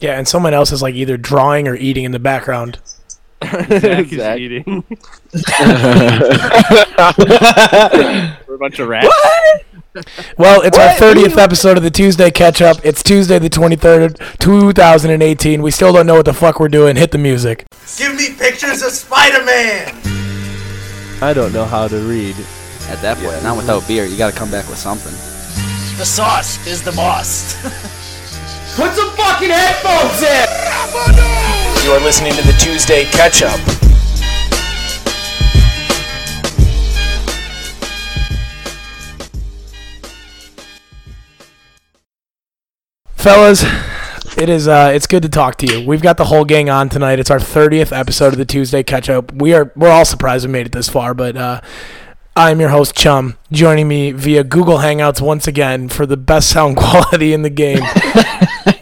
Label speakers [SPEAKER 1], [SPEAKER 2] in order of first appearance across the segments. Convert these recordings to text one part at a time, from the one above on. [SPEAKER 1] Yeah, and someone else is like either drawing or eating in the background.
[SPEAKER 2] Zach is
[SPEAKER 3] Zach.
[SPEAKER 2] eating.
[SPEAKER 3] That's
[SPEAKER 2] We're a bunch of rats.
[SPEAKER 1] Well, it's our thirtieth episode of the Tuesday catch up. It's Tuesday the twenty third, two thousand and eighteen. We still don't know what the fuck we're doing. Hit the music.
[SPEAKER 4] Give me pictures of Spider-Man.
[SPEAKER 3] I don't know how to read.
[SPEAKER 5] At that point, not without beer, you got to come back with something.
[SPEAKER 4] The sauce is the boss.
[SPEAKER 3] Put some fucking headphones in.
[SPEAKER 1] You are listening to the Tuesday catch up. Fellas, it is uh it's good to talk to you. We've got the whole gang on tonight. It's our 30th episode of the Tuesday catch up. We are we're all surprised we made it this far, but uh I'm your host Chum, joining me via Google Hangouts once again for the best sound quality in the game.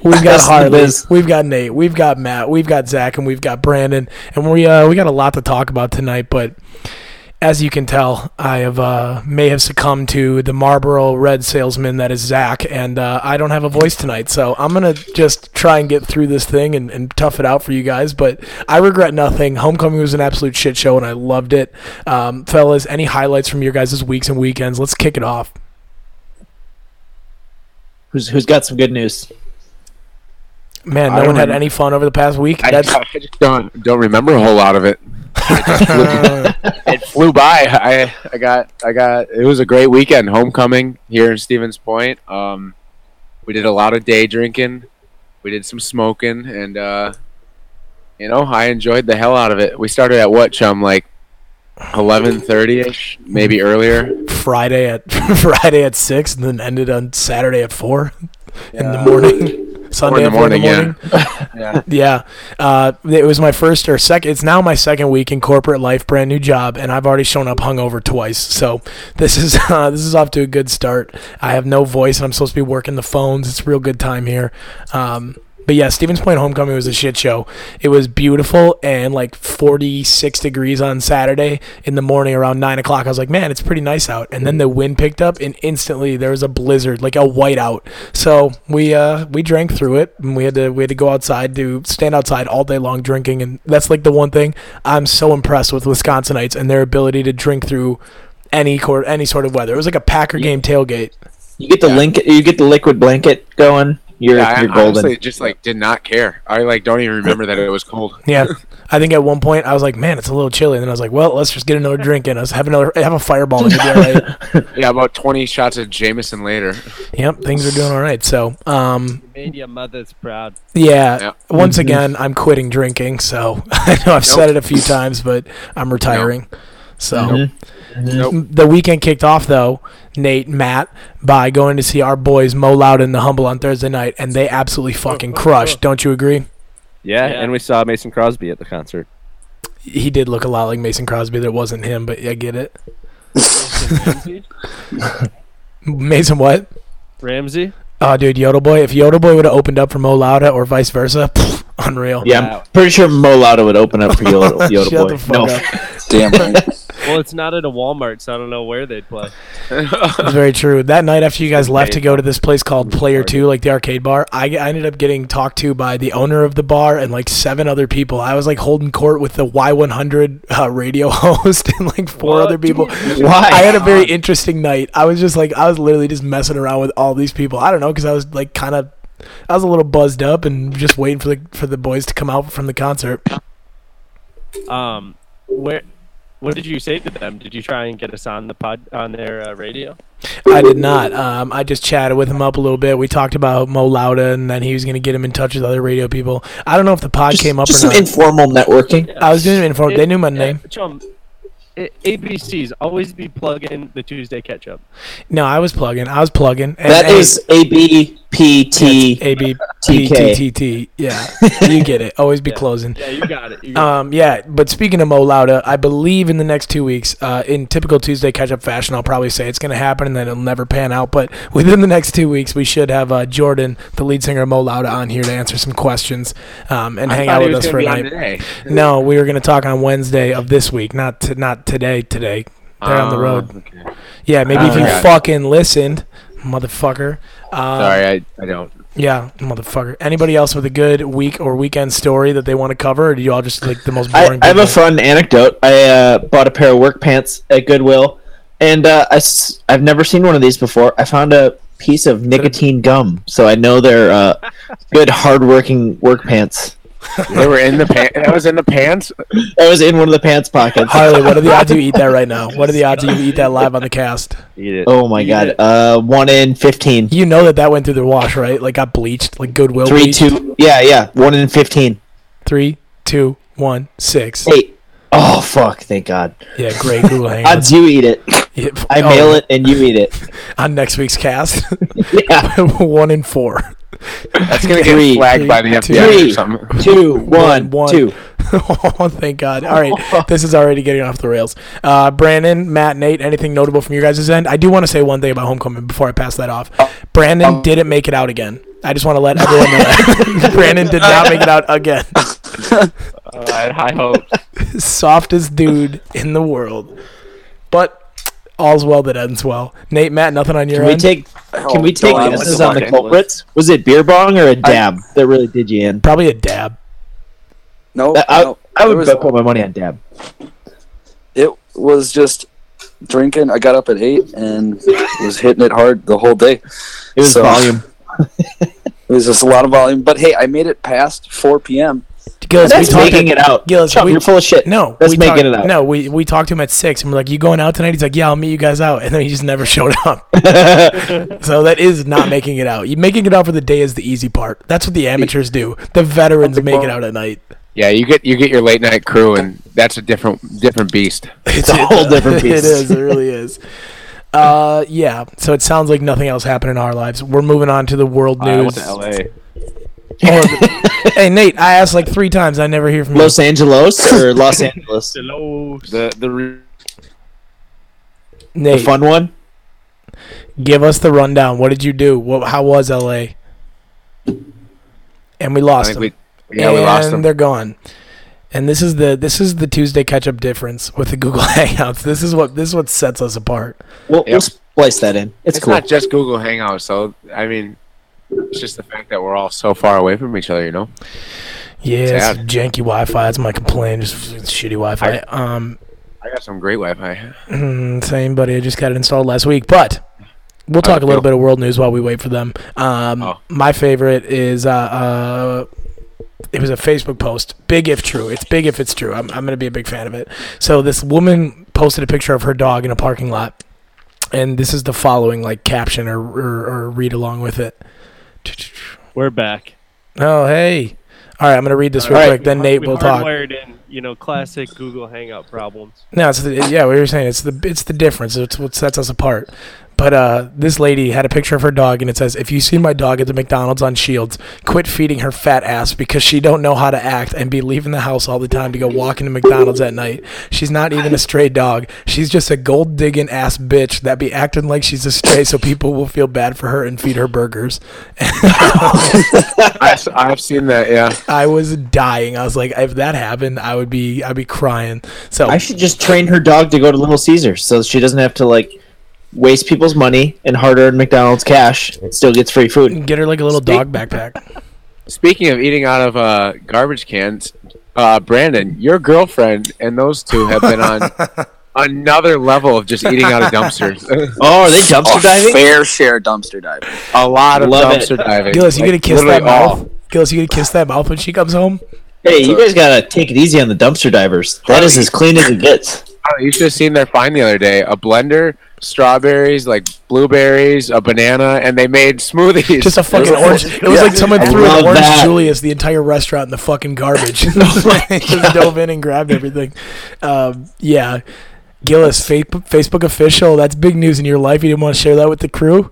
[SPEAKER 1] We've got
[SPEAKER 5] Yes, it
[SPEAKER 1] Harley,
[SPEAKER 5] is.
[SPEAKER 1] we've got Nate, we've got Matt, we've got Zach, and we've got Brandon, and we uh, we got a lot to talk about tonight. But as you can tell, I have uh, may have succumbed to the Marlboro Red salesman that is Zach, and uh, I don't have a voice tonight. So I'm gonna just try and get through this thing and, and tough it out for you guys. But I regret nothing. Homecoming was an absolute shit show, and I loved it, um, fellas. Any highlights from your guys' weeks and weekends? Let's kick it off.
[SPEAKER 3] Who's who's got some good news?
[SPEAKER 1] Man, no
[SPEAKER 6] I
[SPEAKER 1] one
[SPEAKER 6] don't
[SPEAKER 1] had
[SPEAKER 6] rem-
[SPEAKER 1] any fun over the past week.
[SPEAKER 6] I,
[SPEAKER 1] That's
[SPEAKER 6] I just don't don't remember a whole lot of it. It flew by. I I got I got it was a great weekend. Homecoming here in Stevens Point. Um, we did a lot of day drinking. We did some smoking, and uh, you know I enjoyed the hell out of it. We started at what chum like eleven thirty ish, maybe earlier.
[SPEAKER 1] Friday at Friday at six, and then ended on Saturday at four in the morning. Sunday
[SPEAKER 6] Four
[SPEAKER 1] at four in the morning.
[SPEAKER 6] yeah.
[SPEAKER 1] Yeah, uh, it was my first or second. It's now my second week in corporate life, brand new job, and I've already shown up hungover twice. So this is uh, this is off to a good start. I have no voice, and I'm supposed to be working the phones. It's a real good time here. Um, but yeah, Stevens Point Homecoming was a shit show. It was beautiful and like 46 degrees on Saturday in the morning around 9 o'clock. I was like, man, it's pretty nice out. And then the wind picked up and instantly there was a blizzard, like a whiteout. So we uh, we drank through it and we had to we had to go outside to stand outside all day long drinking. And that's like the one thing I'm so impressed with Wisconsinites and their ability to drink through any cor- any sort of weather. It was like a Packer game tailgate.
[SPEAKER 3] You get the
[SPEAKER 6] Yeah.
[SPEAKER 3] link. You get the liquid blanket going. You're
[SPEAKER 6] Yeah, I
[SPEAKER 3] you're golden.
[SPEAKER 6] honestly just like did not care. I like don't even remember that it was cold.
[SPEAKER 1] Yeah, I think at one point I was like, "Man, it's a little chilly," and then I was like, "Well, let's just get another drink in us, have another, have a fireball." And we'll be all right.
[SPEAKER 6] Yeah, about twenty shots of Jameson later.
[SPEAKER 1] yep, things are doing all right. So, um,
[SPEAKER 2] Made your mother's proud.
[SPEAKER 1] yeah,
[SPEAKER 6] Yeah.
[SPEAKER 1] once again, I'm quitting drinking. So I know I've said it a few times, but I'm retiring. So.
[SPEAKER 3] Mhm.
[SPEAKER 1] The weekend kicked off though, Nate, Matt, by going to see our boys Mo Loud and the Humble on Thursday night, and they absolutely fucking crushed. Don't you agree?
[SPEAKER 2] Yeah,
[SPEAKER 3] Yeah.
[SPEAKER 2] and we saw Mason Crosby at the concert.
[SPEAKER 1] He did look a lot like Mason Crosby. That wasn't him, but I get it. Mason, what?
[SPEAKER 2] Ramsey?
[SPEAKER 1] Oh, dude, Yodel Boy. If Yodel Boy would have opened up for Mo Lauda or vice versa, pff, unreal.
[SPEAKER 3] Yeah, I'm pretty sure Mo Lauda would open up for Yoda, Yoda
[SPEAKER 1] Shut
[SPEAKER 3] Boy.
[SPEAKER 1] the fuck
[SPEAKER 3] no,
[SPEAKER 1] up.
[SPEAKER 5] Damn right.
[SPEAKER 2] Well, it's not at a Walmart, so I don't know where they'd play.
[SPEAKER 1] That's very true. That night after you guys left to go to this place called Player Two, like the arcade bar, I, I ended up getting talked to by the owner of the bar and like seven other people. I was like holding court with the Y100 uh, radio host and like four
[SPEAKER 2] What?
[SPEAKER 1] other people.
[SPEAKER 3] Why?
[SPEAKER 1] I had a very interesting night. I was just like, I was literally just messing around with all these people. I don't know because I was like kind of, I was a little buzzed up and just waiting for the for the boys to come out from the concert.
[SPEAKER 2] Um, where? What did you say to them? Did you try and get us on the pod on their uh, radio?
[SPEAKER 1] I did not. Um, I just chatted with him up a little bit. We talked about Mo Lauda, and then he was going to get him in touch with other radio people. I don't know if the pod
[SPEAKER 3] just,
[SPEAKER 1] came up
[SPEAKER 3] just
[SPEAKER 1] or
[SPEAKER 3] some
[SPEAKER 1] not.
[SPEAKER 3] informal networking.
[SPEAKER 1] I was doing it in front. Oh, They knew my
[SPEAKER 2] Yeah,
[SPEAKER 1] name.
[SPEAKER 2] Chum, A- ABCs always be plugging the Tuesday catch up.
[SPEAKER 1] No, I was plugging. I was plugging. And,
[SPEAKER 3] That is A B P T.
[SPEAKER 1] A B T T
[SPEAKER 3] TK.
[SPEAKER 1] T T. Yeah, you get it. Always be closing.
[SPEAKER 2] Yeah, you got it. You got
[SPEAKER 1] Um, yeah, but speaking of Mo Lauda, I believe in the next two weeks, uh, in typical Tuesday catch up fashion, I'll probably say it's going to happen and then it'll never pan out. But within the next two weeks, we should have uh, Jordan, the lead singer of Mo Lauda, on here to answer some questions um, and hang
[SPEAKER 6] Thought
[SPEAKER 1] out
[SPEAKER 6] he
[SPEAKER 1] with
[SPEAKER 6] was
[SPEAKER 1] us
[SPEAKER 6] gonna
[SPEAKER 1] for a
[SPEAKER 6] be on
[SPEAKER 1] night.
[SPEAKER 6] today.
[SPEAKER 1] No, we were going to talk on Wednesday of this week, not t- not today. Today they're on the
[SPEAKER 6] Oh,
[SPEAKER 1] road.
[SPEAKER 6] okay.
[SPEAKER 1] Yeah, maybe if you
[SPEAKER 6] okay.
[SPEAKER 1] fucking listened, motherfucker. Um,
[SPEAKER 6] Oh. Sorry, I, I don't.
[SPEAKER 1] Yeah, motherfucker. Anybody else with a good week or weekend story that they want to cover, or do you all just like the most
[SPEAKER 7] I,
[SPEAKER 1] boring?
[SPEAKER 7] I have a
[SPEAKER 1] people?
[SPEAKER 7] fun anecdote. I uh, bought a pair of work pants at Goodwill, and uh, I have never seen one of these before. I found a piece of nicotine gum, so I know they're uh, good, hardworking work pants.
[SPEAKER 6] They were in the pants. That was in the pants.
[SPEAKER 7] It was in one of the pants pockets.
[SPEAKER 1] Harley, what are the odds you eat that right now? What are the odds you eat that live on the cast?
[SPEAKER 6] Eat it.
[SPEAKER 7] Oh my god! Uh, one in fifteen.
[SPEAKER 1] You know that that went through the wash, right? Like got bleached, like Goodwill.
[SPEAKER 7] Three,
[SPEAKER 1] bleached.
[SPEAKER 7] two. Yeah, yeah. One in fifteen.
[SPEAKER 1] Three, two, one, six.
[SPEAKER 7] Eight. Oh fuck! Thank God.
[SPEAKER 1] Yeah, great Google Hangouts.
[SPEAKER 7] Odds you eat it.
[SPEAKER 1] Yeah,
[SPEAKER 7] I
[SPEAKER 1] oh,
[SPEAKER 7] mail it and you eat it.
[SPEAKER 1] on next week's cast.
[SPEAKER 7] Yeah.
[SPEAKER 1] one in four.
[SPEAKER 6] That's gonna
[SPEAKER 7] Three,
[SPEAKER 6] get flagged by the
[SPEAKER 1] two,
[SPEAKER 6] FBI
[SPEAKER 7] three.
[SPEAKER 6] or something.
[SPEAKER 7] Two, one,
[SPEAKER 1] one.
[SPEAKER 7] two.
[SPEAKER 1] oh, thank God. All right, this is already getting off the rails. Uh, Brandon, Matt, Nate, anything notable from your guys' end? I do want to say one thing about homecoming before I pass that off. Brandon
[SPEAKER 7] Um,
[SPEAKER 1] didn't make it out again. I just want to let everyone know that. Brandon did not make it out again.
[SPEAKER 2] Uh, I had high hopes.
[SPEAKER 1] Softest dude in the world. But all's well that ends well. Nate, Matt, nothing on your
[SPEAKER 7] Can we
[SPEAKER 1] end?
[SPEAKER 7] take? Can we take
[SPEAKER 5] God,
[SPEAKER 7] guesses
[SPEAKER 5] what's the
[SPEAKER 7] on the
[SPEAKER 5] fucking
[SPEAKER 7] culprits? Was it beer bong or a dab that really did you in?
[SPEAKER 1] Probably a dab.
[SPEAKER 8] No,
[SPEAKER 7] I,
[SPEAKER 8] no,
[SPEAKER 7] I
[SPEAKER 8] there
[SPEAKER 7] would
[SPEAKER 8] was-
[SPEAKER 7] bet put my money on dab.
[SPEAKER 8] it was just drinking. I got up at eight and was hitting it hard the whole day.
[SPEAKER 7] It was
[SPEAKER 8] So-
[SPEAKER 7] volume.
[SPEAKER 8] It was just a lot of volume. But hey, I made it past 4 p.m.
[SPEAKER 1] Gillis,
[SPEAKER 7] That's
[SPEAKER 1] we talked
[SPEAKER 7] making
[SPEAKER 1] at-
[SPEAKER 7] it out.
[SPEAKER 1] Gillis,
[SPEAKER 7] Chuck,
[SPEAKER 1] we-
[SPEAKER 7] you're full of shit.
[SPEAKER 1] No,
[SPEAKER 7] that's
[SPEAKER 1] we
[SPEAKER 7] making
[SPEAKER 1] talked-
[SPEAKER 7] it out.
[SPEAKER 1] No, we we talked to him at six, and we're like, "You going out tonight?" He's like, "Yeah, I'll meet you guys out," and then he just never showed up. so that is not making it out. You making it out for the day is the easy part. That's what the amateurs do. The veterans make it out at night.
[SPEAKER 6] Yeah, you get you get your late night crew, and that's a different different beast.
[SPEAKER 1] It's,
[SPEAKER 7] a whole different
[SPEAKER 1] It
[SPEAKER 7] beast.
[SPEAKER 1] is. It really is. Uh, yeah. So it sounds like nothing else happened in our lives. We're moving on to the world
[SPEAKER 2] I went
[SPEAKER 1] news.
[SPEAKER 2] to LA.
[SPEAKER 1] Or- hey Nate, I asked like three times. I never hear from you.
[SPEAKER 7] Los Angeles or Los Angeles?
[SPEAKER 2] Hello.
[SPEAKER 6] The the re-
[SPEAKER 7] the
[SPEAKER 1] Nate,
[SPEAKER 7] fun one.
[SPEAKER 1] give us the rundown. What did you do? What? How was LA? And we
[SPEAKER 6] I
[SPEAKER 1] lost.
[SPEAKER 6] think
[SPEAKER 1] him.
[SPEAKER 6] we yeah we
[SPEAKER 1] and
[SPEAKER 6] lost them.
[SPEAKER 1] they're gone. And this is the this is the Tuesday catch up difference with the Google Hangouts. This is what this is what sets us apart.
[SPEAKER 7] We'll, we'll
[SPEAKER 6] Yep.
[SPEAKER 7] splice that in. It's,
[SPEAKER 6] It's
[SPEAKER 7] cool.
[SPEAKER 6] not just Google Hangouts, so I mean, it's just the fact that we're all so far away from each other. You know,
[SPEAKER 1] Yeah, it's
[SPEAKER 6] Sad.
[SPEAKER 1] janky Wi Fi. That's my complaint. Just f- shitty Wi Fi. Um,
[SPEAKER 6] I got some great Wi-Fi.
[SPEAKER 1] mm, same, buddy. I just got it installed last week, but. We'll talk a little bit of world news while we wait for them. Um,
[SPEAKER 6] Oh.
[SPEAKER 1] My favorite is uh, uh, it was a Facebook post. Big if true. It's big if it's true. I'm, I'm going to be a big fan of it. So this woman posted a picture of her dog in a parking lot. And this is the following like caption or, or, or read along with it.
[SPEAKER 2] We're back.
[SPEAKER 1] Oh, hey. All right, I'm going to read this real
[SPEAKER 7] All right.
[SPEAKER 1] quick. Then Nate
[SPEAKER 2] we
[SPEAKER 1] will talk.
[SPEAKER 2] hardwired in, you know, classic Google Hangout problems.
[SPEAKER 1] No, it's the, yeah, we were saying it's the it's the difference. It's what sets us apart. But uh, this lady had a picture of her dog, and it says, "If you see my dog at the McDonald's on Shields, quit feeding her fat ass because she don't know how to act and be leaving the house all the time to go walking to McDonald's at night. She's not even a stray dog. She's just a gold digging ass bitch that be acting like she's a stray, so people will feel bad for her and feed her burgers."
[SPEAKER 6] I, I've seen that. Yeah,
[SPEAKER 1] I was dying. I was like, if that happened, I would be I'd be crying. So
[SPEAKER 7] I should just train her dog to go to Little Caesars so she doesn't have to like waste people's money and hard-earned McDonald's cash. and Still gets free food.
[SPEAKER 1] get her like a little dog backpack.
[SPEAKER 6] Speaking of eating out of uh, garbage cans, uh, Brandon, your girlfriend and those two have been on another level of just eating out of dumpsters.
[SPEAKER 7] Oh, are they dumpster
[SPEAKER 8] A
[SPEAKER 7] diving?
[SPEAKER 8] fair share dumpster diving.
[SPEAKER 6] a lot of
[SPEAKER 7] Love it.
[SPEAKER 6] dumpster diving.
[SPEAKER 1] Gillis, you
[SPEAKER 6] Like,
[SPEAKER 1] gonna kiss that
[SPEAKER 6] literally all.
[SPEAKER 1] mouth? Gillis, you gonna kiss that mouth when she comes home?
[SPEAKER 7] Hey, you guys gotta take it easy on the dumpster divers. That is as clean as it gets.
[SPEAKER 6] Oh, you should have seen their find the other day. A blender, strawberries, like blueberries, a banana, and they made smoothies.
[SPEAKER 1] Just a fucking orange. It was like someone
[SPEAKER 7] I
[SPEAKER 1] threw an
[SPEAKER 7] love
[SPEAKER 1] orange
[SPEAKER 7] that.
[SPEAKER 1] Julius the entire restaurant in the fucking garbage. Just dove in and grabbed everything. Um, yeah, Gillis, fa- Facebook official. That's big news in your life. You didn't want to share that with the crew.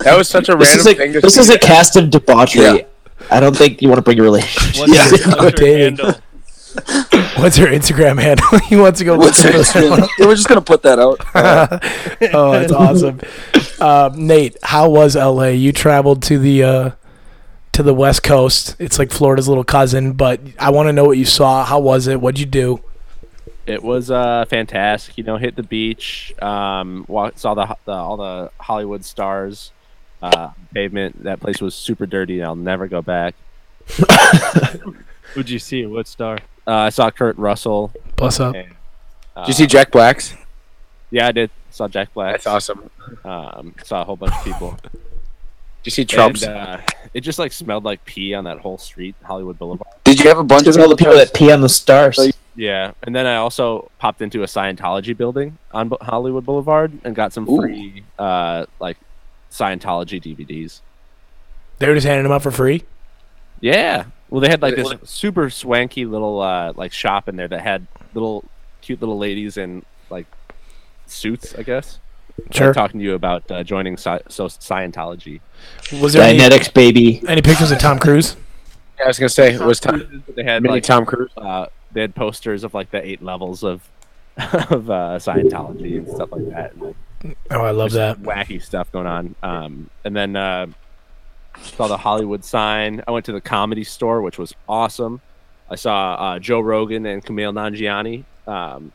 [SPEAKER 6] that was such a
[SPEAKER 7] This
[SPEAKER 6] random
[SPEAKER 7] is a
[SPEAKER 6] thing. To
[SPEAKER 7] this
[SPEAKER 6] see.
[SPEAKER 7] is a cast of debauchery.
[SPEAKER 8] Yeah.
[SPEAKER 7] I don't think you want to bring a relationship.
[SPEAKER 2] What's,
[SPEAKER 8] Yeah.
[SPEAKER 2] your, what's your
[SPEAKER 1] Dating.
[SPEAKER 2] handle?
[SPEAKER 1] What's her Instagram handle? he wants to go look
[SPEAKER 8] What's
[SPEAKER 1] at
[SPEAKER 8] it?
[SPEAKER 1] this.
[SPEAKER 8] They We're just gonna put that out. Uh,
[SPEAKER 1] Oh, that's awesome. Um, Nate, how was LA? You traveled to the uh, to the West Coast. It's like Florida's little cousin, but I want to know what you saw. How was it? What'd you do?
[SPEAKER 2] It was uh, fantastic. You know, hit the beach, um, walk, saw the, ho- the all the Hollywood stars,
[SPEAKER 9] uh, pavement. That place was super dirty, and I'll never go back.
[SPEAKER 2] Who'd you see? What star?
[SPEAKER 9] Uh, I saw Kurt Russell.
[SPEAKER 1] Plus up.
[SPEAKER 9] Uh,
[SPEAKER 6] Did you see Jack Black's?
[SPEAKER 9] Yeah, I did. Saw Jack Black.
[SPEAKER 6] That's awesome. Did
[SPEAKER 9] Um, saw a whole bunch of people.
[SPEAKER 6] you see Trump's?
[SPEAKER 9] And, uh, it just like smelled like pee on that whole street, Hollywood Boulevard.
[SPEAKER 8] Did you have a bunch
[SPEAKER 7] Because
[SPEAKER 8] of
[SPEAKER 7] all the people that pee on the stars.
[SPEAKER 9] Yeah, and then I also popped into a Scientology building on Bo- Hollywood Boulevard and got some
[SPEAKER 8] Ooh.
[SPEAKER 9] free uh, like Scientology DVDs.
[SPEAKER 1] They were just handing them out for free.
[SPEAKER 9] Yeah. Well, they had like this super swanky little uh, like shop in there that had little cute little ladies in like suits, I guess.
[SPEAKER 1] Sure.
[SPEAKER 9] Like, talking to you about uh, joining Sci- so Scientology.
[SPEAKER 1] Was there any,
[SPEAKER 7] Dianetics, baby.
[SPEAKER 1] any pictures of Tom Cruise?
[SPEAKER 6] Yeah, I was gonna say it was Tom,
[SPEAKER 9] They had
[SPEAKER 6] mini
[SPEAKER 9] like
[SPEAKER 6] Tom Cruise.
[SPEAKER 9] uh, they had posters of like the eight levels of of uh, Scientology and stuff like that. And, like,
[SPEAKER 1] Oh, I love that.
[SPEAKER 9] wacky stuff going on. Um, and then uh, saw the Hollywood sign. I went to the comedy store, which was awesome. I saw uh, Joe Rogan and Kumail Nanjiani. Um,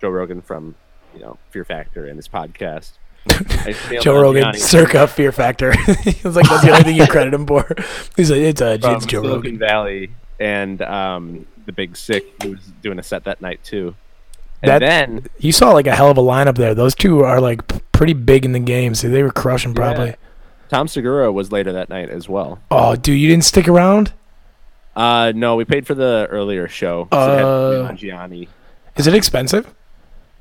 [SPEAKER 9] Joe Rogan from you know Fear Factor and his podcast. And Kumail
[SPEAKER 1] Joe Rogan,
[SPEAKER 9] Nanjiani
[SPEAKER 1] circa Fear Factor. it's like that's the only thing you credit him for. He's like, it's, uh,
[SPEAKER 9] from
[SPEAKER 1] it's Joe
[SPEAKER 9] Silicon
[SPEAKER 1] Rogan.
[SPEAKER 9] Valley and um, the Big Sick, who was doing a set that night too. And
[SPEAKER 1] That-
[SPEAKER 9] then
[SPEAKER 1] You saw like a hell of a lineup there. Those two are like p- pretty big in the game, so they were crushing probably.
[SPEAKER 9] Tom Segura was later that night as well.
[SPEAKER 1] Oh, dude, you didn't stick around?
[SPEAKER 9] Uh, no, we paid for the earlier show. So it had Kumail
[SPEAKER 1] Uh,
[SPEAKER 9] Nanjiani. It
[SPEAKER 1] Is it expensive?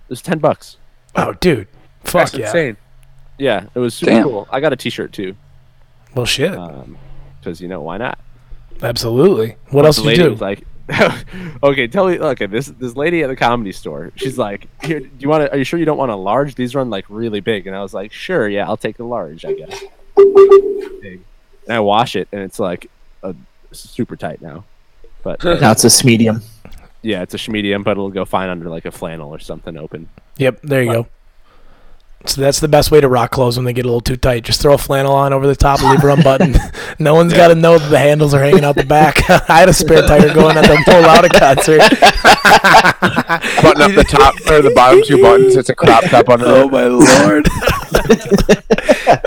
[SPEAKER 9] was ten bucks.
[SPEAKER 1] Oh, dude. Fuck yeah.
[SPEAKER 9] Yeah, it was super
[SPEAKER 8] Damn.
[SPEAKER 9] cool. I got a T-shirt too,
[SPEAKER 1] Well, shit.
[SPEAKER 9] Uh, because you know why not?
[SPEAKER 1] Absolutely. What else
[SPEAKER 9] The
[SPEAKER 1] you
[SPEAKER 9] lady
[SPEAKER 1] do?
[SPEAKER 9] was like, okay, tell me. Okay, this this lady at the comedy store. She's like, here, do you want? to Are you sure you don't want a large? These run like really big. And I was like, sure, yeah, I'll take the large, I guess. Big. And I wash it, and it's like a super tight now. But uh,
[SPEAKER 7] Now it's a medium.
[SPEAKER 9] yeah, it's a medium, but it'll go fine under like a flannel or something open.
[SPEAKER 1] yep, there you go. So that's the best way to rock clothes when they get a little too tight. Just throw a flannel on over the top, leave her unbuttoned. no one's got to know that the handles are hanging out the back. I had a spare tire going at the Mo Lauda concert.
[SPEAKER 6] Button up the top or the bottom two buttons. It's a crop top under. Oh my lord!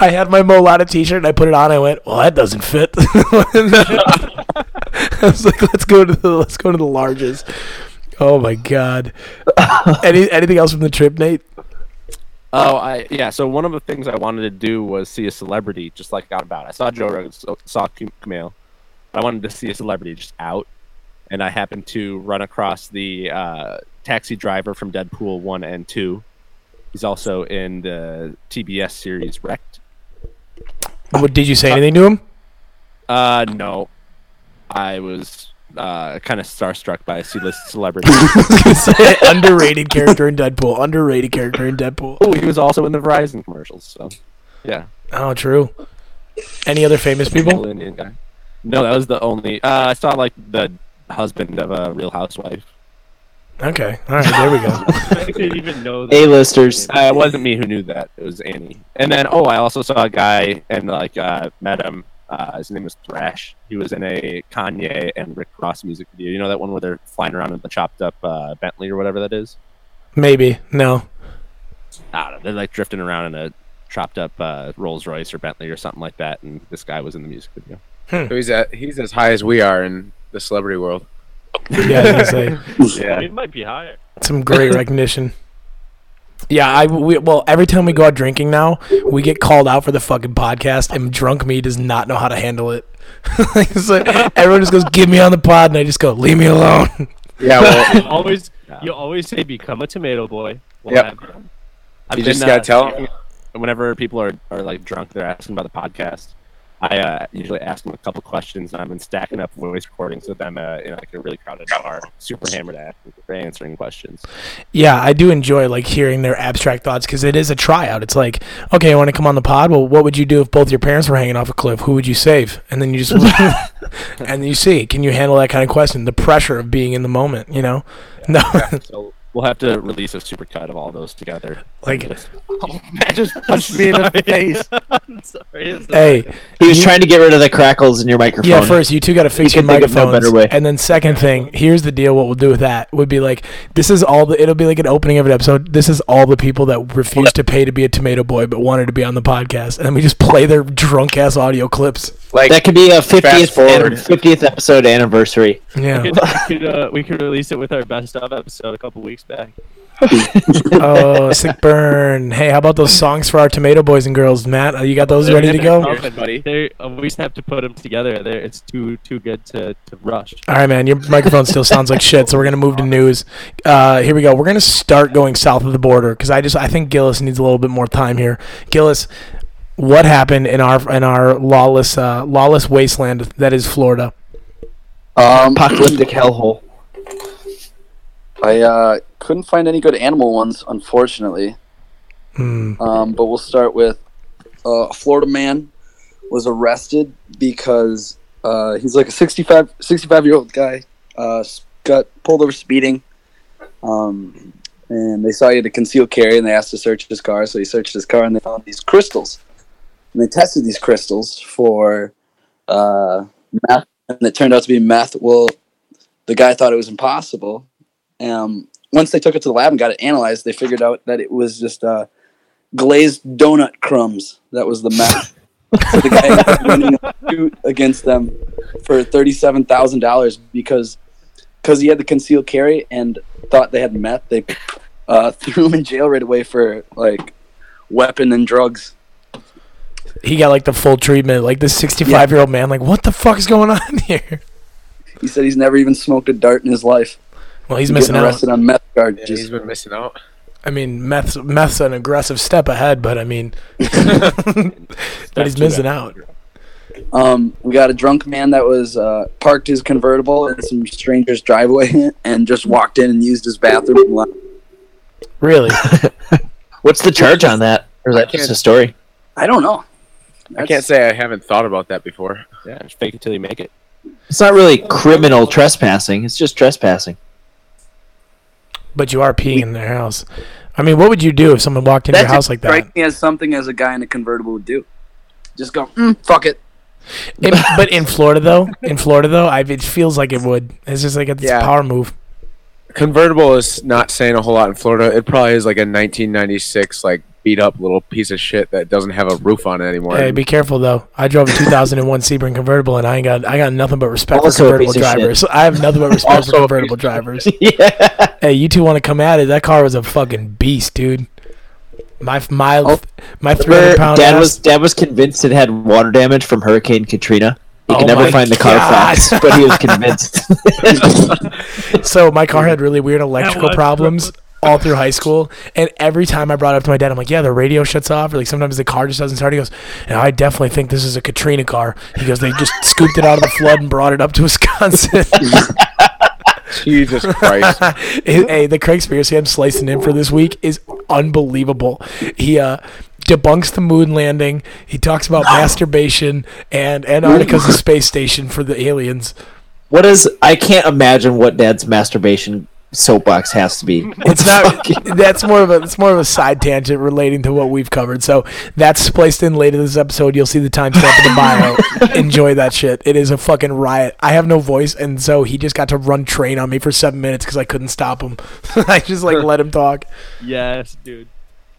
[SPEAKER 1] I had my Mo Lauda t-shirt and I put it on. I went, well, that doesn't fit. And then- I was like, let's go to the let's go to the largest. Oh my god. Any anything else from the trip, Nate?
[SPEAKER 9] Oh, I yeah. So one of the things I wanted to do was see a celebrity, just like out about. I saw Joe Rogan, so, saw Kum- Kumail. I wanted to see a celebrity just out, and I happened to run across the uh, taxi driver from Deadpool one and two. He's also in the TBS series Wrecked.
[SPEAKER 1] What did you say anything to him?
[SPEAKER 9] Uh, no, I was uh, kind of starstruck by a C-list celebrity.
[SPEAKER 1] Underrated character in Deadpool. Underrated character in Deadpool.
[SPEAKER 9] oh, he was also in the Verizon commercials. So, yeah.
[SPEAKER 1] Oh, true. Any other famous people?
[SPEAKER 9] Little Indian guy. No, that was the only. Uh, I saw like the husband of a Real Housewife.
[SPEAKER 1] Okay. All right, there we go.
[SPEAKER 2] I didn't even know that.
[SPEAKER 7] A-listers.
[SPEAKER 9] Uh, it wasn't me who knew that. It was Annie. And then oh, I also saw a guy and like uh, met him. Uh, his name was Thrash. He was in a Kanye and Rick Ross music video. You know that one where they're flying around in the chopped up uh, Bentley or whatever that is.
[SPEAKER 1] Maybe. No.
[SPEAKER 9] I don't know. They're like drifting around in a chopped up uh, Rolls Royce or Bentley or something like that. And this guy was in the music video.
[SPEAKER 6] So he's at, he's as high as we are in the celebrity world.
[SPEAKER 1] Yeah, I was gonna say.
[SPEAKER 9] Yeah.
[SPEAKER 2] It might be higher.
[SPEAKER 1] some great recognition. Yeah, I we, well every time we go out drinking now, we get called out for the fucking podcast, and drunk me does not know how to handle it. It's like, everyone just goes, "Get me on the pod," and I just go, "Leave me alone."
[SPEAKER 6] Yeah, well,
[SPEAKER 2] You always, you always say become a tomato boy. Well,
[SPEAKER 6] Yep.
[SPEAKER 2] that-
[SPEAKER 6] you just
[SPEAKER 2] uh,
[SPEAKER 6] gotta tell him.
[SPEAKER 9] whenever people are, are like drunk, they're asking about the podcast. I uh, usually ask them a couple questions, and I've been stacking up voice recordings with them uh, in like a really crowded bar, super hammered at for answering questions.
[SPEAKER 1] Yeah, I do enjoy like hearing their abstract thoughts because it is a tryout. It's like, okay, I want to come on the pod. Well, what would you do if both your parents were hanging off a cliff? Who would you save? And then you just and you see, can you handle that kind of question? The pressure of being in the moment, you know? No,
[SPEAKER 9] So We'll have to release a supercut of all those together.
[SPEAKER 1] Like,
[SPEAKER 9] Matt just punched me in the face.
[SPEAKER 2] Oh, I'm sorry. It's
[SPEAKER 1] hey,
[SPEAKER 7] He was
[SPEAKER 1] You-
[SPEAKER 7] trying to get rid of the crackles in your microphone.
[SPEAKER 1] yeah. First, you two got to fix
[SPEAKER 7] You
[SPEAKER 1] your
[SPEAKER 7] can think of no
[SPEAKER 1] microphones.
[SPEAKER 7] better way.
[SPEAKER 1] And then, second thing, here's the deal. What we'll do with that would be like this is all the. It'll be like an opening of an episode. This is all the people that refused to pay to be a tomato boy but wanted to be on the podcast, and then we just play their drunk ass audio clips.
[SPEAKER 6] Like
[SPEAKER 7] that could be a fiftieth
[SPEAKER 6] forward.
[SPEAKER 7] fiftieth episode anniversary.
[SPEAKER 1] Yeah.
[SPEAKER 2] We could, we could, uh, we could release it with our best of episode a couple weeks back.
[SPEAKER 1] oh, sick burn. Hey, how about those songs for our tomato boys and girls, Matt? uh, You got those ready to go? All
[SPEAKER 9] Open, buddy.
[SPEAKER 2] They uh, we just have to put them together. They're, it's too too good to, to rush.
[SPEAKER 1] right, man. Your microphone still sounds like shit, so we're gonna move to news. Uh, here we go. We're gonna start going south of the border because I just I think Gillis needs a little bit more time here. Gillis, what happened in our in our lawless uh, lawless wasteland that is Florida?
[SPEAKER 8] Um,
[SPEAKER 7] Apocalyptic hellhole.
[SPEAKER 8] I uh, couldn't find any good animal ones, unfortunately.
[SPEAKER 1] Hmm.
[SPEAKER 8] Um, but we'll start with uh, a Florida man was arrested because uh, he's like a 65, 65 year old guy. Uh, s- got pulled over speeding. Um, and they saw he had a concealed carry and they asked to search his car. So he searched his car and they found these crystals. And they tested these crystals for uh, meth. And it turned out to be meth. Well, the guy thought it was impossible. Um, once they took it to the lab and got it analyzed, they figured out that it was just uh, glazed donut crumbs. That was the meth. so the guy ended up winning a suit against them for thirty-seven thousand dollars because because he had the concealed carry and thought they had meth. They uh, threw him in jail right away for like weapon and drugs.
[SPEAKER 1] He got like the full treatment. Like this sixty-five year old man, like what the fuck is going on here?
[SPEAKER 8] He said he's never even smoked a dart in his life.
[SPEAKER 1] Well, he's
[SPEAKER 8] He's
[SPEAKER 1] missing
[SPEAKER 8] getting
[SPEAKER 1] out.
[SPEAKER 8] arrested on meth
[SPEAKER 6] yeah,
[SPEAKER 8] charges.
[SPEAKER 6] he's been missing out.
[SPEAKER 1] I mean, meth's meth's an aggressive step ahead, but I mean, but he's missing out.
[SPEAKER 8] Um, we got a drunk man that was uh, parked his convertible in some stranger's driveway and just walked in and used his bathroom. and left.
[SPEAKER 1] Really.
[SPEAKER 7] What's the charge on that? Or is
[SPEAKER 6] I
[SPEAKER 7] that just
[SPEAKER 6] can't-
[SPEAKER 7] a story?
[SPEAKER 8] I don't know.
[SPEAKER 6] I can't say I haven't thought about that before.
[SPEAKER 9] Yeah, just fake it till you make it.
[SPEAKER 7] It's not really criminal trespassing. It's just trespassing.
[SPEAKER 1] But you are peeing in their house. I mean, what would you do if someone walked into your
[SPEAKER 8] That
[SPEAKER 1] house like that?
[SPEAKER 8] strikes me as something as a guy in a convertible would do. Just go, mm, fuck it.
[SPEAKER 1] In- but in Florida, though, in Florida, though, I, it feels like it would. It's just like it's
[SPEAKER 6] Yeah.
[SPEAKER 1] a power move.
[SPEAKER 6] Convertible is not saying a whole lot in Florida. It probably is like a 1996 like beat up little piece of shit that doesn't have a roof on it anymore.
[SPEAKER 1] Hey, be careful though. I drove a 2001 Sebring convertible, and I ain't got I got nothing but respect
[SPEAKER 7] Also
[SPEAKER 1] for
[SPEAKER 7] a
[SPEAKER 1] convertible
[SPEAKER 7] piece of shit.
[SPEAKER 1] drivers. I have nothing but respect
[SPEAKER 6] Also
[SPEAKER 1] for
[SPEAKER 6] a
[SPEAKER 1] convertible
[SPEAKER 6] piece of shit.
[SPEAKER 1] drivers.
[SPEAKER 7] yeah.
[SPEAKER 1] hey, you two want to come at it? That car was a fucking beast, dude. My my my 300 pound
[SPEAKER 7] Dad
[SPEAKER 1] ass.
[SPEAKER 7] Oh. was dad was convinced it had water damage from Hurricane Katrina. He
[SPEAKER 1] Oh
[SPEAKER 7] could never
[SPEAKER 1] my
[SPEAKER 7] find the car
[SPEAKER 1] God.
[SPEAKER 7] facts, but he was convinced.
[SPEAKER 1] so my car had really weird electrical
[SPEAKER 2] was-
[SPEAKER 1] problems all through high school and every time i brought it up to my dad i'm like yeah the radio shuts off or like sometimes the car just doesn't start he goes and i definitely think this is a katrina car he goes they just scooped it out of the flood and brought it up to wisconsin
[SPEAKER 6] Jesus Christ.
[SPEAKER 1] Hey, hey, the Craig Spears I'm slicing in for this week is unbelievable. He uh, debunks the moon landing. He talks about masturbation and Antarctica's a space station for the aliens.
[SPEAKER 7] what is I can't imagine what dad's masturbation soapbox has to be.
[SPEAKER 1] It's not. That's more of a. It's more of a side tangent relating to what we've covered. So that's spliced in later this episode. You'll see the timestamp in the bio. Enjoy that shit. It is a fucking riot. I have no voice, and so he just got to run train on me for seven minutes because I couldn't stop him. I just like let him talk.
[SPEAKER 2] Yes, dude.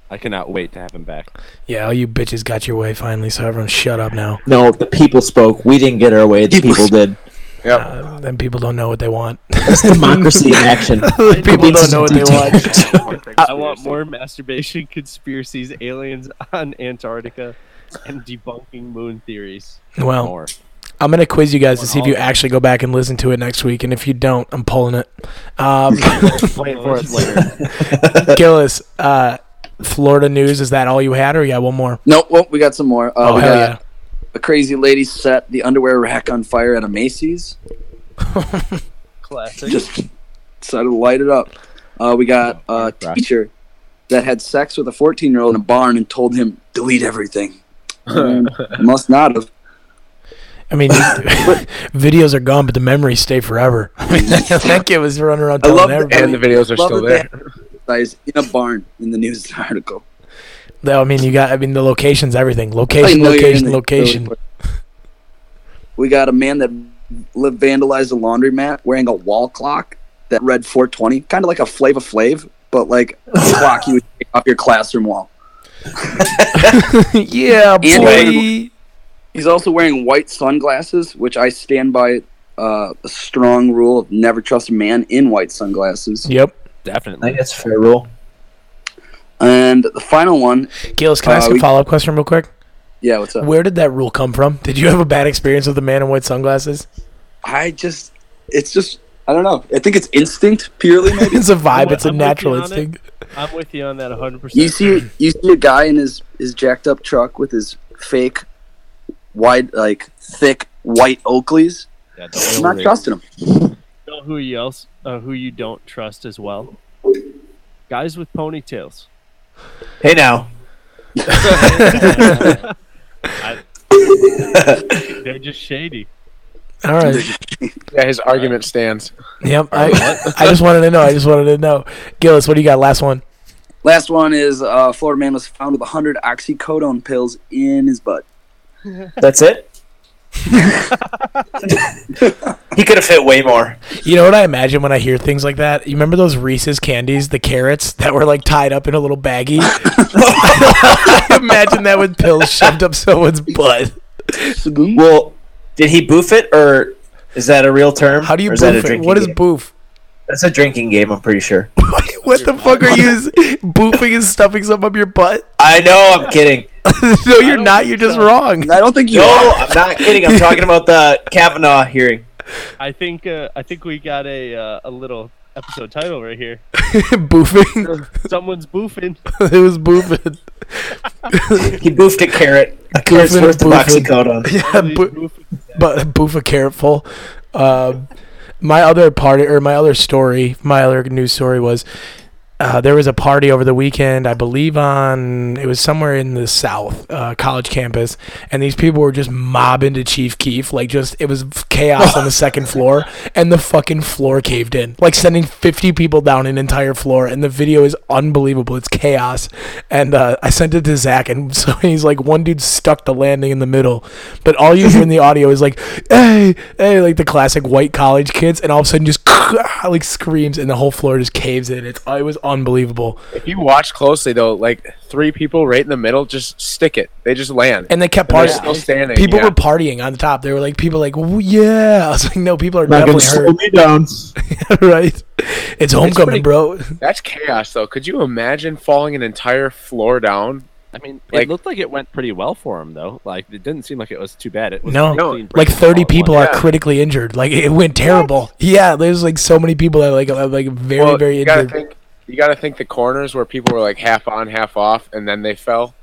[SPEAKER 9] I cannot wait to have him back.
[SPEAKER 1] Yeah, all you bitches got your way finally. So everyone, shut up now.
[SPEAKER 7] No, the people spoke. We didn't get our way. The people did.
[SPEAKER 6] Yep.
[SPEAKER 1] Uh, then people don't know what they want.
[SPEAKER 7] That's democracy in action.
[SPEAKER 1] people don't know what they want.
[SPEAKER 2] I want more masturbation conspiracies, aliens on Antarctica, and debunking moon theories.
[SPEAKER 6] Uh,
[SPEAKER 1] Well,
[SPEAKER 9] More.
[SPEAKER 1] I'm gonna quiz you guys to see if you
[SPEAKER 2] all of it.
[SPEAKER 1] actually go back and listen to it next week, and if you don't, I'm pulling it. Um,
[SPEAKER 2] Wait for it later.
[SPEAKER 1] Gillis, uh, Florida news. Is that all you had, or you got one more?
[SPEAKER 8] Nope, well, we got some more. Uh,
[SPEAKER 1] oh
[SPEAKER 8] we
[SPEAKER 1] hell
[SPEAKER 8] got
[SPEAKER 1] yeah!
[SPEAKER 8] a crazy lady set the underwear rack on fire at a Macy's.
[SPEAKER 2] Classic.
[SPEAKER 8] Just decided to light it up. Uh, we got a teacher that had sex with a 14 year old Mm, in a barn and told him, delete everything. Um, must not have.
[SPEAKER 1] I mean, videos are gone, but the memories stay forever. I mean, that kid was running around
[SPEAKER 8] I
[SPEAKER 1] telling
[SPEAKER 8] love the
[SPEAKER 1] everybody.
[SPEAKER 6] and the videos are
[SPEAKER 8] Love
[SPEAKER 6] still there.
[SPEAKER 8] that they advertise in a barn in the news article.
[SPEAKER 1] No, I mean, you got. I mean, the location's everything.
[SPEAKER 8] I
[SPEAKER 1] Location,
[SPEAKER 8] know you're
[SPEAKER 1] location,
[SPEAKER 8] gonna-
[SPEAKER 1] location.
[SPEAKER 8] We got a man that li- vandalized a laundromat wearing a wall clock that read 420, kind of like a Flava Flav, but like a clock you would take off your classroom wall.
[SPEAKER 1] yeah, boy.
[SPEAKER 8] Anyway. He's also wearing white sunglasses, which I stand by uh, a strong rule of never trust a man in white sunglasses.
[SPEAKER 1] Yep.
[SPEAKER 7] I
[SPEAKER 9] Definitely.
[SPEAKER 7] think that's a fair rule.
[SPEAKER 8] And the final one,
[SPEAKER 1] Gillis, can I
[SPEAKER 8] Uh,
[SPEAKER 1] ask a
[SPEAKER 8] we- Uh,
[SPEAKER 1] follow up question real quick?
[SPEAKER 8] yeah, what's up?
[SPEAKER 1] Where did that rule come from? Did you have a bad experience with the man in white sunglasses?
[SPEAKER 8] I just, it's just, I don't know. I think it's instinct purely, maybe.
[SPEAKER 1] It's a vibe.
[SPEAKER 2] I'm
[SPEAKER 1] It's a
[SPEAKER 2] with you
[SPEAKER 1] natural
[SPEAKER 2] on it.
[SPEAKER 1] instinct.
[SPEAKER 2] I'm with you on that 100.
[SPEAKER 8] You
[SPEAKER 2] percent
[SPEAKER 8] see, you see a guy in his his jacked up truck with his fake, wide like thick white Oakleys.
[SPEAKER 9] Yeah,
[SPEAKER 8] I'm
[SPEAKER 9] don't
[SPEAKER 8] not
[SPEAKER 9] overrate-
[SPEAKER 8] trusting him.
[SPEAKER 2] You know who you else uh, who you don't trust as well? Guys with ponytails.
[SPEAKER 7] Hey now,
[SPEAKER 2] I- they're just shady.
[SPEAKER 1] All right.
[SPEAKER 6] Yeah, his argument stands.
[SPEAKER 1] Yep. I, I just wanted to know. I just wanted to know. Gillis, what do you got? Last one.
[SPEAKER 8] Last one is uh, Florida man was found with 100 oxycodone pills in his butt.
[SPEAKER 7] that's it. he could have fit way more.
[SPEAKER 1] You know what I imagine when I hear things like that? You remember those Reese's candies, the carrots that were like tied up in a little baggie? I imagine that with pills shoved up someone's butt.
[SPEAKER 7] Well, did he boof it, or is that a real term?
[SPEAKER 1] How do you
[SPEAKER 7] Or is
[SPEAKER 1] boof
[SPEAKER 7] that a
[SPEAKER 1] it?
[SPEAKER 7] drinking
[SPEAKER 1] What is
[SPEAKER 7] game?
[SPEAKER 1] boof?
[SPEAKER 7] That's a drinking game. I'm pretty sure.
[SPEAKER 1] what the fuck are you boofing and stuffing something up your butt?
[SPEAKER 7] I know. I'm kidding.
[SPEAKER 1] no, you're not. You're just wrong.
[SPEAKER 8] I don't think you.
[SPEAKER 7] No,
[SPEAKER 8] are.
[SPEAKER 7] I'm not kidding. I'm talking about the Kavanaugh hearing.
[SPEAKER 2] I think uh, I think we got a uh, a little episode title right here.
[SPEAKER 1] boofing.
[SPEAKER 2] Someone's boofing.
[SPEAKER 1] it was boofing.
[SPEAKER 7] He boofed a carrot. A carrot's
[SPEAKER 1] Boofing,
[SPEAKER 7] worth of
[SPEAKER 1] boofing.
[SPEAKER 7] oxycodone.
[SPEAKER 1] Yeah,
[SPEAKER 2] Somebody's
[SPEAKER 1] bo-
[SPEAKER 2] boofing.
[SPEAKER 1] but boof a carrot full. Um, my other party or my other story, my other news story was uh, there was a party over the weekend, I believe on it was somewhere in the South uh, college campus, and these people were just mobbing to Chief Keef, like just it was chaos on the second floor, and the fucking floor caved in, like sending fifty people down an entire floor, and the video is unbelievable, it's chaos, and uh, I sent it to Zach, and so he's like, one dude stuck the landing in the middle, but all you hear in the audio is like, hey, hey, like the classic white college kids, and all of a sudden just like screams, and the whole floor just caves in. It's it was unbelievable.
[SPEAKER 6] If you watch closely, though, like three people right in the middle just stick it. They just land.
[SPEAKER 1] And they kept
[SPEAKER 6] they're
[SPEAKER 1] partying.
[SPEAKER 6] still standing.
[SPEAKER 1] People
[SPEAKER 6] yeah.
[SPEAKER 1] were partying on the top. They were like, people like, "Ooh, yeah. I was like, no, people are definitely hurt,
[SPEAKER 7] me down.
[SPEAKER 1] right? It's homecoming,
[SPEAKER 6] pretty-
[SPEAKER 1] bro.
[SPEAKER 6] That's chaos, though. Could you imagine falling an entire floor down?
[SPEAKER 9] I mean,
[SPEAKER 6] Like-
[SPEAKER 9] it looked like it went pretty well for him, though. Like, it didn't seem like it was too bad. It was
[SPEAKER 1] No,
[SPEAKER 9] a clean
[SPEAKER 1] like
[SPEAKER 9] break for all
[SPEAKER 1] thirty
[SPEAKER 9] it was.
[SPEAKER 1] people are
[SPEAKER 6] Yeah.
[SPEAKER 1] critically injured. Like it went terrible. Yeah, there's like so many people that like are, like very
[SPEAKER 6] Well,
[SPEAKER 1] very
[SPEAKER 6] you gotta
[SPEAKER 1] injured.
[SPEAKER 6] think. You gotta think the corners where people were like half on, half off, and then they fell.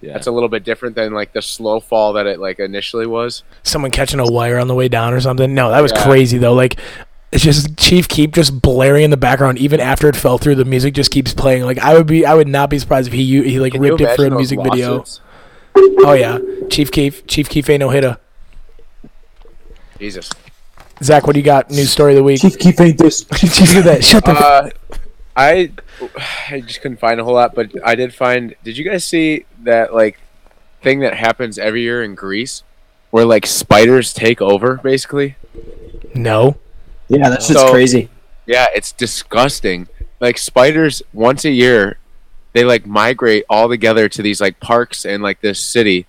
[SPEAKER 9] Yeah.
[SPEAKER 6] That's a little bit different than like the slow fall that it like initially was.
[SPEAKER 1] someone catching a wire on the way down or something. No, that was
[SPEAKER 6] Yeah.
[SPEAKER 1] crazy though. Like it's just Chief Keep just blaring in the background even after it fell through. The music just keeps playing. Like I would be, I would not be surprised if he u- he like
[SPEAKER 6] Can you
[SPEAKER 1] ripped it for
[SPEAKER 6] imagine
[SPEAKER 1] a
[SPEAKER 6] those
[SPEAKER 1] music video.
[SPEAKER 6] lawsuits?
[SPEAKER 1] Oh yeah, Chief Keef, Chief Keef ain't no hitter.
[SPEAKER 6] Jesus.
[SPEAKER 1] Zach, what do you got? News story of the week. Chief
[SPEAKER 7] Keep ain't this.
[SPEAKER 1] Keef, that shut the. f-
[SPEAKER 6] Uh, I I just couldn't find a whole lot, but I did find. Did you guys see that like thing that happens every year in Greece, where like spiders take over basically?
[SPEAKER 1] no,
[SPEAKER 7] Yeah, that shit's
[SPEAKER 6] So-
[SPEAKER 7] crazy.
[SPEAKER 6] Yeah, it's disgusting. Like spiders, once a year, they like migrate all together to these like parks and like this city,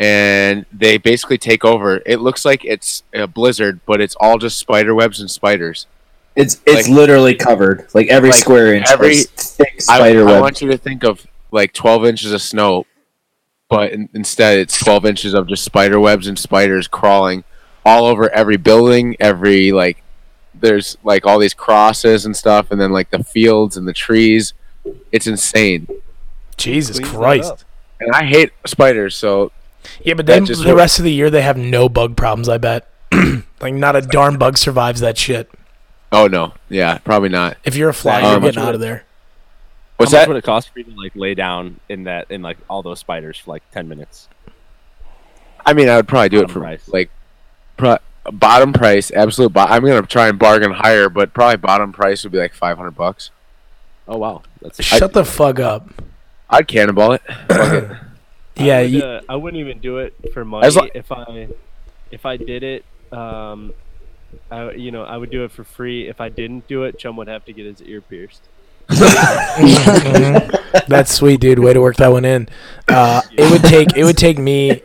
[SPEAKER 6] and they basically take over. It looks like it's a blizzard, but it's all just spider webs and spiders.
[SPEAKER 7] It's it's
[SPEAKER 6] Like-
[SPEAKER 7] literally covered. Like every
[SPEAKER 6] Like,
[SPEAKER 7] square inch.
[SPEAKER 6] every-
[SPEAKER 7] Every thick
[SPEAKER 6] I-
[SPEAKER 7] spider
[SPEAKER 6] I,
[SPEAKER 7] web.
[SPEAKER 6] want you to think of like 12 inches of snow, but in, instead it's 12 inches of just spider webs and spiders crawling all over every building, every like there's like all these crosses and stuff, and then like the fields and the trees. It's insane,
[SPEAKER 1] Jesus
[SPEAKER 2] Cleans that up.
[SPEAKER 1] Christ.
[SPEAKER 6] and I hate spiders. So
[SPEAKER 1] Yeah, but then
[SPEAKER 6] That just
[SPEAKER 1] the
[SPEAKER 6] works.
[SPEAKER 1] rest of the year they have no bug problems. I bet. like not a darn bug survives that shit.
[SPEAKER 6] oh no, yeah, probably not.
[SPEAKER 1] If you're a fly,
[SPEAKER 6] Um,
[SPEAKER 1] you're getting out of there.
[SPEAKER 6] What's
[SPEAKER 9] How much
[SPEAKER 6] that?
[SPEAKER 9] would it cost for you to like lay down in that in like all those spiders for like ten minutes?
[SPEAKER 6] I mean, I would probably do it
[SPEAKER 9] Bottom
[SPEAKER 6] for
[SPEAKER 9] price.
[SPEAKER 6] like pro- bottom price, absolute. Bo- I'm gonna try and bargain higher, but probably bottom price would be like 500 bucks.
[SPEAKER 9] Oh wow, that's
[SPEAKER 1] Shut the fuck up.
[SPEAKER 6] I'd cannonball it. Fuck it.
[SPEAKER 1] Yeah,
[SPEAKER 2] I, would,
[SPEAKER 1] you,
[SPEAKER 2] uh, I wouldn't even do it for money.
[SPEAKER 6] lo-
[SPEAKER 2] if I if I did it, um, I you know I would do it for free. If I didn't do it, Chum would have to get his ear pierced.
[SPEAKER 1] Mm-hmm. that's sweet, dude. Way to work that one in. Uh, it would take it would take me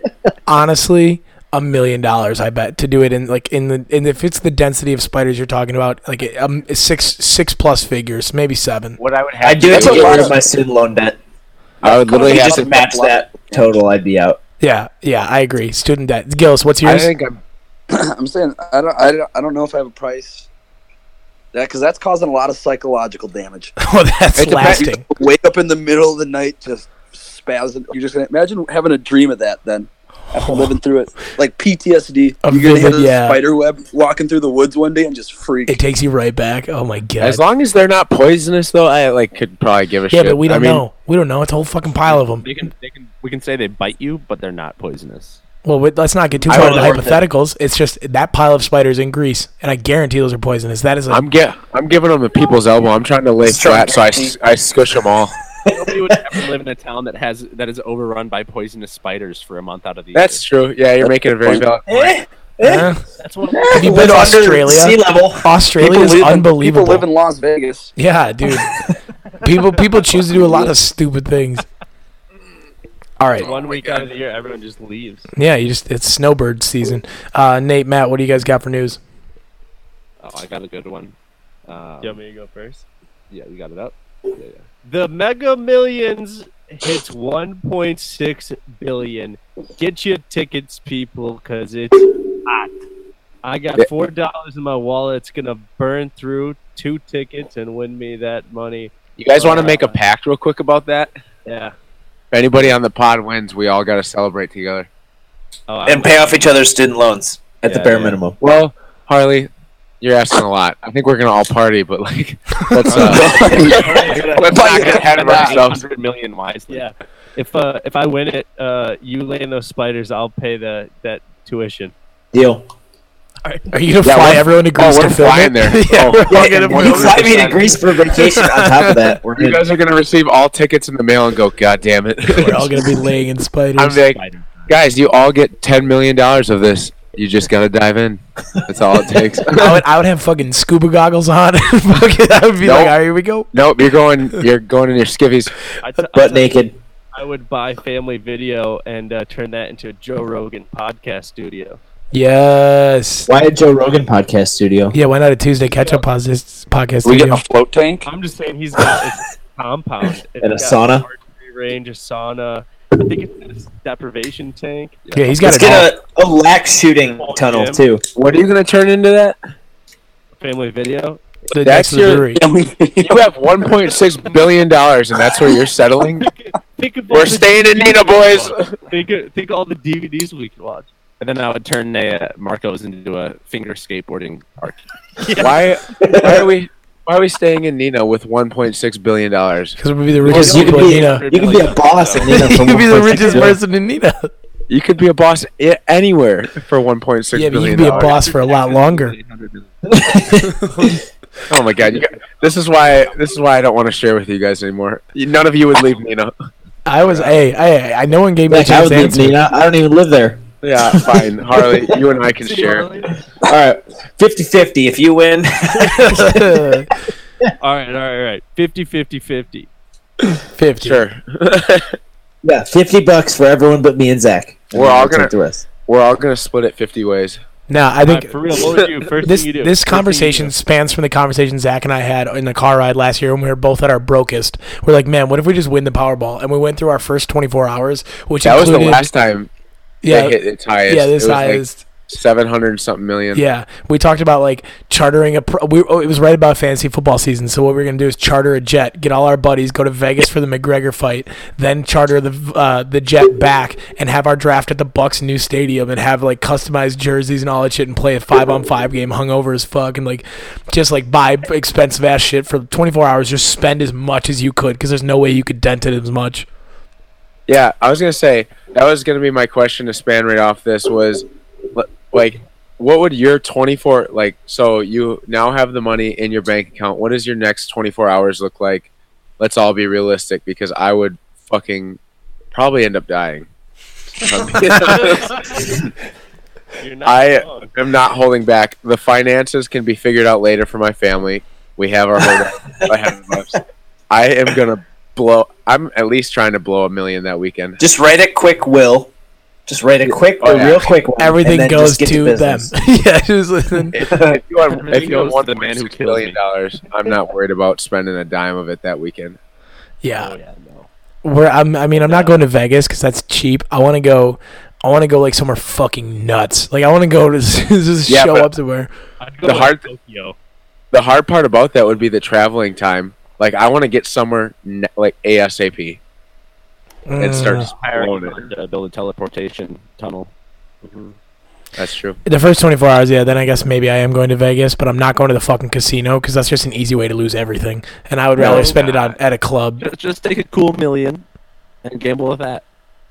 [SPEAKER 1] honestly a million dollars, I bet, to do it in like in the and if it's the density of spiders you're talking about, like um, six six plus figures, maybe seven.
[SPEAKER 6] What I would have
[SPEAKER 7] I do have
[SPEAKER 8] That's
[SPEAKER 7] to
[SPEAKER 8] a
[SPEAKER 7] get
[SPEAKER 8] lot
[SPEAKER 7] rid of
[SPEAKER 8] of-
[SPEAKER 7] my student loan debt.
[SPEAKER 6] I would
[SPEAKER 7] If
[SPEAKER 6] literally
[SPEAKER 7] you
[SPEAKER 6] have
[SPEAKER 7] just
[SPEAKER 6] to
[SPEAKER 7] match that total, I'd be out.
[SPEAKER 1] Yeah, yeah, I agree. Student debt. Gillis, what's
[SPEAKER 6] I
[SPEAKER 1] yours?
[SPEAKER 6] think I'm.
[SPEAKER 8] I'm saying I don't, I don't I don't know if I have a price. That because that's causing a lot of psychological damage.
[SPEAKER 1] oh, that's
[SPEAKER 6] It depends.
[SPEAKER 1] lasting.
[SPEAKER 8] Wake up in the middle of the night, just spazzing. You're just gonna imagine having a dream of that. Then after living through it, like PTSD,
[SPEAKER 1] Oh. A
[SPEAKER 8] you're gonna hit
[SPEAKER 1] vivid-
[SPEAKER 8] a
[SPEAKER 1] yeah.
[SPEAKER 8] spider web walking through the woods one day and just freak.
[SPEAKER 1] It takes you right back. Oh my god.
[SPEAKER 6] As long as they're not poisonous, though, I like could probably give a
[SPEAKER 1] yeah,
[SPEAKER 6] shit.
[SPEAKER 1] but we don't
[SPEAKER 6] I mean,
[SPEAKER 1] know. We don't know. It's a whole fucking pile of them.
[SPEAKER 9] They can, they can, we can say they bite you, but they're not poisonous.
[SPEAKER 1] Well, wait, let's not get too
[SPEAKER 6] I
[SPEAKER 1] far
[SPEAKER 6] don't
[SPEAKER 1] into
[SPEAKER 6] know.
[SPEAKER 1] hypotheticals. It's just that pile of spiders in Greece, and I guarantee those are poisonous. That is a
[SPEAKER 6] I'm get. I'm giving them the people's elbow. I'm trying to lay flat, so I, s- I squish them all.
[SPEAKER 9] Nobody would ever live in a town that has that is overrun by poisonous spiders for a month out of the
[SPEAKER 6] That's true. Yeah, you're making a very valid.
[SPEAKER 1] Huh? Have you been
[SPEAKER 7] Live
[SPEAKER 1] to
[SPEAKER 7] under Sea
[SPEAKER 1] Australia?
[SPEAKER 7] level.
[SPEAKER 1] Australia is
[SPEAKER 8] live in-
[SPEAKER 1] unbelievable.
[SPEAKER 8] people live in Las Vegas.
[SPEAKER 1] yeah, dude. people people choose to do a lot of stupid things. All right.
[SPEAKER 2] One week out of the year, everyone just leaves.
[SPEAKER 1] Yeah, you just it's snowbird season. Uh, Nate, Matt, what do you guys got for news?
[SPEAKER 9] Oh, I got a good one. Um,
[SPEAKER 2] Do you want me to go first?
[SPEAKER 9] Yeah, we got it up. Yeah, yeah.
[SPEAKER 2] The Mega Millions hits 1.6 billion. Get your tickets, people, because it's hot. I got
[SPEAKER 6] Yeah.
[SPEAKER 2] four dollars in my wallet. It's gonna burn through two tickets and win me that money.
[SPEAKER 6] You guys want to make a pact real quick about that? If
[SPEAKER 2] Yeah.
[SPEAKER 6] anybody on the pod wins, we all got to celebrate together.
[SPEAKER 2] Oh, I
[SPEAKER 7] And pay off each other's student loans at the
[SPEAKER 2] Yeah,
[SPEAKER 7] bare
[SPEAKER 2] yeah.
[SPEAKER 7] minimum.
[SPEAKER 6] Well, Harley, you're asking a lot. I think we're gonna all party, but like, let's uh, let's not get ahead of ourselves.
[SPEAKER 9] Hundred million wisely.
[SPEAKER 2] Yeah. If uh, if I win it, uh, you land those spiders. I'll pay the that tuition.
[SPEAKER 7] Deal.
[SPEAKER 1] Are you gonna fly
[SPEAKER 6] Yeah, we're- oh,
[SPEAKER 1] everyone to Greece
[SPEAKER 6] we're
[SPEAKER 1] to film
[SPEAKER 6] flying
[SPEAKER 1] it?
[SPEAKER 6] there.
[SPEAKER 1] yeah,
[SPEAKER 6] Oh.
[SPEAKER 1] we're all
[SPEAKER 7] You
[SPEAKER 1] gonna
[SPEAKER 6] and
[SPEAKER 1] film it.
[SPEAKER 7] fly me to Greece for vacation on top of that. We're
[SPEAKER 6] You
[SPEAKER 7] good.
[SPEAKER 6] guys are gonna receive all tickets in the mail and go, God damn it!
[SPEAKER 1] We're all gonna be laying in spiders.
[SPEAKER 6] I'm like, guys, you all get ten million dollars of this. You just gotta dive in. That's all it takes.
[SPEAKER 1] I would, I would have fucking scuba goggles on. Fucking- I would be like,
[SPEAKER 6] Nope.
[SPEAKER 1] all right, here we go.
[SPEAKER 6] nope, you're going. You're going in your skivvies.
[SPEAKER 2] I t- I
[SPEAKER 7] Butt
[SPEAKER 2] t-
[SPEAKER 7] naked.
[SPEAKER 2] I would buy Family Video and uh, turn that into a Joe Rogan podcast studio.
[SPEAKER 1] Yes.
[SPEAKER 7] Why a Joe Rogan podcast studio?
[SPEAKER 1] Yeah, why not a Tuesday catch up podcast? podcast
[SPEAKER 8] We get
[SPEAKER 1] studio?
[SPEAKER 8] a float tank.
[SPEAKER 2] I'm just saying he's got it's a compound It's
[SPEAKER 7] And a
[SPEAKER 2] got
[SPEAKER 7] sauna?
[SPEAKER 2] archery range, a sauna. I think it's a deprivation tank.
[SPEAKER 1] yeah, he's got
[SPEAKER 7] Let's
[SPEAKER 1] it all.
[SPEAKER 7] get a, a lax shooting
[SPEAKER 2] Ball
[SPEAKER 7] tunnel
[SPEAKER 2] gym.
[SPEAKER 7] too.
[SPEAKER 6] What are you gonna turn into that?
[SPEAKER 2] Family Video.
[SPEAKER 1] the
[SPEAKER 6] That's
[SPEAKER 1] next to the
[SPEAKER 6] your-
[SPEAKER 1] brewery.
[SPEAKER 6] You have 1.6 billion dollars, and that's where you're settling.
[SPEAKER 2] Think of all
[SPEAKER 6] We're
[SPEAKER 2] the
[SPEAKER 6] staying in Nina, boys.
[SPEAKER 2] DVDs Think of, think of all the DVDs we could watch.
[SPEAKER 9] And then I would turn uh, Marcos into a finger skateboarding arc.
[SPEAKER 6] Why? Why are we? Why are we staying in Nina with 1.6 billion dollars?
[SPEAKER 1] Because we'll be the
[SPEAKER 7] Because
[SPEAKER 1] richest
[SPEAKER 7] you could
[SPEAKER 1] people in
[SPEAKER 7] be,
[SPEAKER 1] Nina.
[SPEAKER 7] you could be a boss in Nina.
[SPEAKER 1] You
[SPEAKER 7] from
[SPEAKER 1] could be the
[SPEAKER 7] 1.6
[SPEAKER 1] richest
[SPEAKER 7] billion.
[SPEAKER 1] person in Nina.
[SPEAKER 6] You could be a boss i- anywhere for 1.6
[SPEAKER 1] Yeah,
[SPEAKER 6] billion
[SPEAKER 1] but you could be a
[SPEAKER 6] dollars.
[SPEAKER 1] boss for a lot longer.
[SPEAKER 6] Oh my god! You got, this is why. This is why I don't want to share with you guys anymore. You- None of you would leave Nina.
[SPEAKER 1] I was, hey, hey, I no one gave me a
[SPEAKER 7] Like, I
[SPEAKER 1] chance
[SPEAKER 7] would
[SPEAKER 1] to
[SPEAKER 7] leave
[SPEAKER 1] answer.
[SPEAKER 7] Nina. I don't even live there.
[SPEAKER 6] Yeah, fine, Harley. You and I can share.
[SPEAKER 7] All right, 50-50 If you win,
[SPEAKER 2] All right, all right, all right. 50, 50, 50.
[SPEAKER 1] 50.
[SPEAKER 6] Sure.
[SPEAKER 7] yeah, fifty bucks for everyone but me and Zach. And
[SPEAKER 6] We're
[SPEAKER 7] then
[SPEAKER 6] all
[SPEAKER 7] we'll take
[SPEAKER 6] gonna-
[SPEAKER 7] the rest.
[SPEAKER 6] We're all gonna split it 50 ways.
[SPEAKER 1] Now, I
[SPEAKER 2] All
[SPEAKER 1] think
[SPEAKER 2] right, for real, what would you first
[SPEAKER 1] this
[SPEAKER 2] thing you do?
[SPEAKER 1] this
[SPEAKER 2] First thing you
[SPEAKER 1] conversation
[SPEAKER 2] do.
[SPEAKER 1] spans from the conversation Zach and I had in the car ride last year when we were both at our brokest. We're like, man, what if we just win the Powerball? And we went through our first 24 hours, which
[SPEAKER 6] That was the
[SPEAKER 1] included,
[SPEAKER 6] last time.
[SPEAKER 1] yeah,
[SPEAKER 6] they hit its highest.
[SPEAKER 1] yeah,
[SPEAKER 6] It
[SPEAKER 1] this
[SPEAKER 6] was like
[SPEAKER 1] highest.
[SPEAKER 6] 700 and something million.
[SPEAKER 1] Yeah, we talked about like chartering a. Pro- we, oh, it was right about fantasy football season. So what we were gonna do is charter a jet, get all our buddies, go to Vegas for the McGregor fight, then charter the uh, the jet back and have our draft at the Bucks' new stadium and have like customized jerseys and all that shit and play a five on five game, hungover as fuck, and like just like buy expensive ass shit for 24 hours. Just spend as much as you could because there's no way you could dent it as much.
[SPEAKER 6] Yeah, I was gonna say that was gonna be my question to span right off. This was, l- like, what would your 24 like so you now have the money in your bank account what does your next 24 hours look like let's all be realistic because i would fucking probably end up dying
[SPEAKER 2] You're not
[SPEAKER 6] I-
[SPEAKER 2] wrong.
[SPEAKER 6] i'm not holding back the finances can be figured out later for my family we have our whole I, have enough. I am gonna blow i'm at least trying to blow a million that weekend
[SPEAKER 5] Just write a quick will.
[SPEAKER 7] Just write a quick,
[SPEAKER 6] Oh,
[SPEAKER 7] a
[SPEAKER 6] yeah.
[SPEAKER 7] real quick one. and
[SPEAKER 1] Everything
[SPEAKER 7] then
[SPEAKER 1] goes
[SPEAKER 7] just get
[SPEAKER 1] to them.
[SPEAKER 7] business.
[SPEAKER 1] yeah, just listen.
[SPEAKER 6] if you want, if
[SPEAKER 9] Everything
[SPEAKER 6] you want
[SPEAKER 9] goes to
[SPEAKER 6] the man who killed
[SPEAKER 9] me.
[SPEAKER 6] dollars i'm not worried about spending a dime of it that weekend
[SPEAKER 1] Yeah,
[SPEAKER 9] Oh, yeah, no.
[SPEAKER 1] Where I'm, I mean, I'm not going to Vegas because that's cheap. I want to go. I want to go like somewhere fucking nuts. Like I want to go to just
[SPEAKER 6] Yeah,
[SPEAKER 1] show
[SPEAKER 6] but-
[SPEAKER 1] up somewhere.
[SPEAKER 2] I'd go
[SPEAKER 6] the
[SPEAKER 2] to
[SPEAKER 6] hard-
[SPEAKER 2] Tokyo.
[SPEAKER 6] the hard part about that would be the traveling time. Like I want to get somewhere ne- like ASAP and start
[SPEAKER 1] Mm.
[SPEAKER 6] just blowing it.
[SPEAKER 9] Hiring to Uh, build a teleportation tunnel.
[SPEAKER 6] That's true.
[SPEAKER 1] Mm. The first 24 hours, yeah. Then I guess maybe I am going to Vegas, but I'm not going to the fucking casino because that's just an easy way to lose everything. And I would rather
[SPEAKER 9] No,
[SPEAKER 1] spend it on at a club.
[SPEAKER 9] Just, just take a cool million and gamble with that.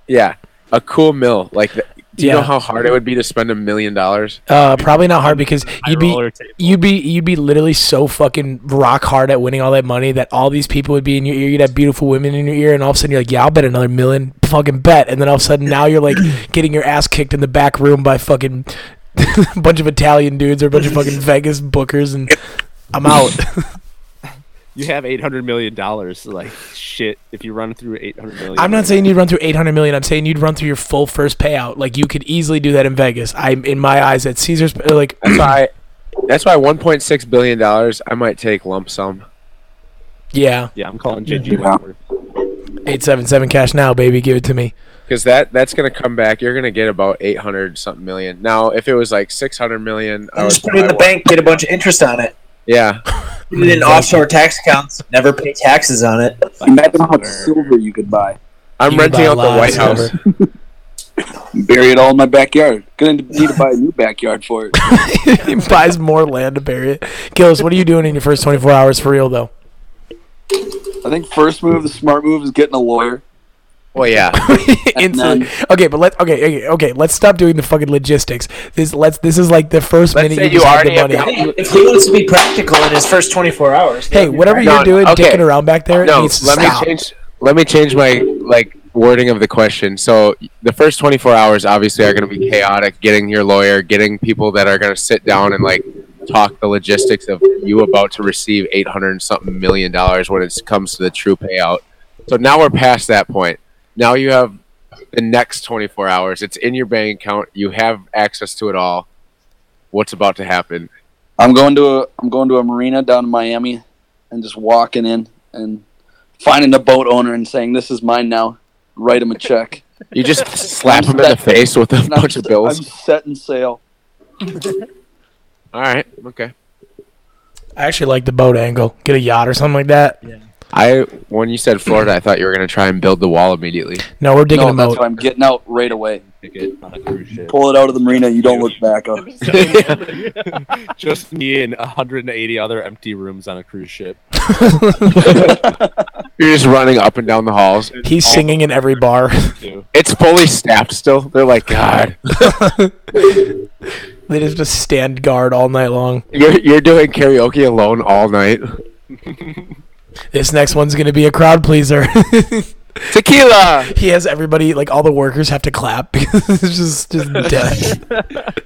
[SPEAKER 6] Yeah, a cool mill. Like, th- do you know
[SPEAKER 1] Yeah.
[SPEAKER 6] how hard it would be to spend a million dollars?
[SPEAKER 1] Uh, probably not hard because
[SPEAKER 2] High
[SPEAKER 1] you'd be
[SPEAKER 2] roller table.
[SPEAKER 1] you'd be you'd be literally so fucking rock hard at winning all that money that all these people would be in your ear. You'd have beautiful women in your ear, and all of a sudden you're like, "Yeah, I'll bet another million fucking bet." And then all of a sudden now you're like getting your ass kicked in the back room by fucking a bunch of Italian dudes or a bunch of fucking Vegas bookers, and I'm out.
[SPEAKER 9] You have eight hundred million dollars. Like shit, if you run through eight hundred million,
[SPEAKER 1] I'm not saying you'd run through 800 million. I'm saying you'd run through your full first payout. Like you could easily do that in Vegas. I'm in my eyes at Caesar's. uh, Like
[SPEAKER 6] That's why. That's why 1.6 billion dollars. I might take lump sum.
[SPEAKER 1] yeah,
[SPEAKER 9] Yeah, I'm calling JG Wentworth.
[SPEAKER 1] 877 cash now, baby. Give it to me.
[SPEAKER 6] Because that that's gonna come back. You're gonna get about 800 something million. Now, if it was like 600 million, I would.
[SPEAKER 7] Just put it in the
[SPEAKER 6] I-
[SPEAKER 7] bank, get a bunch of interest on it.
[SPEAKER 6] Yeah,
[SPEAKER 7] Put it in offshore tax accounts. Never pay taxes on it.
[SPEAKER 8] Imagine how much silver you could buy.
[SPEAKER 6] I'm
[SPEAKER 1] You can
[SPEAKER 6] renting
[SPEAKER 1] buy
[SPEAKER 6] out the
[SPEAKER 1] lots
[SPEAKER 6] White
[SPEAKER 1] of
[SPEAKER 6] House.
[SPEAKER 1] silver.
[SPEAKER 8] Bury it all in my backyard. Gonna need to buy a new backyard for it.
[SPEAKER 1] he buys more land to bury it. Gillis, what are you doing in your first 24 hours for real though?
[SPEAKER 8] I think first move, the smart move, is getting a lawyer.
[SPEAKER 6] Well, yeah.
[SPEAKER 1] Instantly. Okay, but let okay, okay, okay. Let's stop doing the fucking logistics. This let's this is like the 1st
[SPEAKER 6] Let's
[SPEAKER 1] minute
[SPEAKER 6] say
[SPEAKER 1] you,
[SPEAKER 6] you
[SPEAKER 1] just have
[SPEAKER 6] already
[SPEAKER 1] the
[SPEAKER 6] have
[SPEAKER 1] money.
[SPEAKER 6] got-
[SPEAKER 7] If he wants to be practical in his first 24 hours,
[SPEAKER 1] Hey, whatever
[SPEAKER 6] No,
[SPEAKER 1] you're doing,
[SPEAKER 6] okay.
[SPEAKER 1] dicking around back there, it
[SPEAKER 6] no,
[SPEAKER 1] needs to
[SPEAKER 6] let
[SPEAKER 1] stop.
[SPEAKER 6] me change. Let me change my like wording of the question. So the first 24 hours obviously are going to be chaotic. Getting your lawyer, getting people that are going to sit down and like talk the logistics of you about to receive 800 and something million dollars when it comes to the true payout. So now we're past that point. Now you have the next 24 hours. It's in your bank account. You have access to it all. What's about to happen?
[SPEAKER 8] I'm going to a I'm going to a marina down in Miami, and just walking in and finding the boat owner and saying, "This is mine now." Write him a check.
[SPEAKER 6] You just slap them in the face with a
[SPEAKER 8] And I'm
[SPEAKER 6] bunch of
[SPEAKER 8] s-
[SPEAKER 6] bills.
[SPEAKER 8] I'm setting sail.
[SPEAKER 6] All right. Okay.
[SPEAKER 1] I actually like the boat angle. Get a yacht or something like that.
[SPEAKER 6] I when you said Florida, I thought you were gonna try and build the wall immediately.
[SPEAKER 1] No, we're digging
[SPEAKER 8] No,
[SPEAKER 1] a
[SPEAKER 8] that's
[SPEAKER 1] moat.
[SPEAKER 8] what I'm getting out right away.
[SPEAKER 9] Ticket on a cruise ship.
[SPEAKER 8] Pull it out of the marina. You don't look back. Up.
[SPEAKER 9] Just me and 180 other empty rooms on a cruise ship.
[SPEAKER 6] You're just running up and down the halls.
[SPEAKER 1] He's singing in every bar.
[SPEAKER 9] Too.
[SPEAKER 6] It's fully staffed still. They're like, God,
[SPEAKER 1] They just, just stand guard all night long.
[SPEAKER 6] you're you're doing karaoke alone all night.
[SPEAKER 1] This next one's gonna be a crowd pleaser.
[SPEAKER 6] Tequila.
[SPEAKER 1] he has everybody like all the workers have to clap because it's just just death.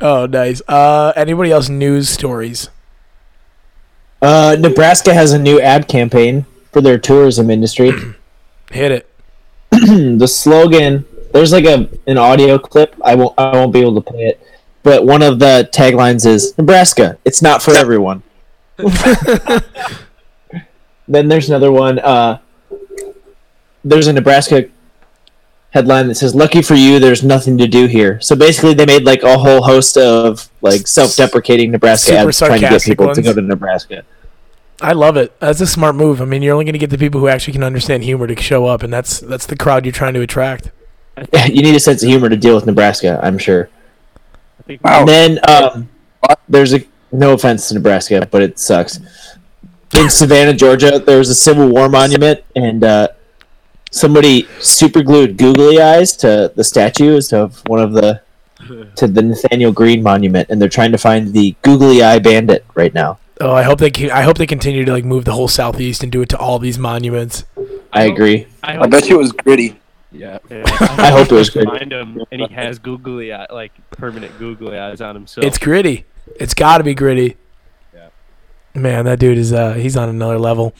[SPEAKER 1] oh, nice. Uh, anybody else news stories?
[SPEAKER 7] Uh, Nebraska has a new ad campaign for their tourism industry.
[SPEAKER 1] Hit it.
[SPEAKER 7] the slogan there's like a an audio clip. I won't I won't be able to play it, but one of the taglines is Nebraska. It's not for everyone. then there's another one. Uh, there's a Nebraska headline that says "Lucky for you, there's nothing to do here." So basically, they made like a whole host of like self-deprecating Nebraska
[SPEAKER 1] Super
[SPEAKER 7] ads trying to get
[SPEAKER 1] sarcastic
[SPEAKER 7] people to
[SPEAKER 1] ones.
[SPEAKER 7] go to Nebraska.
[SPEAKER 1] I love it. That's a smart move. I mean, you're only gonna get the people who actually can understand humor to show up, and that's that's the crowd you're trying to attract.
[SPEAKER 7] Yeah, you need a sense of humor to deal with Nebraska, I'm sure. And then um, there's a no offense to Nebraska, but it sucks. In Savannah, Georgia, there was a Civil War monument, and uh, somebody super glued googly eyes to the statues of one of the to the Nathaniel Green Monument, and they're trying to find the Googly Eye Bandit right now.
[SPEAKER 1] Oh, I hope they can, I hope they continue to like move the whole southeast and do it to all these monuments. Oh.
[SPEAKER 7] I agree.
[SPEAKER 8] I bet you it was gritty.
[SPEAKER 9] Yeah.
[SPEAKER 7] I hope it was good.
[SPEAKER 2] Find him, and he has googly eye, like permanent googly eyes on himself.
[SPEAKER 1] It's gritty. It's got to be gritty.
[SPEAKER 9] Yeah.
[SPEAKER 1] Man, that dude is uh he's on another level.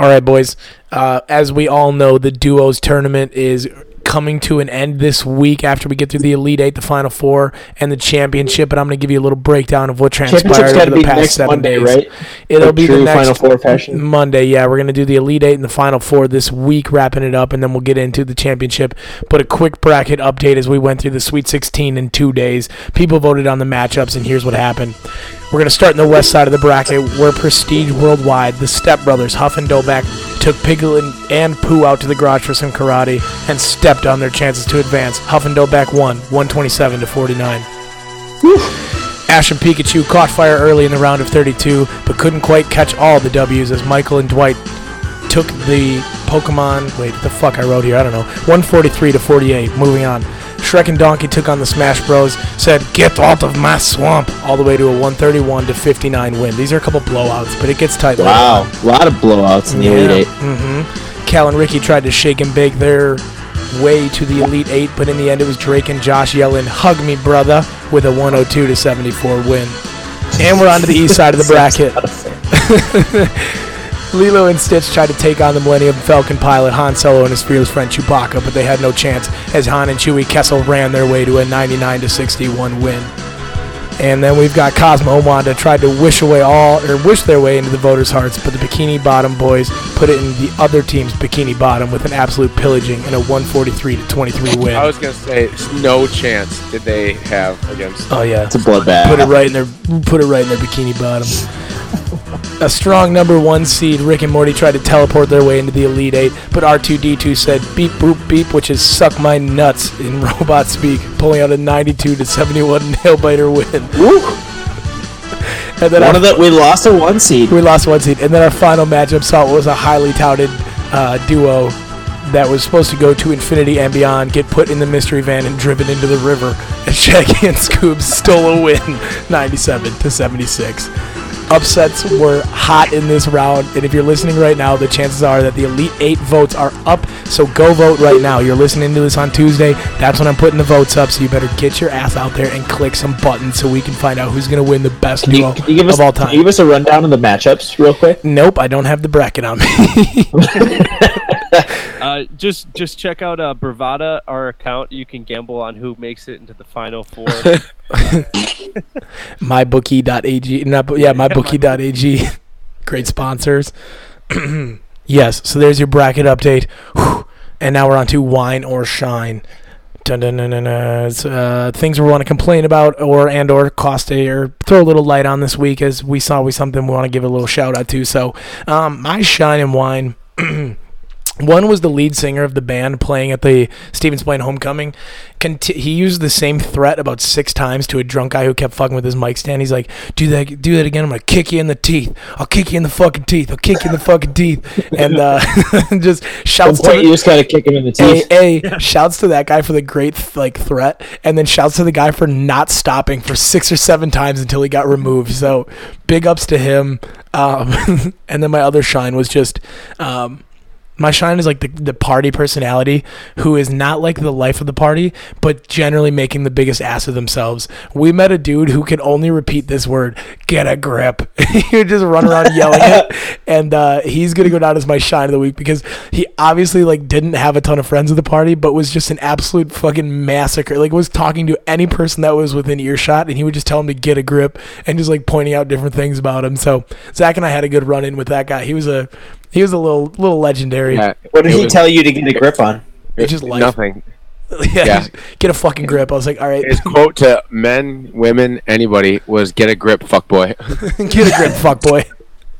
[SPEAKER 1] All right, boys. Uh, as we all know, the duos tournament is coming to an end this week after we get through the Elite Eight, the Final Four, and the championship. And I'm going to give you a little breakdown of what
[SPEAKER 7] Championship's
[SPEAKER 1] transpired
[SPEAKER 7] got
[SPEAKER 1] over
[SPEAKER 7] to
[SPEAKER 1] the
[SPEAKER 7] be
[SPEAKER 1] past
[SPEAKER 7] next
[SPEAKER 1] seven
[SPEAKER 7] Monday,
[SPEAKER 1] days.
[SPEAKER 7] right?
[SPEAKER 1] It'll
[SPEAKER 7] The
[SPEAKER 1] be the
[SPEAKER 7] true
[SPEAKER 1] next
[SPEAKER 7] Final Four fashion.
[SPEAKER 1] Monday. Yeah, we're gonna do the Elite Eight and the Final Four this week, wrapping it up, and then we'll get into the championship. But a quick bracket update as we went through the Sweet 16 in two days. People voted on the matchups, and here's what happened. We're gonna start in the west side of the bracket, where Prestige Worldwide, the Step Brothers, Huff and Doback, took Piglet and Pooh out to the garage for some karate and stepped on their chances to advance. Huff and Doback won, 127 to 49. Ash and Pikachu caught fire early in the round of 32, but couldn't quite catch all the W's as Michael and Dwight took the Pokemon. Wait, the fuck I wrote here? I don't know. 143 to 48. Moving on. Shrek and Donkey took on the Smash Bros. Said, "Get out of my swamp!" All the way to a 131 to 59 win. These are a couple blowouts, but it gets tight. later on.
[SPEAKER 7] Wow, a lot of blowouts in the Elite Eight.
[SPEAKER 1] Mm-hmm. Cal and Ricky tried to shake and bake their way to the Elite Eight, but in the end, it was Drake and Josh yelling "Hug me, brother" with a 102 to 74 win. And we're on to the east side of the bracket. Lilo and Stitch tried to take on the Millennium Falcon pilot Han Solo and his fearless friend Chewbacca, but they had no chance as Han and Chewie Kessel ran their way to a 99 to 61 win. And then we've got Cosmo and Wanda tried to wish away all or wish their way into the voters' hearts, but the Bikini Bottom boys put it in the other team's Bikini Bottom with an absolute pillaging and a 143 to 23 win.
[SPEAKER 6] I was gonna say it's no chance did they have against.
[SPEAKER 1] oh yeah,
[SPEAKER 7] It's a bloodbath.
[SPEAKER 1] put it right in their put it right in their bikini bottom. A strong number one seed, Rick and Morty tried to teleport their way into the Elite Eight, but R2D2 said beep boop beep, which is suck my nuts in robot speak, pulling out a 92 to 71 nailbiter win. and then
[SPEAKER 7] One
[SPEAKER 1] our-
[SPEAKER 7] of the we lost a one seed.
[SPEAKER 1] we lost one seed, and then our final matchup saw what was a highly touted uh, duo that was supposed to go to infinity and beyond, get put in the mystery van and driven into the river. And Shaggy and Scoob stole a win, 97 to 76. Upsets were hot in this round, and if you're listening right now, the chances are that the Elite Eight votes are up. So go vote right now. You're listening to this on Tuesday. That's when I'm putting the votes up. So you better get your ass out there and click some buttons so we can find out who's going to win the best
[SPEAKER 7] Can you,
[SPEAKER 1] duo
[SPEAKER 7] can you give us
[SPEAKER 1] of all
[SPEAKER 7] can
[SPEAKER 1] time.
[SPEAKER 7] you give us a rundown of the matchups real quick?
[SPEAKER 1] Nope, I don't have the bracket on me.
[SPEAKER 2] Uh, just just check out uh, Bravada, our account. You can gamble on who makes it into the final four.
[SPEAKER 1] mybookie.ag, not bo- yeah, mybookie.ag. Great sponsors. yes, so there's your bracket update. Whew. And now we're on to wine or shine. Dun, dun, dun, dun, dun. It's, uh, things we want to complain about or and or cost a or throw a little light on this week as we saw we something we want to give a little shout out to. So um, my shine and wine One was the lead singer of the band playing at the Stevens Plain homecoming. Conti- he used the same threat about six times to a drunk guy who kept fucking with his mic stand. He's like, "Do that, do that again. I'm gonna kick you in the teeth. I'll kick you in the fucking teeth. I'll kick you in the fucking teeth." And uh, just
[SPEAKER 7] One
[SPEAKER 1] shouts to
[SPEAKER 7] point you
[SPEAKER 1] the,
[SPEAKER 7] just gotta kick him in the teeth.
[SPEAKER 1] a, a shouts to that guy for the great th- like threat, and then shouts to the guy for not stopping for six or seven times until he got removed. So big ups to him. Um, and then my other shine was just. Um, my shine is like the, the party personality who is not like the life of the party, but generally making the biggest ass of themselves. We met a dude who could only repeat this word, get a grip. he would just run around yelling it. And uh, he's going to go down as my shine of the week because he obviously like didn't have a ton of friends at the party, but was just an absolute fucking massacre. Like was talking to any person that was within earshot and he would just tell him to get a grip and just like pointing out different things about him. So Zach and I had a good run in with that guy. He was a, he was a little, little legendary.
[SPEAKER 6] Yeah,
[SPEAKER 7] What did
[SPEAKER 6] it
[SPEAKER 7] he
[SPEAKER 6] was-
[SPEAKER 7] tell you to get a grip on?
[SPEAKER 1] It's just life.
[SPEAKER 6] nothing.
[SPEAKER 1] yeah,
[SPEAKER 6] Yeah.
[SPEAKER 1] just get a fucking grip. I was like, all right,
[SPEAKER 6] His quote to men, women, anybody was "Get a grip, fuckboy."
[SPEAKER 1] get a grip, fuck boy.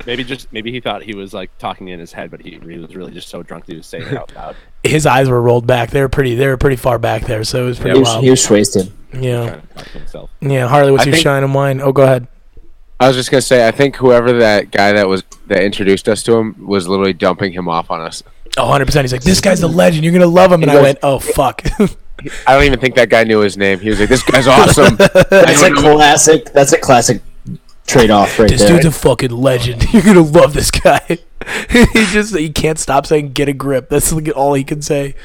[SPEAKER 9] Maybe just maybe he thought he was like talking in his head, but he, he was really just so drunk that he was saying it out loud.
[SPEAKER 1] His eyes were rolled back. They were pretty. They were pretty far back there, so it was pretty
[SPEAKER 7] He was,
[SPEAKER 1] wild.
[SPEAKER 7] he was wasted.
[SPEAKER 1] yeah,
[SPEAKER 9] Trying to talk to himself.
[SPEAKER 1] yeah. Harley, what's
[SPEAKER 6] I
[SPEAKER 1] your
[SPEAKER 6] think-
[SPEAKER 1] shine and wine? Oh, go ahead.
[SPEAKER 6] I was just gonna say, I think whoever that guy that was that introduced us to him was literally dumping him off on us.
[SPEAKER 1] Oh, 100 percent. He's like, this guy's the legend. You're gonna love him. And I
[SPEAKER 6] goes-
[SPEAKER 1] went, oh fuck.
[SPEAKER 6] I don't even think that guy knew his name. He was like, "This guy's awesome."
[SPEAKER 7] That's a classic. That's a classic trade-off right
[SPEAKER 1] This
[SPEAKER 7] there.
[SPEAKER 1] dude's a fucking legend. You're gonna love this guy. he just he can't stop saying "get a grip." That's like all he can say.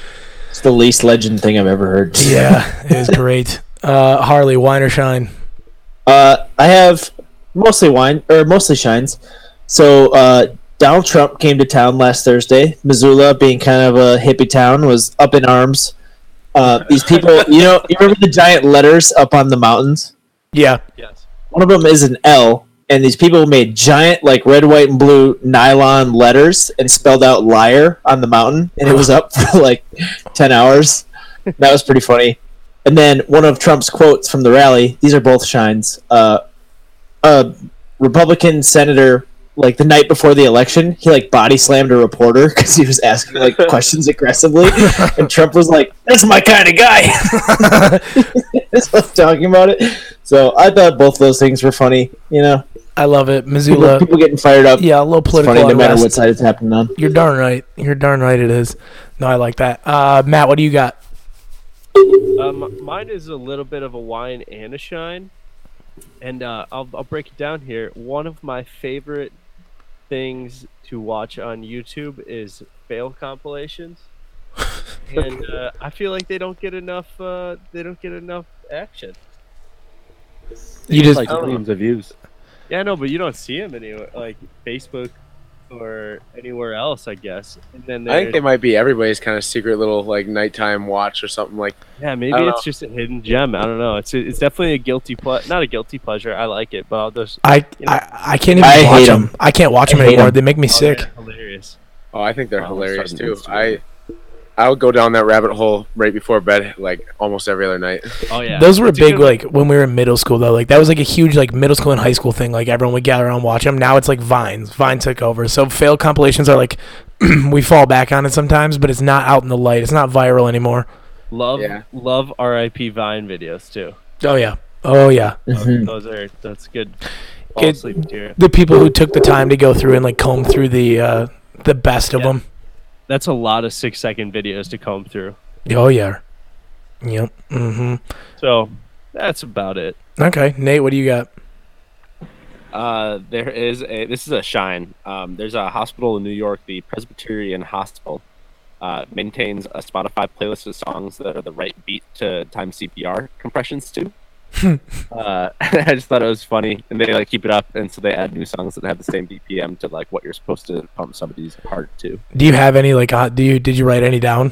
[SPEAKER 7] It's the least legend thing I've ever heard.
[SPEAKER 1] Yeah, it was great. Uh, Harley Wine or Shine.
[SPEAKER 7] Uh, I have mostly wine or mostly shines. So uh, Donald Trump came to town last Thursday. Missoula, being kind of a hippie town, was up in arms. Uh, these people, you know, you remember the giant letters up on the mountains?
[SPEAKER 1] Yeah,
[SPEAKER 2] Yes.
[SPEAKER 7] One of them is an L, and these people made giant, like red, white, and blue nylon letters and spelled out liar on the mountain, and it was up for like 10 hours. That was pretty funny. And then one of Trump's quotes from the rally, these are both shines. Uh, a Republican senator, like the night before the election, he like body slammed a reporter because he was asking like questions aggressively. And Trump was like, That's my kind of guy. this was talking about it. So I thought both those things were funny. You know,
[SPEAKER 1] I love it.
[SPEAKER 7] people,
[SPEAKER 1] Missoula.
[SPEAKER 7] people getting fired up.
[SPEAKER 1] Yeah, a little
[SPEAKER 7] it's
[SPEAKER 1] political.
[SPEAKER 7] funny no matter
[SPEAKER 1] unrest.
[SPEAKER 7] what side it's happening on.
[SPEAKER 1] You're darn right. You're darn right. It is. No, I like that. Uh, Matt, what do you got?
[SPEAKER 2] Um, mine is a little bit of a wine and a shine, and uh, I'll I'll break it down here. One of my favorite things to watch on YouTube is fail compilations, and uh, I feel like they don't get enough. Uh, they don't get enough action.
[SPEAKER 1] You just
[SPEAKER 9] like millions of views.
[SPEAKER 2] Yeah, no, but you don't see them anywhere, like Facebook or anywhere else, I guess. And then
[SPEAKER 6] I think they
[SPEAKER 2] there's-
[SPEAKER 6] might be everybody's kind of secret little like nighttime watch or something like.
[SPEAKER 2] yeah, maybe
[SPEAKER 6] I don't
[SPEAKER 2] it's just a hidden gem. I don't know. It's it's definitely a guilty ple- not a guilty pleasure. I like it, but I'll just
[SPEAKER 1] I,
[SPEAKER 2] you know.
[SPEAKER 1] I I can't even
[SPEAKER 7] I
[SPEAKER 1] watch
[SPEAKER 7] hate
[SPEAKER 1] them.
[SPEAKER 7] 'em.
[SPEAKER 1] I can't watch
[SPEAKER 7] I
[SPEAKER 1] them
[SPEAKER 7] hate
[SPEAKER 1] anymore.
[SPEAKER 7] 'em.
[SPEAKER 1] They make me
[SPEAKER 2] Oh,
[SPEAKER 1] sick.
[SPEAKER 2] yeah, hilarious.
[SPEAKER 6] Oh, I think they're
[SPEAKER 9] Oh,
[SPEAKER 6] hilarious
[SPEAKER 9] starting
[SPEAKER 6] too.
[SPEAKER 9] Instagram.
[SPEAKER 6] I I would go down that rabbit hole right before bed, like almost every other night.
[SPEAKER 2] Oh yeah.
[SPEAKER 1] Those were
[SPEAKER 2] It's a good
[SPEAKER 1] big,
[SPEAKER 2] one.
[SPEAKER 1] like when we were in middle school though. Like that was like a huge, like middle school and high school thing. Like everyone would gather around and watch them. Now it's like Vines. Vine took over. So failed compilations are like we fall back on it sometimes, but it's not out in the light. It's not viral anymore.
[SPEAKER 2] love
[SPEAKER 6] Yeah.
[SPEAKER 2] love RIP Vine videos too.
[SPEAKER 1] Oh yeah. Oh yeah.
[SPEAKER 6] Mm-hmm.
[SPEAKER 2] Those are that's good. Fall
[SPEAKER 1] It-
[SPEAKER 2] asleep material.
[SPEAKER 1] The people who took the time to go through and like comb through the uh, the best of
[SPEAKER 2] Yeah.
[SPEAKER 1] them.
[SPEAKER 2] That's a lot of six second videos to comb through.
[SPEAKER 1] Oh yeah. Yep. Mm-hmm.
[SPEAKER 2] So that's about it.
[SPEAKER 1] Okay, Nate, what do you got?
[SPEAKER 9] Uh, there is a. This is a shine. Um, there's a hospital in New York, the Presbyterian Hospital, uh, maintains a Spotify playlist of songs that are the right beat to time CPR compressions to. uh, I just thought it was funny, and they like keep it up, and so they add new songs that have the same BPM to like what you're supposed to pump somebody's heart to.
[SPEAKER 1] Do you have any like? Uh, do you did you write any down?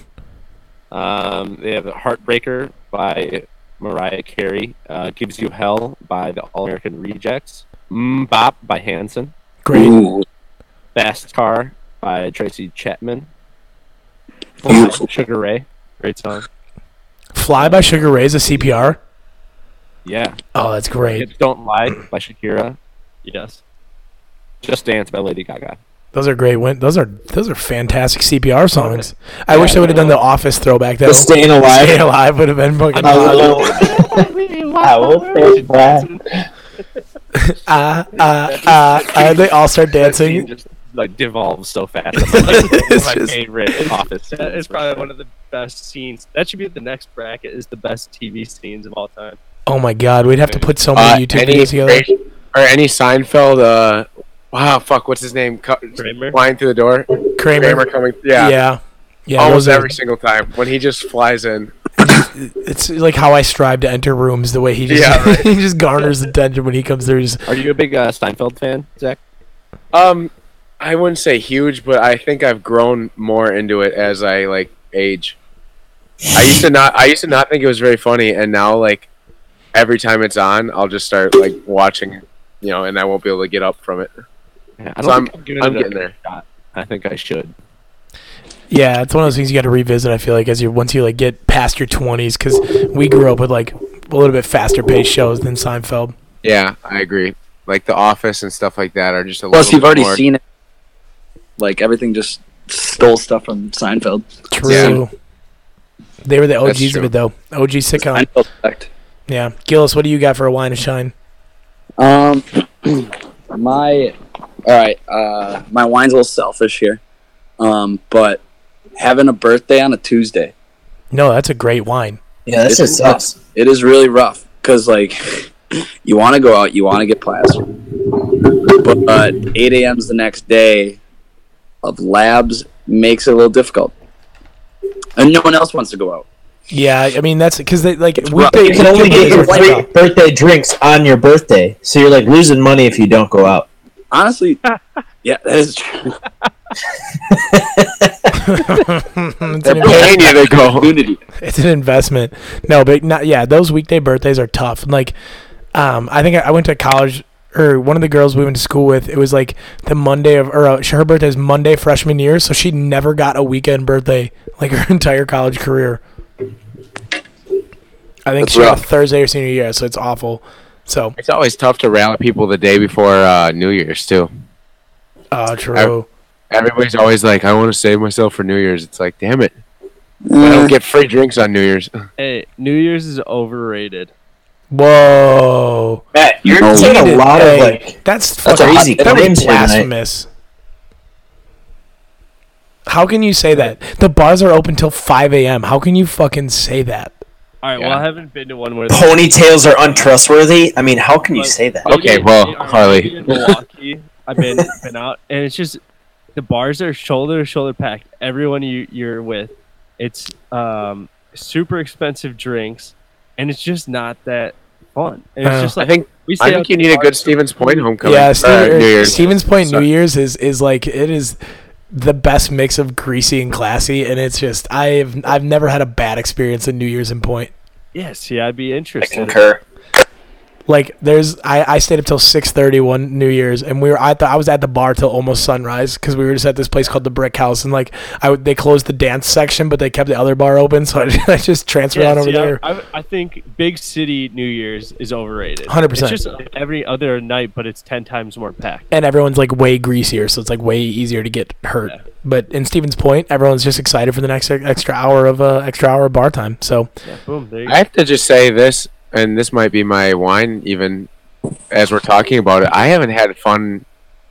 [SPEAKER 9] Um, they have Heartbreaker by Mariah Carey, uh, Gives You Hell by the All American Rejects, Mm Bop by Hanson.
[SPEAKER 1] Great.
[SPEAKER 8] Ooh,
[SPEAKER 9] Fast Car by Tracy Chapman.
[SPEAKER 8] Beautiful.
[SPEAKER 9] Sugar Ray. Great song.
[SPEAKER 1] Fly by Sugar Ray is a CPR.
[SPEAKER 9] Yeah.
[SPEAKER 1] Oh, that's great.
[SPEAKER 9] Hips Don't Lie by Shakira.
[SPEAKER 2] Yes.
[SPEAKER 9] Just Dance by Lady Gaga.
[SPEAKER 1] Those are great. Win- those are those are fantastic CPR songs. I wish they would have done the Office throwback. That
[SPEAKER 7] The staying alive.
[SPEAKER 1] Stay alive would have been fucking.
[SPEAKER 7] I
[SPEAKER 1] awesome.
[SPEAKER 7] will- I will stay alive.
[SPEAKER 1] Ah ah ah! ah, They all start
[SPEAKER 9] Scene
[SPEAKER 1] dancing.
[SPEAKER 9] Just, like devolves so fast. I'm like,
[SPEAKER 1] It's
[SPEAKER 9] it's my
[SPEAKER 1] just-
[SPEAKER 9] favorite office.
[SPEAKER 2] That is probably one of the best scenes. That should be the next bracket is the best TV scenes of all time.
[SPEAKER 1] Oh my God, we'd have to put so many YouTube
[SPEAKER 6] Uh, any
[SPEAKER 1] videos together.
[SPEAKER 6] Fre- or any Seinfeld? Uh, wow, fuck, what's his name? Co-
[SPEAKER 2] Kramer?
[SPEAKER 6] flying through the door.
[SPEAKER 1] Kramer.
[SPEAKER 6] Kramer coming.
[SPEAKER 1] Yeah.
[SPEAKER 6] Yeah,
[SPEAKER 1] Yeah.
[SPEAKER 6] almost
[SPEAKER 1] those are-
[SPEAKER 6] every single time when he just flies in.
[SPEAKER 1] It's like how I strive to enter rooms. The way he just
[SPEAKER 6] Yeah, right.
[SPEAKER 1] he just garners attention when he comes through. He's-
[SPEAKER 9] Are you a big uh, Steinfeld fan, Zach?
[SPEAKER 6] Um, I wouldn't say huge, but I think I've grown more into it as I like age. I used to not. I used to not think it was very funny, and now like every time it's on, I'll just start like watching, you know, and I won't be able to get up from it.
[SPEAKER 9] Yeah, I
[SPEAKER 6] So I'm-
[SPEAKER 9] think I've given
[SPEAKER 6] I'm
[SPEAKER 9] it a
[SPEAKER 6] getting there.
[SPEAKER 9] Shot. I think I should.
[SPEAKER 1] Yeah, it's one of those things you got to revisit. I feel like as you once you like get past your twenties, because we grew up with like a little bit faster paced shows than Seinfeld.
[SPEAKER 6] Yeah, I agree. Like The Office and stuff like that are just a
[SPEAKER 8] Plus,
[SPEAKER 6] little
[SPEAKER 8] you've
[SPEAKER 6] bit
[SPEAKER 8] already
[SPEAKER 6] more-
[SPEAKER 8] seen it. Like everything just stole stuff from Seinfeld.
[SPEAKER 1] True. They were the
[SPEAKER 6] That's
[SPEAKER 1] OGs of
[SPEAKER 6] true.
[SPEAKER 1] it though. OG sitcom.
[SPEAKER 8] Seinfeld effect.
[SPEAKER 1] Yeah, Gillis, what do you got for a wine and shine?
[SPEAKER 8] Um, my all right. Uh, my wine's a little selfish here, um, but having a birthday on a Tuesday.
[SPEAKER 1] No, that's a great wine.
[SPEAKER 8] Yeah,
[SPEAKER 10] this shit sucks. It is really rough because like you want to go out, you want to get plastered, but, but 8 a.m.'s the next day of labs makes it a little difficult, and no one else wants to go out.
[SPEAKER 1] Yeah, I mean that's because they like we
[SPEAKER 10] rough.
[SPEAKER 1] pay
[SPEAKER 10] You
[SPEAKER 7] You can only get your
[SPEAKER 10] Like-
[SPEAKER 7] free birthday drinks on your birthday, so you're like losing money if you don't go out.
[SPEAKER 10] Honestly, yeah, that is true.
[SPEAKER 1] it's,
[SPEAKER 6] They're
[SPEAKER 1] an inve-
[SPEAKER 6] paying you to go.
[SPEAKER 10] Community.
[SPEAKER 1] it's an investment. No, but not yeah. Those weekday birthdays are tough. And, Like, um, I think I, I went to college or one of the girls we went to school with. It was like the Monday of or uh, her birthday is Monday freshman year, so she never got a weekend birthday like her entire college career. I think
[SPEAKER 6] That's
[SPEAKER 1] she got a
[SPEAKER 6] rough.
[SPEAKER 1] Thursday or senior year, so it's awful. So,
[SPEAKER 6] It's always tough to rally people the day before uh, New Year's too.
[SPEAKER 1] uh, true.
[SPEAKER 6] Everybody's always like, "I want to save myself for New Year's." It's like, damn it, I
[SPEAKER 8] Eh.
[SPEAKER 6] don't get free drinks on New Year's.
[SPEAKER 2] Hey, New Year's is overrated.
[SPEAKER 1] Whoa,
[SPEAKER 7] Matt, you're
[SPEAKER 10] No.
[SPEAKER 7] taking a lot of
[SPEAKER 1] Hey,
[SPEAKER 7] like.
[SPEAKER 1] that's
[SPEAKER 7] That's a
[SPEAKER 1] fucking-
[SPEAKER 7] hot
[SPEAKER 1] that was
[SPEAKER 7] claims here tonight.
[SPEAKER 1] blasphemous. How can you say that? The bars are open till 5 a.m. How can you fucking say that?
[SPEAKER 2] All right, well,
[SPEAKER 6] Yeah. Oh,
[SPEAKER 2] I haven't been to one where
[SPEAKER 7] Ponytails are untrustworthy. I mean, how can you
[SPEAKER 2] But-
[SPEAKER 7] say that?
[SPEAKER 6] Okay,
[SPEAKER 2] Maybe-
[SPEAKER 6] well,
[SPEAKER 2] maybe-
[SPEAKER 6] Harley.
[SPEAKER 2] maybe in Milwaukee, I've been been out, and it's just the bars are shoulder to shoulder packed. Everyone you you're with, it's um super expensive drinks, and it's just not that fun. And it's
[SPEAKER 1] Uh,
[SPEAKER 2] just
[SPEAKER 6] I
[SPEAKER 2] like
[SPEAKER 6] think
[SPEAKER 2] we
[SPEAKER 6] I
[SPEAKER 2] stay
[SPEAKER 6] think
[SPEAKER 2] out
[SPEAKER 6] you
[SPEAKER 2] to
[SPEAKER 6] need a
[SPEAKER 2] bars
[SPEAKER 6] good
[SPEAKER 2] for
[SPEAKER 6] Stevens Point homecoming.
[SPEAKER 1] yeah,
[SPEAKER 6] or
[SPEAKER 1] Steven-
[SPEAKER 6] New Year's.
[SPEAKER 1] Stevens Point
[SPEAKER 6] Sorry.
[SPEAKER 1] New Year's is is like it is the best mix of greasy and classy, and it's just I've I've never had a bad experience in New Year's in Point.
[SPEAKER 2] Yeah, see, I'd be
[SPEAKER 7] I
[SPEAKER 2] interested.
[SPEAKER 7] concur.
[SPEAKER 1] Like there's I, I stayed up till 6:30 one New Year's and we were I thought I was at the bar till almost sunrise cuz we were just at this place called the Brick House and like I would- they closed the dance section but they kept the other bar open so I, I just transferred
[SPEAKER 2] Yeah,
[SPEAKER 1] on over
[SPEAKER 2] see, I-
[SPEAKER 1] there.
[SPEAKER 2] I, I think big city New Year's is overrated.
[SPEAKER 1] 100%.
[SPEAKER 2] It's just every other night, but it's ten times more packed.
[SPEAKER 1] and everyone's like way greasier so it's like way easier to get hurt.
[SPEAKER 2] Yeah.
[SPEAKER 1] But in Stevens Point everyone's just excited for the next e- extra hour of uh, extra hour of bar time. So
[SPEAKER 2] Yeah, boom, there you
[SPEAKER 6] I have to just say this, and this might be my wine even as we're talking about it. I haven't had fun.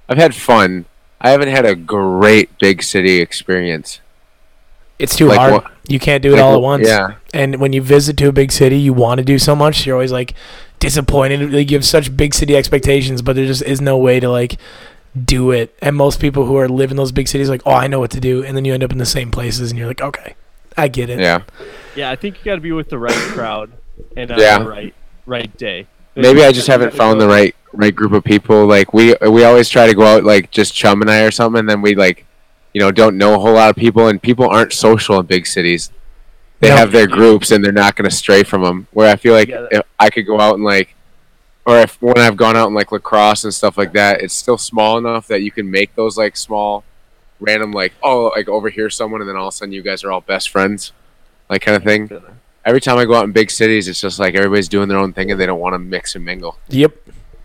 [SPEAKER 6] I've had fun. I haven't had a great big city experience.
[SPEAKER 1] it's too
[SPEAKER 6] Like
[SPEAKER 1] hard.
[SPEAKER 6] what-
[SPEAKER 1] You can't do it
[SPEAKER 6] Like,
[SPEAKER 1] all at once.
[SPEAKER 6] Yeah.
[SPEAKER 1] and when you visit to a big city you want to do so much you're always like disappointed like you have such big city expectations but there just is no way to like do it and most people who are live in those big cities like oh i know what to do and then you end up in the same places and you're like okay i get it
[SPEAKER 6] Yeah.
[SPEAKER 2] Yeah, I think you got to be with the right crowd and on
[SPEAKER 6] Yeah.
[SPEAKER 2] the right right day.
[SPEAKER 6] Maybe I just haven't found the right right group of people. Like we we always try to go out like just chum and I or something, and then we like you know don't know a whole lot of people, and people aren't social in big cities. They
[SPEAKER 1] No.
[SPEAKER 6] have their groups, and they're not going to stray from them. Where I feel like
[SPEAKER 2] Yeah, that-
[SPEAKER 6] if I could go out and like, or if when I've gone out and like lacrosse and stuff like that, it's still small enough that you can make those like small, random like oh like overhear someone, and then all of a sudden you guys are all best friends, like kind of thing. Every time I go out in big cities, it's just like everybody's doing their own thing and they don't want to mix and mingle.
[SPEAKER 1] yep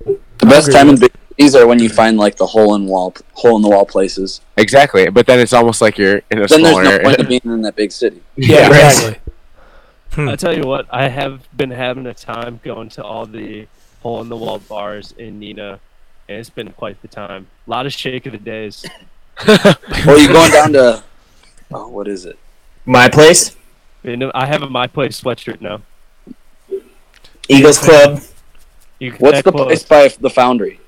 [SPEAKER 10] The best
[SPEAKER 1] agree
[SPEAKER 10] time in big cities are when you find like the hole in wall hole in the wall places.
[SPEAKER 6] Exactly, but then it's almost like you're in a
[SPEAKER 10] Then there's
[SPEAKER 6] smaller
[SPEAKER 10] no
[SPEAKER 6] area.
[SPEAKER 10] point of being in that big city.
[SPEAKER 1] yeah, exactly
[SPEAKER 2] I tell you what, I have been having a time going to all the hole in the wall bars in Nina, and it's been quite the time. A lot of shake of the days.
[SPEAKER 10] Or you're going down to oh, what is it?
[SPEAKER 7] My place,
[SPEAKER 2] And I have a my place sweatshirt now.
[SPEAKER 7] Eagles Club.
[SPEAKER 2] You,
[SPEAKER 10] What's
[SPEAKER 2] that
[SPEAKER 10] the
[SPEAKER 2] close.
[SPEAKER 10] place by the Foundry?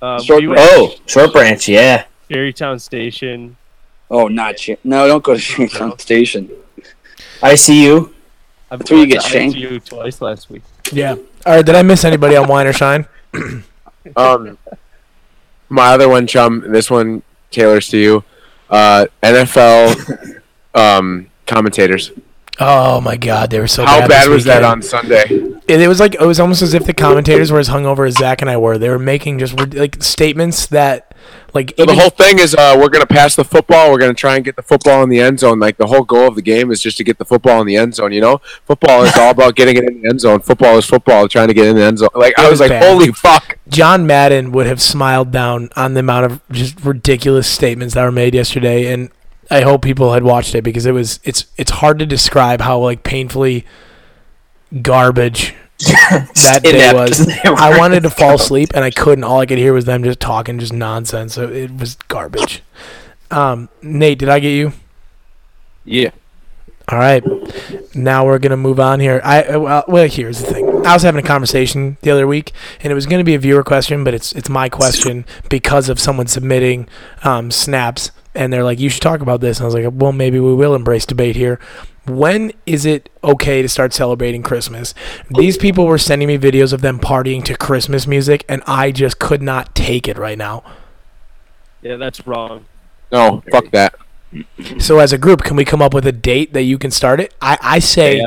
[SPEAKER 2] Uh,
[SPEAKER 10] Short
[SPEAKER 2] we went to
[SPEAKER 7] Oh, Short Branch. Yeah,
[SPEAKER 2] Sherrytown Station.
[SPEAKER 10] Oh, not Sh- no, don't go to Shanghai Station.
[SPEAKER 7] I see you.
[SPEAKER 2] I've
[SPEAKER 10] That's where you
[SPEAKER 2] gone
[SPEAKER 10] get
[SPEAKER 2] to
[SPEAKER 10] shanked.
[SPEAKER 2] ITU twice last week.
[SPEAKER 1] yeah all right did i miss anybody on wine or shine
[SPEAKER 6] um, my other one, chum. This one tailors to you. Uh, NFL um, commentators.
[SPEAKER 1] oh my god they were so
[SPEAKER 6] How bad
[SPEAKER 1] this
[SPEAKER 6] was that
[SPEAKER 1] weekend.
[SPEAKER 6] on Sunday?
[SPEAKER 1] it, it was like it was almost as if the commentators were as hungover as Zach and I were. They were making just rid- like statements that, like
[SPEAKER 6] So the
[SPEAKER 1] even-
[SPEAKER 6] whole thing is uh, we're gonna pass the football. We're gonna try and get the football in the end zone. Like the whole goal of the game is just to get the football in the end zone. You know, football is all about getting it in the end zone. Football is football trying to get in the end zone. Like I
[SPEAKER 1] It
[SPEAKER 6] was,
[SPEAKER 1] was
[SPEAKER 6] like,
[SPEAKER 1] bad.
[SPEAKER 6] holy fuck.
[SPEAKER 1] John Madden would have smiled down on the amount of just ridiculous statements that were made yesterday, and I hope people had watched it because it was it's it's hard to describe how like painfully garbage that day
[SPEAKER 7] Inept.
[SPEAKER 1] was.
[SPEAKER 7] They were-
[SPEAKER 1] I wanted to fall asleep and I couldn't. All I could hear was them just talking just nonsense. So it was garbage. Um, Nate, did I get you?
[SPEAKER 9] Yeah.
[SPEAKER 1] All right. Now we're gonna move on here. I uh, well, well, here's the thing. I was having a conversation the other week, and it was gonna be a viewer question, but it's it's my question because of someone submitting um, snaps, and they're like, "You should talk about this." And I was like, "Well, maybe we will embrace debate here." When is it okay to start celebrating Christmas? These people were sending me videos of them partying to Christmas music, and I just could not take it right now.
[SPEAKER 2] Yeah, that's wrong.
[SPEAKER 6] No, fuck that.
[SPEAKER 1] So as a group, can we come up with a date that you can start it? I, I say
[SPEAKER 6] Day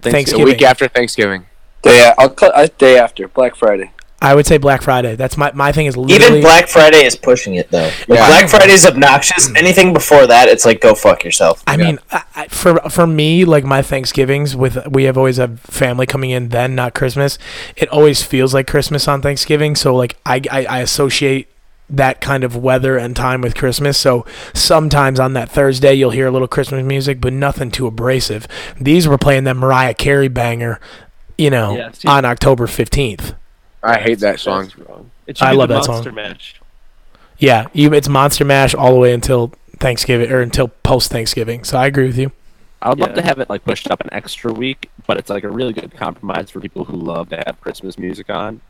[SPEAKER 1] Thanksgiving.
[SPEAKER 6] after The week after Thanksgiving.
[SPEAKER 8] Day, I'll cl- uh, day after Black Friday.
[SPEAKER 1] I would say Black Friday. That's my my thing is literally
[SPEAKER 7] Even Black Friday is pushing it though.
[SPEAKER 1] Yeah.
[SPEAKER 7] Black Friday's obnoxious. Anything before that, it's like go fuck yourself.
[SPEAKER 1] I mean, I, I, for for me, like my Thanksgivings with we have always have family coming in then, not Christmas. It always feels like Christmas on Thanksgiving, so like I I, I associate that kind of weather and time with Christmas. So sometimes on that Thursday you'll hear a little Christmas music, but nothing too abrasive. These were playing that Mariah Carey banger, you know,
[SPEAKER 2] Yeah, see-
[SPEAKER 1] on October fifteenth.
[SPEAKER 6] I hate that song.
[SPEAKER 2] It should
[SPEAKER 1] I
[SPEAKER 2] be
[SPEAKER 1] love
[SPEAKER 2] the
[SPEAKER 1] that song.
[SPEAKER 2] monster match.
[SPEAKER 1] Yeah, you, it's Monster Mash all the way until Thanksgiving or until post Thanksgiving. So I agree with you.
[SPEAKER 9] I would love
[SPEAKER 2] Yeah.
[SPEAKER 9] to have it like pushed up an extra week, but it's like a really good compromise for people who love to have Christmas music on.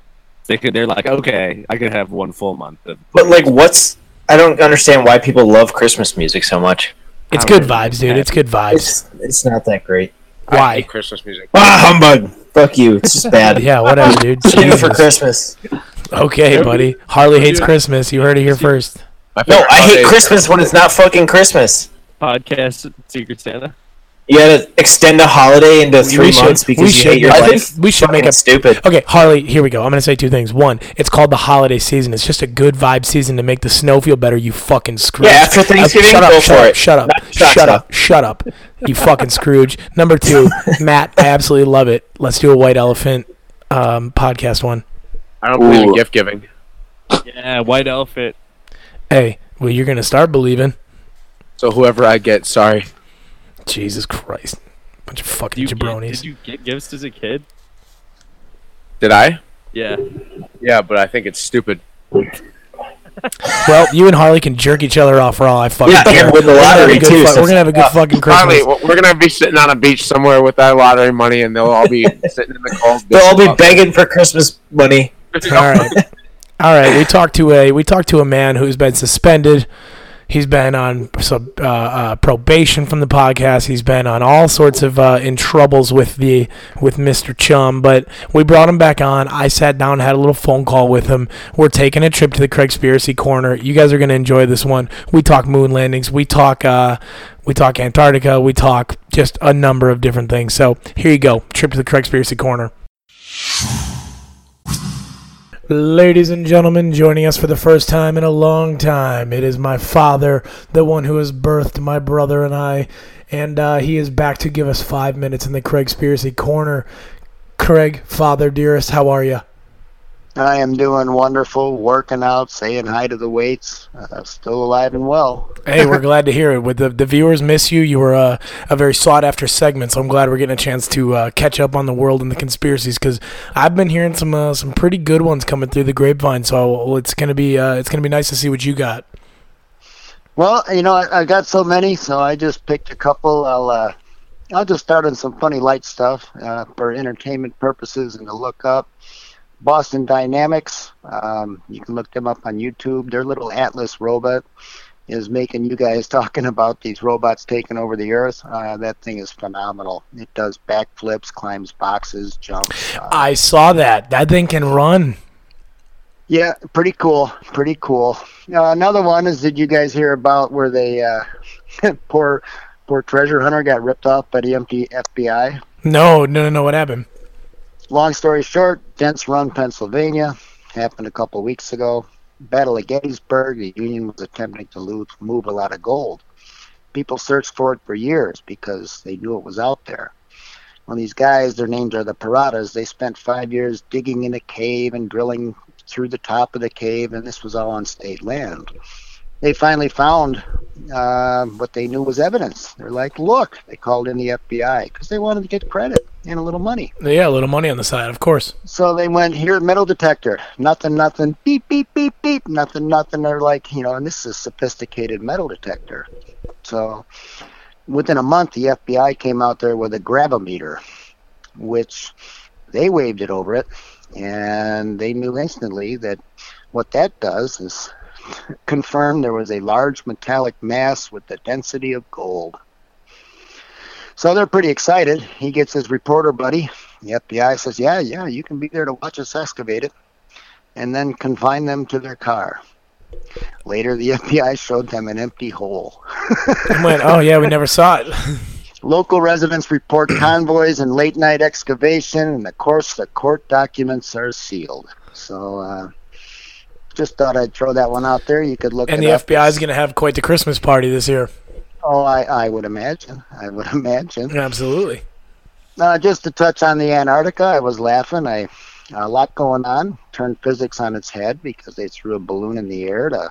[SPEAKER 9] They could, they're like, okay, I could have one full month of
[SPEAKER 7] But like, what's? I don't understand why people love Christmas music so much.
[SPEAKER 1] It's
[SPEAKER 9] I
[SPEAKER 1] good
[SPEAKER 9] would-
[SPEAKER 1] vibes, dude. It's good vibes.
[SPEAKER 7] It's it's not that great.
[SPEAKER 6] I
[SPEAKER 1] Why?
[SPEAKER 6] hate Christmas music.
[SPEAKER 7] Ah, humbug! Fuck you. It's just bad.
[SPEAKER 1] Yeah, whatever, dude.
[SPEAKER 7] Save it
[SPEAKER 1] Jesus.
[SPEAKER 7] for Christmas.
[SPEAKER 1] Okay, buddy. Harley hates
[SPEAKER 2] Dude.
[SPEAKER 1] Christmas. You heard it here first.
[SPEAKER 6] My
[SPEAKER 7] No,
[SPEAKER 6] favorite
[SPEAKER 7] I
[SPEAKER 6] holiday
[SPEAKER 7] hate
[SPEAKER 6] is
[SPEAKER 7] Christmas when it's not fucking Christmas.
[SPEAKER 2] Podcast Secret Santa.
[SPEAKER 7] You gotta extend a holiday into three
[SPEAKER 1] should-
[SPEAKER 7] months
[SPEAKER 1] we
[SPEAKER 7] because you
[SPEAKER 1] should-
[SPEAKER 7] hate your
[SPEAKER 1] I
[SPEAKER 7] life.
[SPEAKER 1] think we should make
[SPEAKER 7] Fucking
[SPEAKER 1] a-
[SPEAKER 7] stupid.
[SPEAKER 1] Okay, Harley, here we go. I'm going to say two things. One, it's called the holiday season. It's just a good vibe season to make the snow feel better, you fucking Scrooge. Uh,
[SPEAKER 7] Yeah, after Thanksgiving,
[SPEAKER 1] shut up,
[SPEAKER 7] go
[SPEAKER 1] shut
[SPEAKER 7] for
[SPEAKER 1] up,
[SPEAKER 7] it.
[SPEAKER 1] Shut up,
[SPEAKER 7] Not shock
[SPEAKER 1] shut
[SPEAKER 7] stuff.
[SPEAKER 1] up, shut up, you fucking Scrooge. Number two, Matt, I absolutely love it. Let's do a white elephant um, podcast one.
[SPEAKER 6] I don't believe in
[SPEAKER 8] Ooh.
[SPEAKER 6] gift giving.
[SPEAKER 2] Yeah, White Elephant.
[SPEAKER 1] Hey, well, you're going to start believing.
[SPEAKER 6] So whoever I get, sorry.
[SPEAKER 1] Jesus Christ. Bunch of
[SPEAKER 2] Do
[SPEAKER 1] fucking
[SPEAKER 2] you get,
[SPEAKER 1] jabronis.
[SPEAKER 2] did you get gifts as a kid?
[SPEAKER 6] Did I?
[SPEAKER 2] Yeah.
[SPEAKER 6] Yeah, but I think it's stupid.
[SPEAKER 1] Well, you and Harley can jerk each other off for all I fucking
[SPEAKER 7] Yeah, and
[SPEAKER 1] care.
[SPEAKER 7] win the
[SPEAKER 1] We're gonna have a
[SPEAKER 7] lottery,
[SPEAKER 1] good
[SPEAKER 7] too,
[SPEAKER 1] fu-
[SPEAKER 7] so-
[SPEAKER 1] we're gonna have a good fucking Christmas.
[SPEAKER 6] Uh, Finally, w- we're gonna be sitting on a beach somewhere with our lottery money, and they'll all be sitting in the cold.
[SPEAKER 7] They'll all be
[SPEAKER 6] bitching
[SPEAKER 7] begging for Christmas money.
[SPEAKER 1] All right. All right. We talked to a we talked to a man who's been suspended. He's been on sub, uh, uh, probation from the podcast. He's been on all sorts of uh, in troubles with the with Mr. Chum, but we brought him back on. I sat down, had a little phone call with him. We're taking a trip to the Craigspiracy Corner. You guys are going to enjoy this one. We talk moon landings. We talk uh, we talk Antarctica. We talk just a number of different things. So here you go, trip to the Craigspiracy Corner. Ladies and gentlemen, joining us for the first time in a long time, it is my father, the one who has birthed my brother and I, and uh, he is back to give us five minutes in the Craig Spiracy corner. Craig, father dearest, how are you?
[SPEAKER 11] I am doing wonderful, working out, saying hi to the weights, uh, still alive and well.
[SPEAKER 1] Hey, we're glad to hear it. With the, the viewers miss you, you were uh, a very sought after segment, so I'm glad we're getting a chance to uh, catch up on the world and the conspiracies because I've been hearing some uh, some pretty good ones coming through the grapevine. So it's gonna be uh, it's gonna be nice to see what you got.
[SPEAKER 11] Well, you know, I, I got so many, so I just picked a couple. I'll uh, I'll just start on some funny light stuff uh, for entertainment purposes and to look up. Boston Dynamics, um, you can look them up on YouTube. Their little Atlas robot is making you guys talking about these robots taking over the Earth. Uh, that thing is phenomenal. It does backflips, climbs boxes, jumps. Uh,
[SPEAKER 1] I saw that. That thing can run.
[SPEAKER 11] Yeah, pretty cool. Pretty cool. Uh, another one is did you guys hear about where they uh, poor poor treasure hunter got ripped off by the empty FBI?
[SPEAKER 1] No, no, no, no. What happened?
[SPEAKER 11] Long story short, Dents Run, Pennsylvania, happened a couple weeks ago. Battle of Gettysburg, the Union was attempting to loot, move a lot of gold. People searched for it for years because they knew it was out there. Well, these guys, their names are the Paradas, they spent five years digging in a cave and drilling through the top of the cave, and this was all on state land. They finally found uh, what they knew was evidence. They're like, look, they called in the FBI because they wanted to get credit and a little money.
[SPEAKER 1] Yeah, a little money on the side, of course.
[SPEAKER 11] So they went here, metal detector, nothing, nothing, beep, beep, beep, beep, nothing, nothing. They're like, you know, and this is a sophisticated metal detector. So Within a month, the FBI came out there with a gravimeter, which they waved it over it, and they knew instantly that what that does is confirm there was a large metallic mass with the density of gold. So they're pretty excited. He gets his reporter buddy. The FBI says, Yeah, yeah, you can be there to watch us excavate it, and then confine them to their car. Later, the FBI showed them an empty hole.
[SPEAKER 1] went, oh yeah, we never saw it.
[SPEAKER 11] Local residents report convoys and late night excavation, and of course, the court documents are sealed. So, uh, just thought I'd throw that one out there. You could look
[SPEAKER 1] and
[SPEAKER 11] it
[SPEAKER 1] the
[SPEAKER 11] up.
[SPEAKER 1] FBI is going to have quite the Christmas party this year.
[SPEAKER 11] Oh, I, I would imagine. I would imagine.
[SPEAKER 1] Absolutely.
[SPEAKER 11] Uh, just to touch on the Antarctica, I was laughing. I a lot going on. Turned physics on its head because they threw a balloon in the air to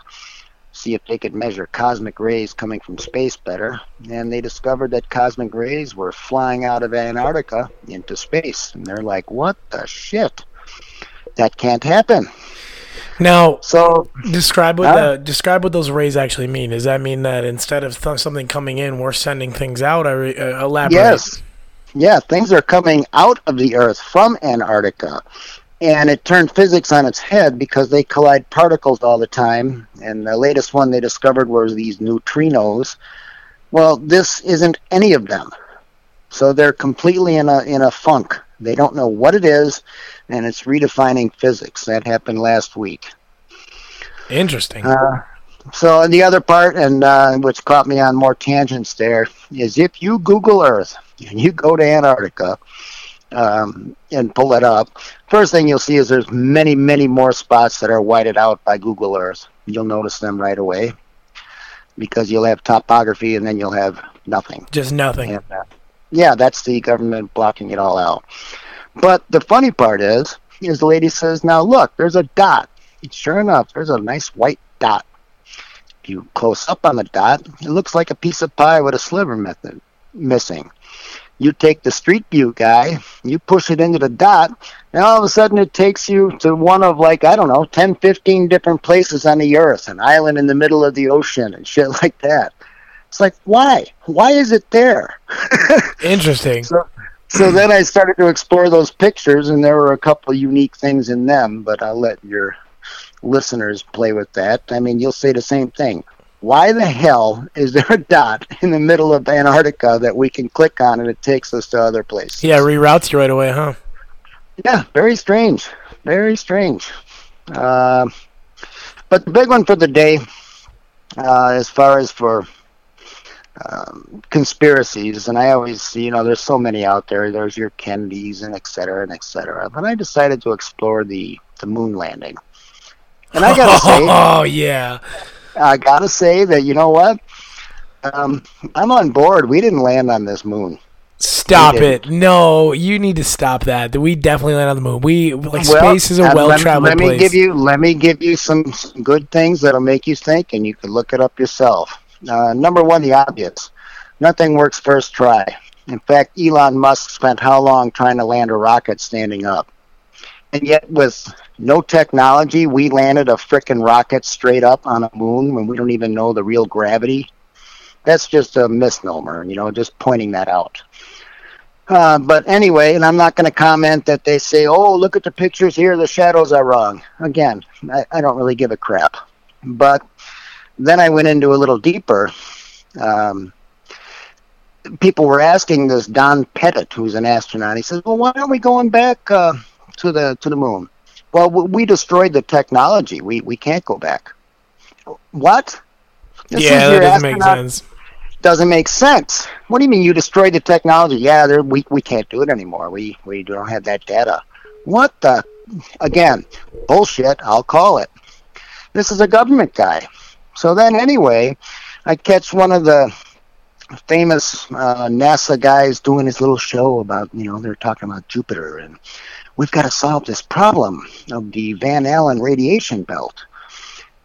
[SPEAKER 11] see if they could measure cosmic rays coming from space better. And they discovered that cosmic rays were flying out of Antarctica into space. And they're like, "What the shit? That can't happen."
[SPEAKER 1] Now,
[SPEAKER 11] so
[SPEAKER 1] describe what
[SPEAKER 11] Huh?
[SPEAKER 1] the, describe what those rays actually mean. Does that mean that instead of th- something coming in, we're sending things out? I re- uh, elaborate.
[SPEAKER 11] Yes. Yeah, things are coming out of the Earth from Antarctica. And it turned physics on its head because they collide particles all the time. And the latest one they discovered was these neutrinos. Well, this isn't any of them. So they're completely in a in a funk. They don't know what it is, and it's redefining physics. That happened last week.
[SPEAKER 1] Interesting.
[SPEAKER 11] Uh, so and the other part, and uh, which caught me on more tangents there, is if you Google Earth and you go to Antarctica um, and pull it up, first thing you'll see is there's many, many more spots that are whited out by Google Earth. You'll notice them right away because you'll have topography and then you'll have nothing.
[SPEAKER 1] Just nothing.
[SPEAKER 11] And, uh, yeah, that's the government blocking it all out. But the funny part is, is the lady says, "Now look, there's a dot." And sure enough, there's a nice white dot. If you close up on the dot, it looks like a piece of pie with a sliver method missing. You take the street view guy, you push it into the dot, and all of a sudden it takes you to one of like, I don't know, 10, 15 different places on the earth, an island in the middle of the ocean and shit like that. It's like, why? Why is it there?
[SPEAKER 1] Interesting.
[SPEAKER 11] So then I started to explore those pictures, and there were a couple unique things in them, but I'll let your listeners play with that. I mean, you'll say the same thing. Why the hell is there a dot in the middle of Antarctica that we can click on and it takes us to other places?
[SPEAKER 1] yeah, reroutes you right away, huh?
[SPEAKER 11] Yeah, very strange. Very strange. Uh, but the big one for the day, uh, as far as for um, conspiracies, and I always, you know, there's so many out there. There's your Kennedys and et cetera and et cetera. But I decided to explore the, the moon landing. And I gotta say,
[SPEAKER 1] oh yeah,
[SPEAKER 11] I gotta say that you know what? Um, I'm on board. We didn't land on this moon.
[SPEAKER 1] Stop
[SPEAKER 11] We didn't.
[SPEAKER 1] it. No, you need to stop that. We definitely land on the moon. We like
[SPEAKER 11] Well,
[SPEAKER 1] space is a
[SPEAKER 11] uh, let me-
[SPEAKER 1] well traveled
[SPEAKER 11] Let me
[SPEAKER 1] place.
[SPEAKER 11] give you let me give you some, some good things that'll make you think, and you can look it up yourself. Uh, number one, the obvious: nothing works first try. In fact, Elon Musk spent how long trying to land a rocket standing up, and yet with no technology, we landed a frickin' rocket straight up on a moon when we don't even know the real gravity. That's just a misnomer, you know. Just pointing that out. Uh, but anyway, and I'm not going to comment that they say, oh, look at the pictures here, the shadows are wrong. Again, I, I don't really give a crap. But then I went into a little deeper. Um, people were asking this Don Pettit, who's an astronaut, he says, well, why aren't we going back uh, to, the, to the moon? Well, w- we destroyed the technology. We, we can't go back. What? This
[SPEAKER 1] yeah,
[SPEAKER 11] is
[SPEAKER 1] that
[SPEAKER 11] your
[SPEAKER 1] doesn't make
[SPEAKER 11] astronaut-
[SPEAKER 1] sense.
[SPEAKER 11] doesn't make sense. What do you mean you destroyed the technology? Yeah, there- we we can't do it anymore. We we don't have that data. What the? Again, bullshit. I'll call it. This is a government guy. So then, anyway, I catch one of the famous uh, NASA guys doing his little show about you know they're talking about Jupiter and we've got to solve this problem of the Van Allen radiation belt.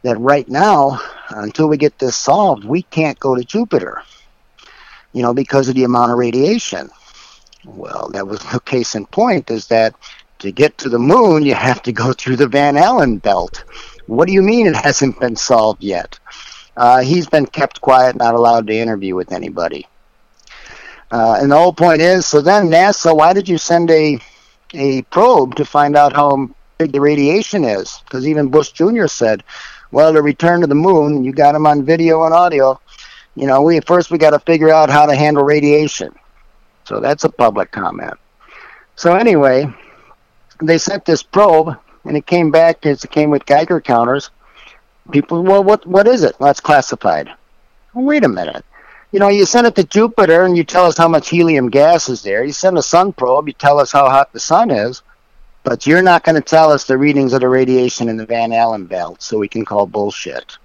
[SPEAKER 11] That right now, until we get this solved, we can't go to Jupiter you know, because of the amount of radiation. Well, that was the case in point is that to get to the moon, you have to go through the Van Allen belt. What do you mean it hasn't been solved yet? Uh, he's been kept quiet, not allowed to interview with anybody. Uh, and the whole point is, so then NASA, why did you send a a probe to find out how big the radiation is? Because even Bush Jr. said, "Well, to return to the moon, you got him on video and audio. You know, we first we got to figure out how to handle radiation." So that's a public comment. So anyway, they sent this probe, and it came back. It came with Geiger counters. People, well, what what is it? Well, it's classified. Well, wait a minute. You know, you send it to Jupiter, and you tell us how much helium gas is there. You send a sun probe, you tell us how hot the sun is, but you're not going to tell us the readings of the radiation in the Van Allen belt, so we can call bullshit.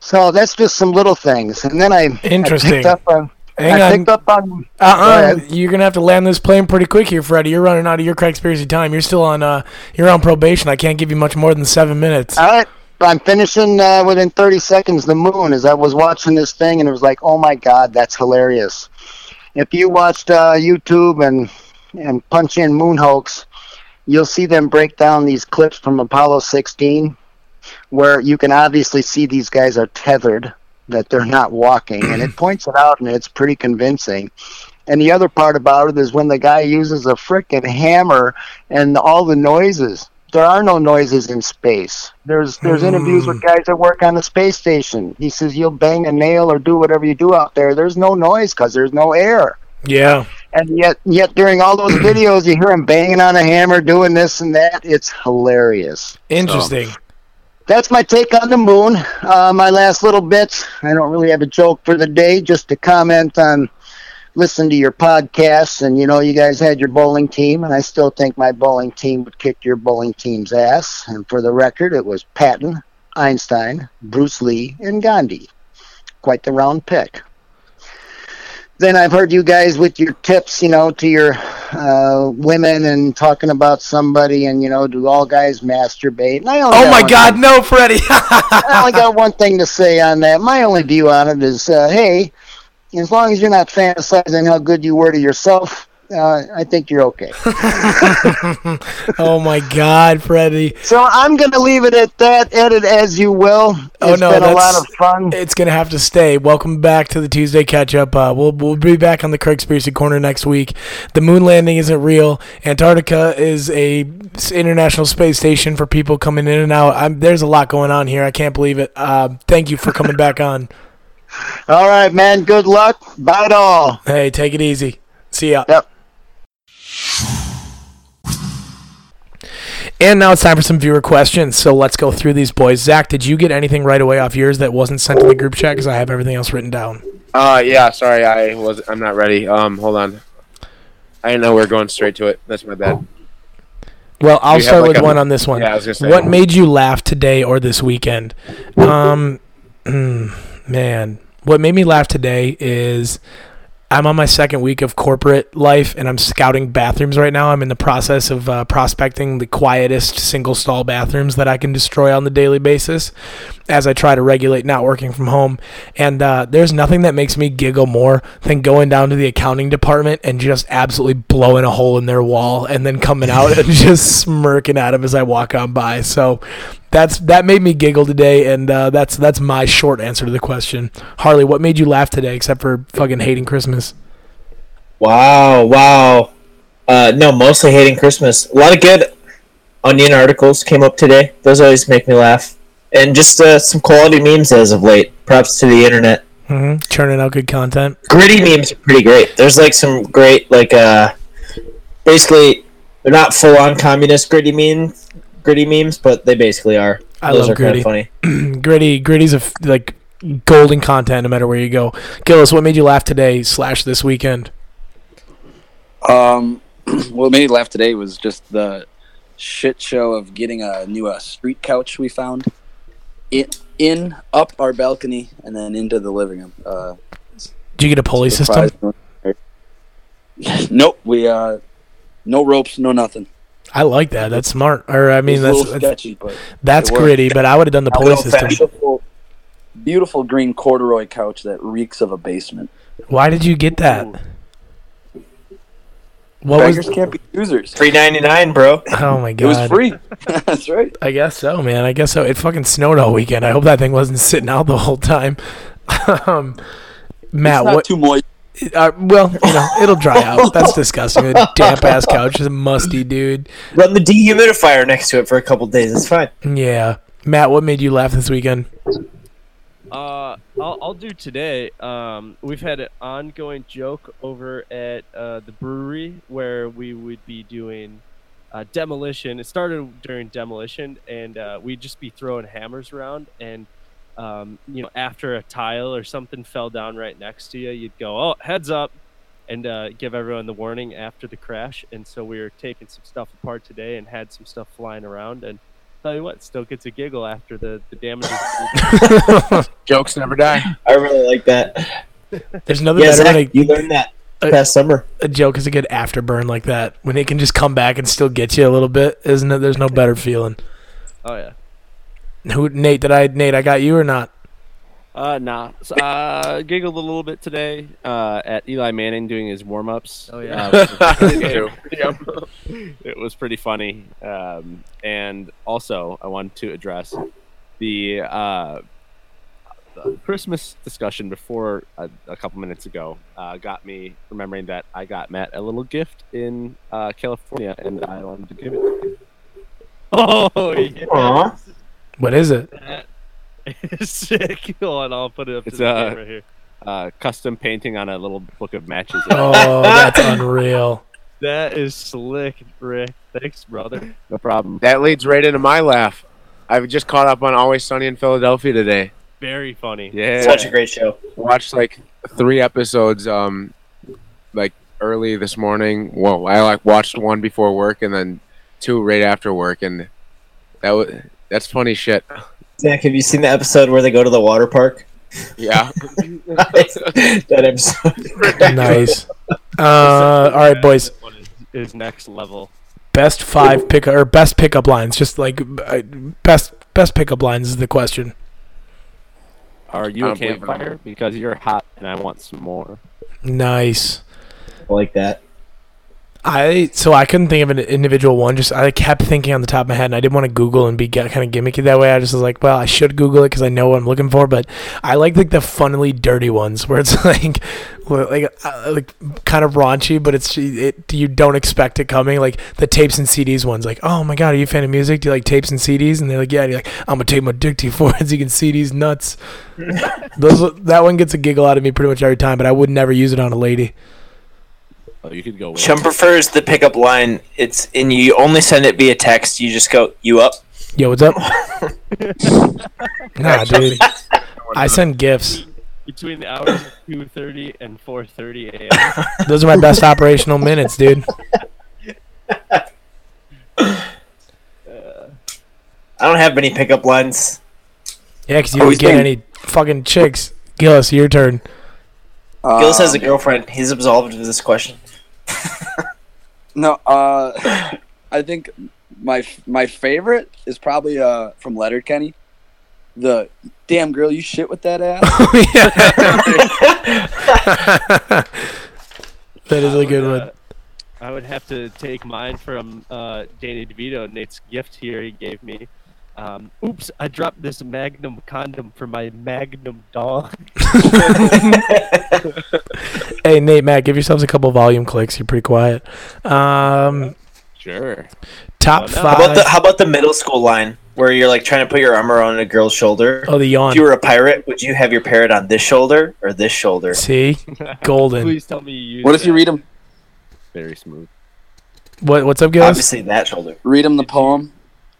[SPEAKER 11] So that's just some little things, and then I I picked
[SPEAKER 1] Interesting.
[SPEAKER 11] up on-
[SPEAKER 1] Hang
[SPEAKER 11] I
[SPEAKER 1] on.
[SPEAKER 11] picked up on
[SPEAKER 1] Uh-uh.
[SPEAKER 11] Go
[SPEAKER 1] You're gonna have to land this plane pretty quick here, Freddie. You're running out of your conspiracy time. You're still on. Uh, you're on probation. I can't give you much more than seven minutes.
[SPEAKER 11] All right. I'm finishing uh, within 30 seconds the moon as I was watching this thing and it was like, oh my God, that's hilarious. If you watched uh, YouTube and, and punch in moon hoax, you'll see them break down these clips from Apollo 16 where you can obviously see these guys are tethered, that they're not walking. and it points it out and it's pretty convincing. And the other part about it is when the guy uses a frickin' hammer and all the noises. There are no noises in space. There's there's interviews with guys that work on the space station. He says you'll bang a nail or do whatever you do out there. There's no noise because there's no air.
[SPEAKER 1] Yeah.
[SPEAKER 11] And yet yet during all those videos you hear him banging on a hammer, doing this and that. It's hilarious.
[SPEAKER 1] Interesting.
[SPEAKER 11] That's my take on the moon. Uh, my last little bit. I don't really have a joke for the day, just to comment on listen to your podcasts. And you know, you guys had your bowling team, and I still think my bowling team would kick your bowling team's ass. And for the record, it was Patton, Einstein, Bruce Lee, and Gandhi. Quite the round pick. Then I've heard you guys with your tips, you know, to your uh, women and talking about somebody, and you know, do all guys masturbate? And I only
[SPEAKER 1] Oh
[SPEAKER 11] got
[SPEAKER 1] my
[SPEAKER 11] one
[SPEAKER 1] God, no, Freddie.
[SPEAKER 11] I only got one thing to say on that. My only view on it is, uh, hey, as long as you're not fantasizing how good you were to yourself, uh, I think you're okay.
[SPEAKER 1] oh my God, Freddie.
[SPEAKER 11] so I'm going to leave it at that. Edit as you will.
[SPEAKER 1] Oh
[SPEAKER 11] It's
[SPEAKER 1] no,
[SPEAKER 11] been a lot
[SPEAKER 1] that's-
[SPEAKER 11] of fun.
[SPEAKER 1] It's gonna have to stay. Welcome back to the Tuesday catch up. Uh, we'll we'll be back on the Craig Conspiracy Corner next week. The moon landing isn't real. Antarctica is a s- international space station for people coming in and out. I'm, there's a lot going on here. I can't believe it. Uh, thank you for coming back on.
[SPEAKER 11] All right, man. Good luck. Bye to all.
[SPEAKER 1] Hey, take it easy. See ya.
[SPEAKER 11] Yep.
[SPEAKER 1] And now it's time for some viewer questions. So let's go through these boys. Zach, did you get anything right away off yours that wasn't sent to the group chat? Because I have everything else written down.
[SPEAKER 6] Uh, yeah. Sorry, I was. I'm not ready. Um, hold on. I didn't know we are going straight to it. That's my bad.
[SPEAKER 1] Well, I'll
[SPEAKER 6] You have,
[SPEAKER 1] start
[SPEAKER 6] like,
[SPEAKER 1] with
[SPEAKER 6] a-
[SPEAKER 1] one on this one.
[SPEAKER 6] Yeah, I was gonna say.
[SPEAKER 1] What made you laugh today or this weekend? Um, mm, man, what made me laugh today is I'm on my second week of corporate life and I'm scouting bathrooms right now. I'm in the process of uh, prospecting the quietest single stall bathrooms that I can destroy on the daily basis as I try to regulate not working from home. And uh, there's nothing that makes me giggle more than going down to the accounting department and just absolutely blowing a hole in their wall and then coming out and just smirking at them as I walk on by. So that's that made me giggle today, and uh, that's that's my short answer to the question. Harley, what made you laugh today except for fucking hating Christmas?
[SPEAKER 7] Wow, wow. Uh, no, mostly hating Christmas. A lot of good Onion articles came up today. Those always make me laugh. And just uh, some quality memes as of late. Props to the internet.
[SPEAKER 1] Mm-hmm. Churning out good content.
[SPEAKER 7] Gritty memes are pretty great. There's like some great, like, uh, basically, they're not full on communist gritty memes, gritty memes, but they basically are.
[SPEAKER 1] I
[SPEAKER 7] Those
[SPEAKER 1] love
[SPEAKER 7] are
[SPEAKER 1] gritty.
[SPEAKER 7] Kind of funny.
[SPEAKER 1] gritty, gritty's a f- like golden content no matter where you go. Gillis, what made you laugh today slash this weekend?
[SPEAKER 10] Um, what made me laugh today was just the shit show of getting a new uh, street couch we found in, in up our balcony and then into the living room. Uh,
[SPEAKER 1] Did you get a pulley system?
[SPEAKER 10] nope, we uh, no ropes, no nothing.
[SPEAKER 1] I like that. That's smart. Or I mean,
[SPEAKER 10] It's a
[SPEAKER 1] that's
[SPEAKER 10] little
[SPEAKER 1] that's,
[SPEAKER 10] sketchy, but
[SPEAKER 1] that's
[SPEAKER 10] it worked.
[SPEAKER 1] gritty. But I would have done the
[SPEAKER 10] Now,
[SPEAKER 1] pulley
[SPEAKER 10] we
[SPEAKER 1] system.
[SPEAKER 10] have a Beautiful, beautiful green corduroy couch that reeks of a basement.
[SPEAKER 1] Why did you get that? What
[SPEAKER 10] Beggars
[SPEAKER 1] was?
[SPEAKER 10] can't be choosers.
[SPEAKER 7] Three ninety nine, bro.
[SPEAKER 1] Oh my god!
[SPEAKER 10] It was free. That's right.
[SPEAKER 1] I guess so, man. I guess so. It fucking snowed all weekend. I hope that thing wasn't sitting out the whole time. um, Matt,
[SPEAKER 10] it's not
[SPEAKER 1] what?
[SPEAKER 10] too moist.
[SPEAKER 1] Uh, well, you know, it'll dry out. That's disgusting. A damp ass couch is musty, dude.
[SPEAKER 12] Run the dehumidifier next to it for a couple days. It's fine.
[SPEAKER 1] Yeah, Matt, what made you laugh this weekend?
[SPEAKER 2] Uh, I'll, I'll do today. Um, we've had an ongoing joke over at uh, the brewery where we would be doing uh, demolition. It started during demolition, and uh, we'd just be throwing hammers around. And um, you know, after a tile or something fell down right next to you, you'd go, "Oh, heads up!" and uh, give everyone the warning after the crash. And so we were taking some stuff apart today and had some stuff flying around. And tell you what, still gets a giggle after the the damage.
[SPEAKER 6] Jokes never die.
[SPEAKER 7] I really like that.
[SPEAKER 1] There's nothing
[SPEAKER 7] Yeah,
[SPEAKER 1] better
[SPEAKER 7] Zach,
[SPEAKER 1] than a,
[SPEAKER 7] you learned that past summer.
[SPEAKER 1] A joke is a good afterburn like that when it can just come back and still get you a little bit, isn't it? There's no better feeling.
[SPEAKER 2] Oh yeah.
[SPEAKER 1] Who Nate? Did I Nate? I got you or not?
[SPEAKER 9] Uh, nah. So, uh, giggled a little bit today uh, at Eli Manning doing his warm ups. Oh
[SPEAKER 2] yeah.
[SPEAKER 6] True.
[SPEAKER 9] it was pretty funny. Um, and also, I wanted to address the uh, the Christmas discussion before a, a couple minutes ago. Uh, got me remembering that I got Matt a little gift in uh, California, and I wanted to give it. Oh yeah.
[SPEAKER 1] What is it?
[SPEAKER 2] Sick. Hold on, I'll put it up to
[SPEAKER 9] It's
[SPEAKER 2] the
[SPEAKER 9] a
[SPEAKER 2] camera here.
[SPEAKER 9] uh, custom painting on a little book of matches.
[SPEAKER 1] Oh, that's unreal.
[SPEAKER 2] That is slick, Rick. Thanks, brother.
[SPEAKER 9] No problem.
[SPEAKER 6] That leads right into my laugh. I've just caught up on Always Sunny in Philadelphia today.
[SPEAKER 2] Very funny.
[SPEAKER 6] Yeah.
[SPEAKER 7] Such a great show.
[SPEAKER 6] Watched like three episodes, um, like early this morning. Well, I like watched one before work and then two right after work, and that was that's funny shit.
[SPEAKER 7] Zach, have you seen the episode where they go to the water park?
[SPEAKER 6] Yeah.
[SPEAKER 7] that episode.
[SPEAKER 1] Nice. Uh, all right, boys.
[SPEAKER 2] Is next level.
[SPEAKER 1] Best five pick or best pickup lines? Just like uh, best best pickup lines is the question.
[SPEAKER 9] Are you
[SPEAKER 1] I
[SPEAKER 9] a
[SPEAKER 1] don't believe it.
[SPEAKER 9] campfire? Because you're hot and I want some more.
[SPEAKER 1] Nice.
[SPEAKER 7] like that.
[SPEAKER 1] I so I couldn't think of an individual one. Just I kept thinking on the top of my head, and I didn't want to Google and be kind of gimmicky that way. I just was like, well, I should Google it because I know what I'm looking for. But I like like the funnily dirty ones where it's like, well, like uh, like kind of raunchy, but it's it you don't expect it coming. Like the tapes and CDs ones. Like, oh my god, are you a fan of music? Do you like tapes and CDs? And they're like, yeah. And you're like, I'm gonna take my dick to you for it so you can see these nuts. Those that one gets a giggle out of me pretty much every time, but I would never use it on a lady.
[SPEAKER 9] Oh, you could go. With
[SPEAKER 12] Chum prefers the pickup line. It's and you only send it via text. You just go, "You up?"
[SPEAKER 1] Yo, what's up? nah, dude. I send gifts.
[SPEAKER 2] Between the hours of two thirty and four thirty a.m.
[SPEAKER 1] Those are my best operational minutes, dude.
[SPEAKER 12] I don't have many pickup lines.
[SPEAKER 1] Yeah, 'cause you
[SPEAKER 12] Always
[SPEAKER 1] don't get
[SPEAKER 12] been-
[SPEAKER 1] any fucking chicks. Gillis, your turn.
[SPEAKER 12] Gillis has a girlfriend. He's absolved of this question.
[SPEAKER 8] No, uh, I think my my favorite is probably uh from Letterkenny. The damn girl, you shit with that ass.
[SPEAKER 1] That is a good one.
[SPEAKER 2] uh, I would have to take mine from uh, Danny DeVito, Nate's gift here he gave me. Um, oops, I dropped this Magnum condom for my Magnum dog.
[SPEAKER 1] Hey, Nate, Matt, give yourselves a couple volume clicks. You're pretty quiet. Um,
[SPEAKER 9] Sure.
[SPEAKER 1] top
[SPEAKER 12] How about
[SPEAKER 1] five.
[SPEAKER 12] the How about the middle school line where you're like trying to put your arm around a girl's shoulder?
[SPEAKER 1] Oh, the yawn.
[SPEAKER 12] If you were a pirate, would you have your parrot on this shoulder or this shoulder?
[SPEAKER 1] See, golden.
[SPEAKER 2] Please tell me you.
[SPEAKER 8] what if you read him?
[SPEAKER 9] Very smooth.
[SPEAKER 1] What, what's up, Gillis?
[SPEAKER 12] Obviously, that shoulder.
[SPEAKER 8] Read him the poem.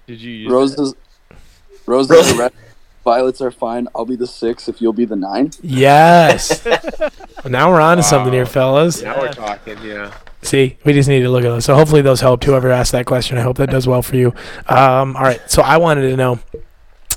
[SPEAKER 2] Did you use
[SPEAKER 8] roses? Roses are red, violets are fine. I'll be the six if you'll be the nine.
[SPEAKER 1] Yes. Well, now we're on to something here, fellas.
[SPEAKER 6] Now we're talking. Yeah.
[SPEAKER 1] See, we just need to look at those. So hopefully those helped. Whoever asked that question, I hope that does well for you. Um, all right. So I wanted to know,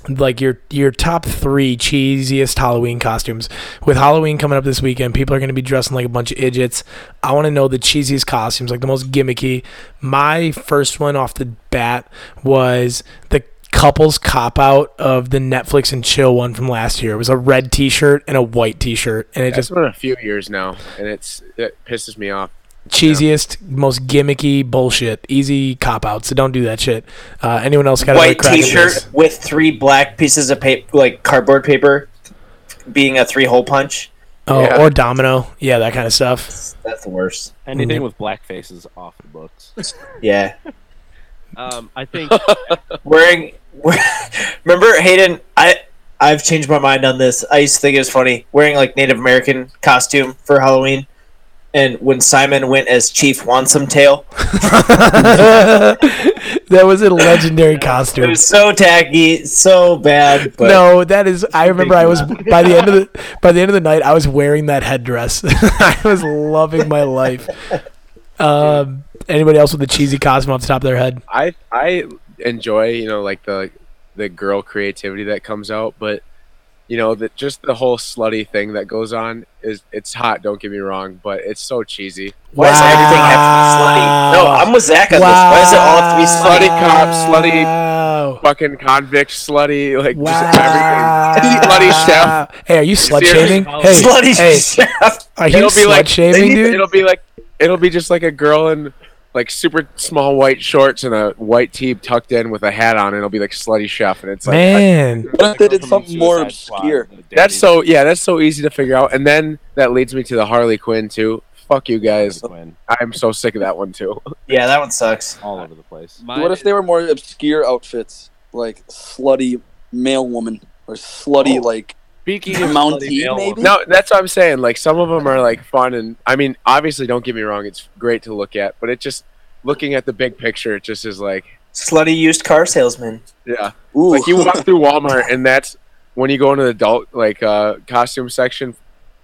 [SPEAKER 1] like your your top three cheesiest Halloween costumes. With Halloween coming up this weekend, people are going to be dressing like a bunch of idiots. I want to know the cheesiest costumes, like the most gimmicky. My first one off the bat was the couples cop out of the Netflix and chill one from last year. It was a red T-shirt and a white T-shirt, and it
[SPEAKER 6] It's
[SPEAKER 1] just
[SPEAKER 6] been a few years now, and it's it pisses me off.
[SPEAKER 1] cheesiest, most gimmicky bullshit, easy cop out. So don't do that shit. Uh, anyone else got
[SPEAKER 12] White
[SPEAKER 1] a crack at
[SPEAKER 12] T-shirt
[SPEAKER 1] this?
[SPEAKER 12] with three black pieces of paper, like cardboard paper, being a three-hole punch.
[SPEAKER 1] Oh,
[SPEAKER 9] Yeah.
[SPEAKER 1] or Domino. Yeah, that kind of stuff.
[SPEAKER 7] That's the worst.
[SPEAKER 9] Anything
[SPEAKER 1] Mhm.
[SPEAKER 9] with blackface is off the books.
[SPEAKER 7] Yeah.
[SPEAKER 2] Um, I think
[SPEAKER 7] wearing. Remember Hayden? I I've changed my mind on this. I used to think it was funny wearing like Native American costume for Halloween, and when Simon went as Chief Wansome Tail,
[SPEAKER 1] that was a legendary
[SPEAKER 7] it
[SPEAKER 1] costume.
[SPEAKER 7] was so tacky, so bad. But
[SPEAKER 1] no, that is. I remember I was by the end of the by the end of the night I was wearing that headdress. I was loving my life. Um, anybody else with a cheesy costume off the top of their head?
[SPEAKER 6] I I enjoy you know like the the girl creativity that comes out, but you know that just the whole slutty thing that goes on is it's hot. Don't get me wrong, but it's so cheesy.
[SPEAKER 7] Why does everything have to be slutty? No, I'm with Zach on this. Why does it all have to be
[SPEAKER 6] slutty
[SPEAKER 7] slutty?
[SPEAKER 6] cop, slutty fucking convict, slutty like just everything, slutty chef.
[SPEAKER 1] Hey, are you slut shaming?
[SPEAKER 6] Seriously?
[SPEAKER 1] Hey, hey, Are you
[SPEAKER 6] It'll be
[SPEAKER 1] slut
[SPEAKER 6] like-
[SPEAKER 1] shaming, dude?
[SPEAKER 6] It'll be like it'll be just like a girl in like super small white shorts and a white tee tucked in with a hat on, and it'll be like slutty chef, and it's like
[SPEAKER 1] Man.
[SPEAKER 8] What if they did something more obscure?
[SPEAKER 6] That's so yeah, that's so easy to figure out. And then that leads me to the Harley Quinn too. Fuck you guys. I'm so sick of that one too.
[SPEAKER 7] Yeah, that one sucks.
[SPEAKER 9] All over the place.
[SPEAKER 8] what if they were more obscure outfits, like slutty male woman or slutty
[SPEAKER 2] Oh.
[SPEAKER 8] like
[SPEAKER 9] speaking
[SPEAKER 8] Mountie? Maybe
[SPEAKER 6] No, that's what I'm saying. Like some of them are like fun and I mean, obviously don't get me wrong, it's great to look at, but it just looking at the big picture it just is like
[SPEAKER 7] slutty used car salesman.
[SPEAKER 6] yeah. Like you walk through Walmart and that's when you go into the adult like uh costume section,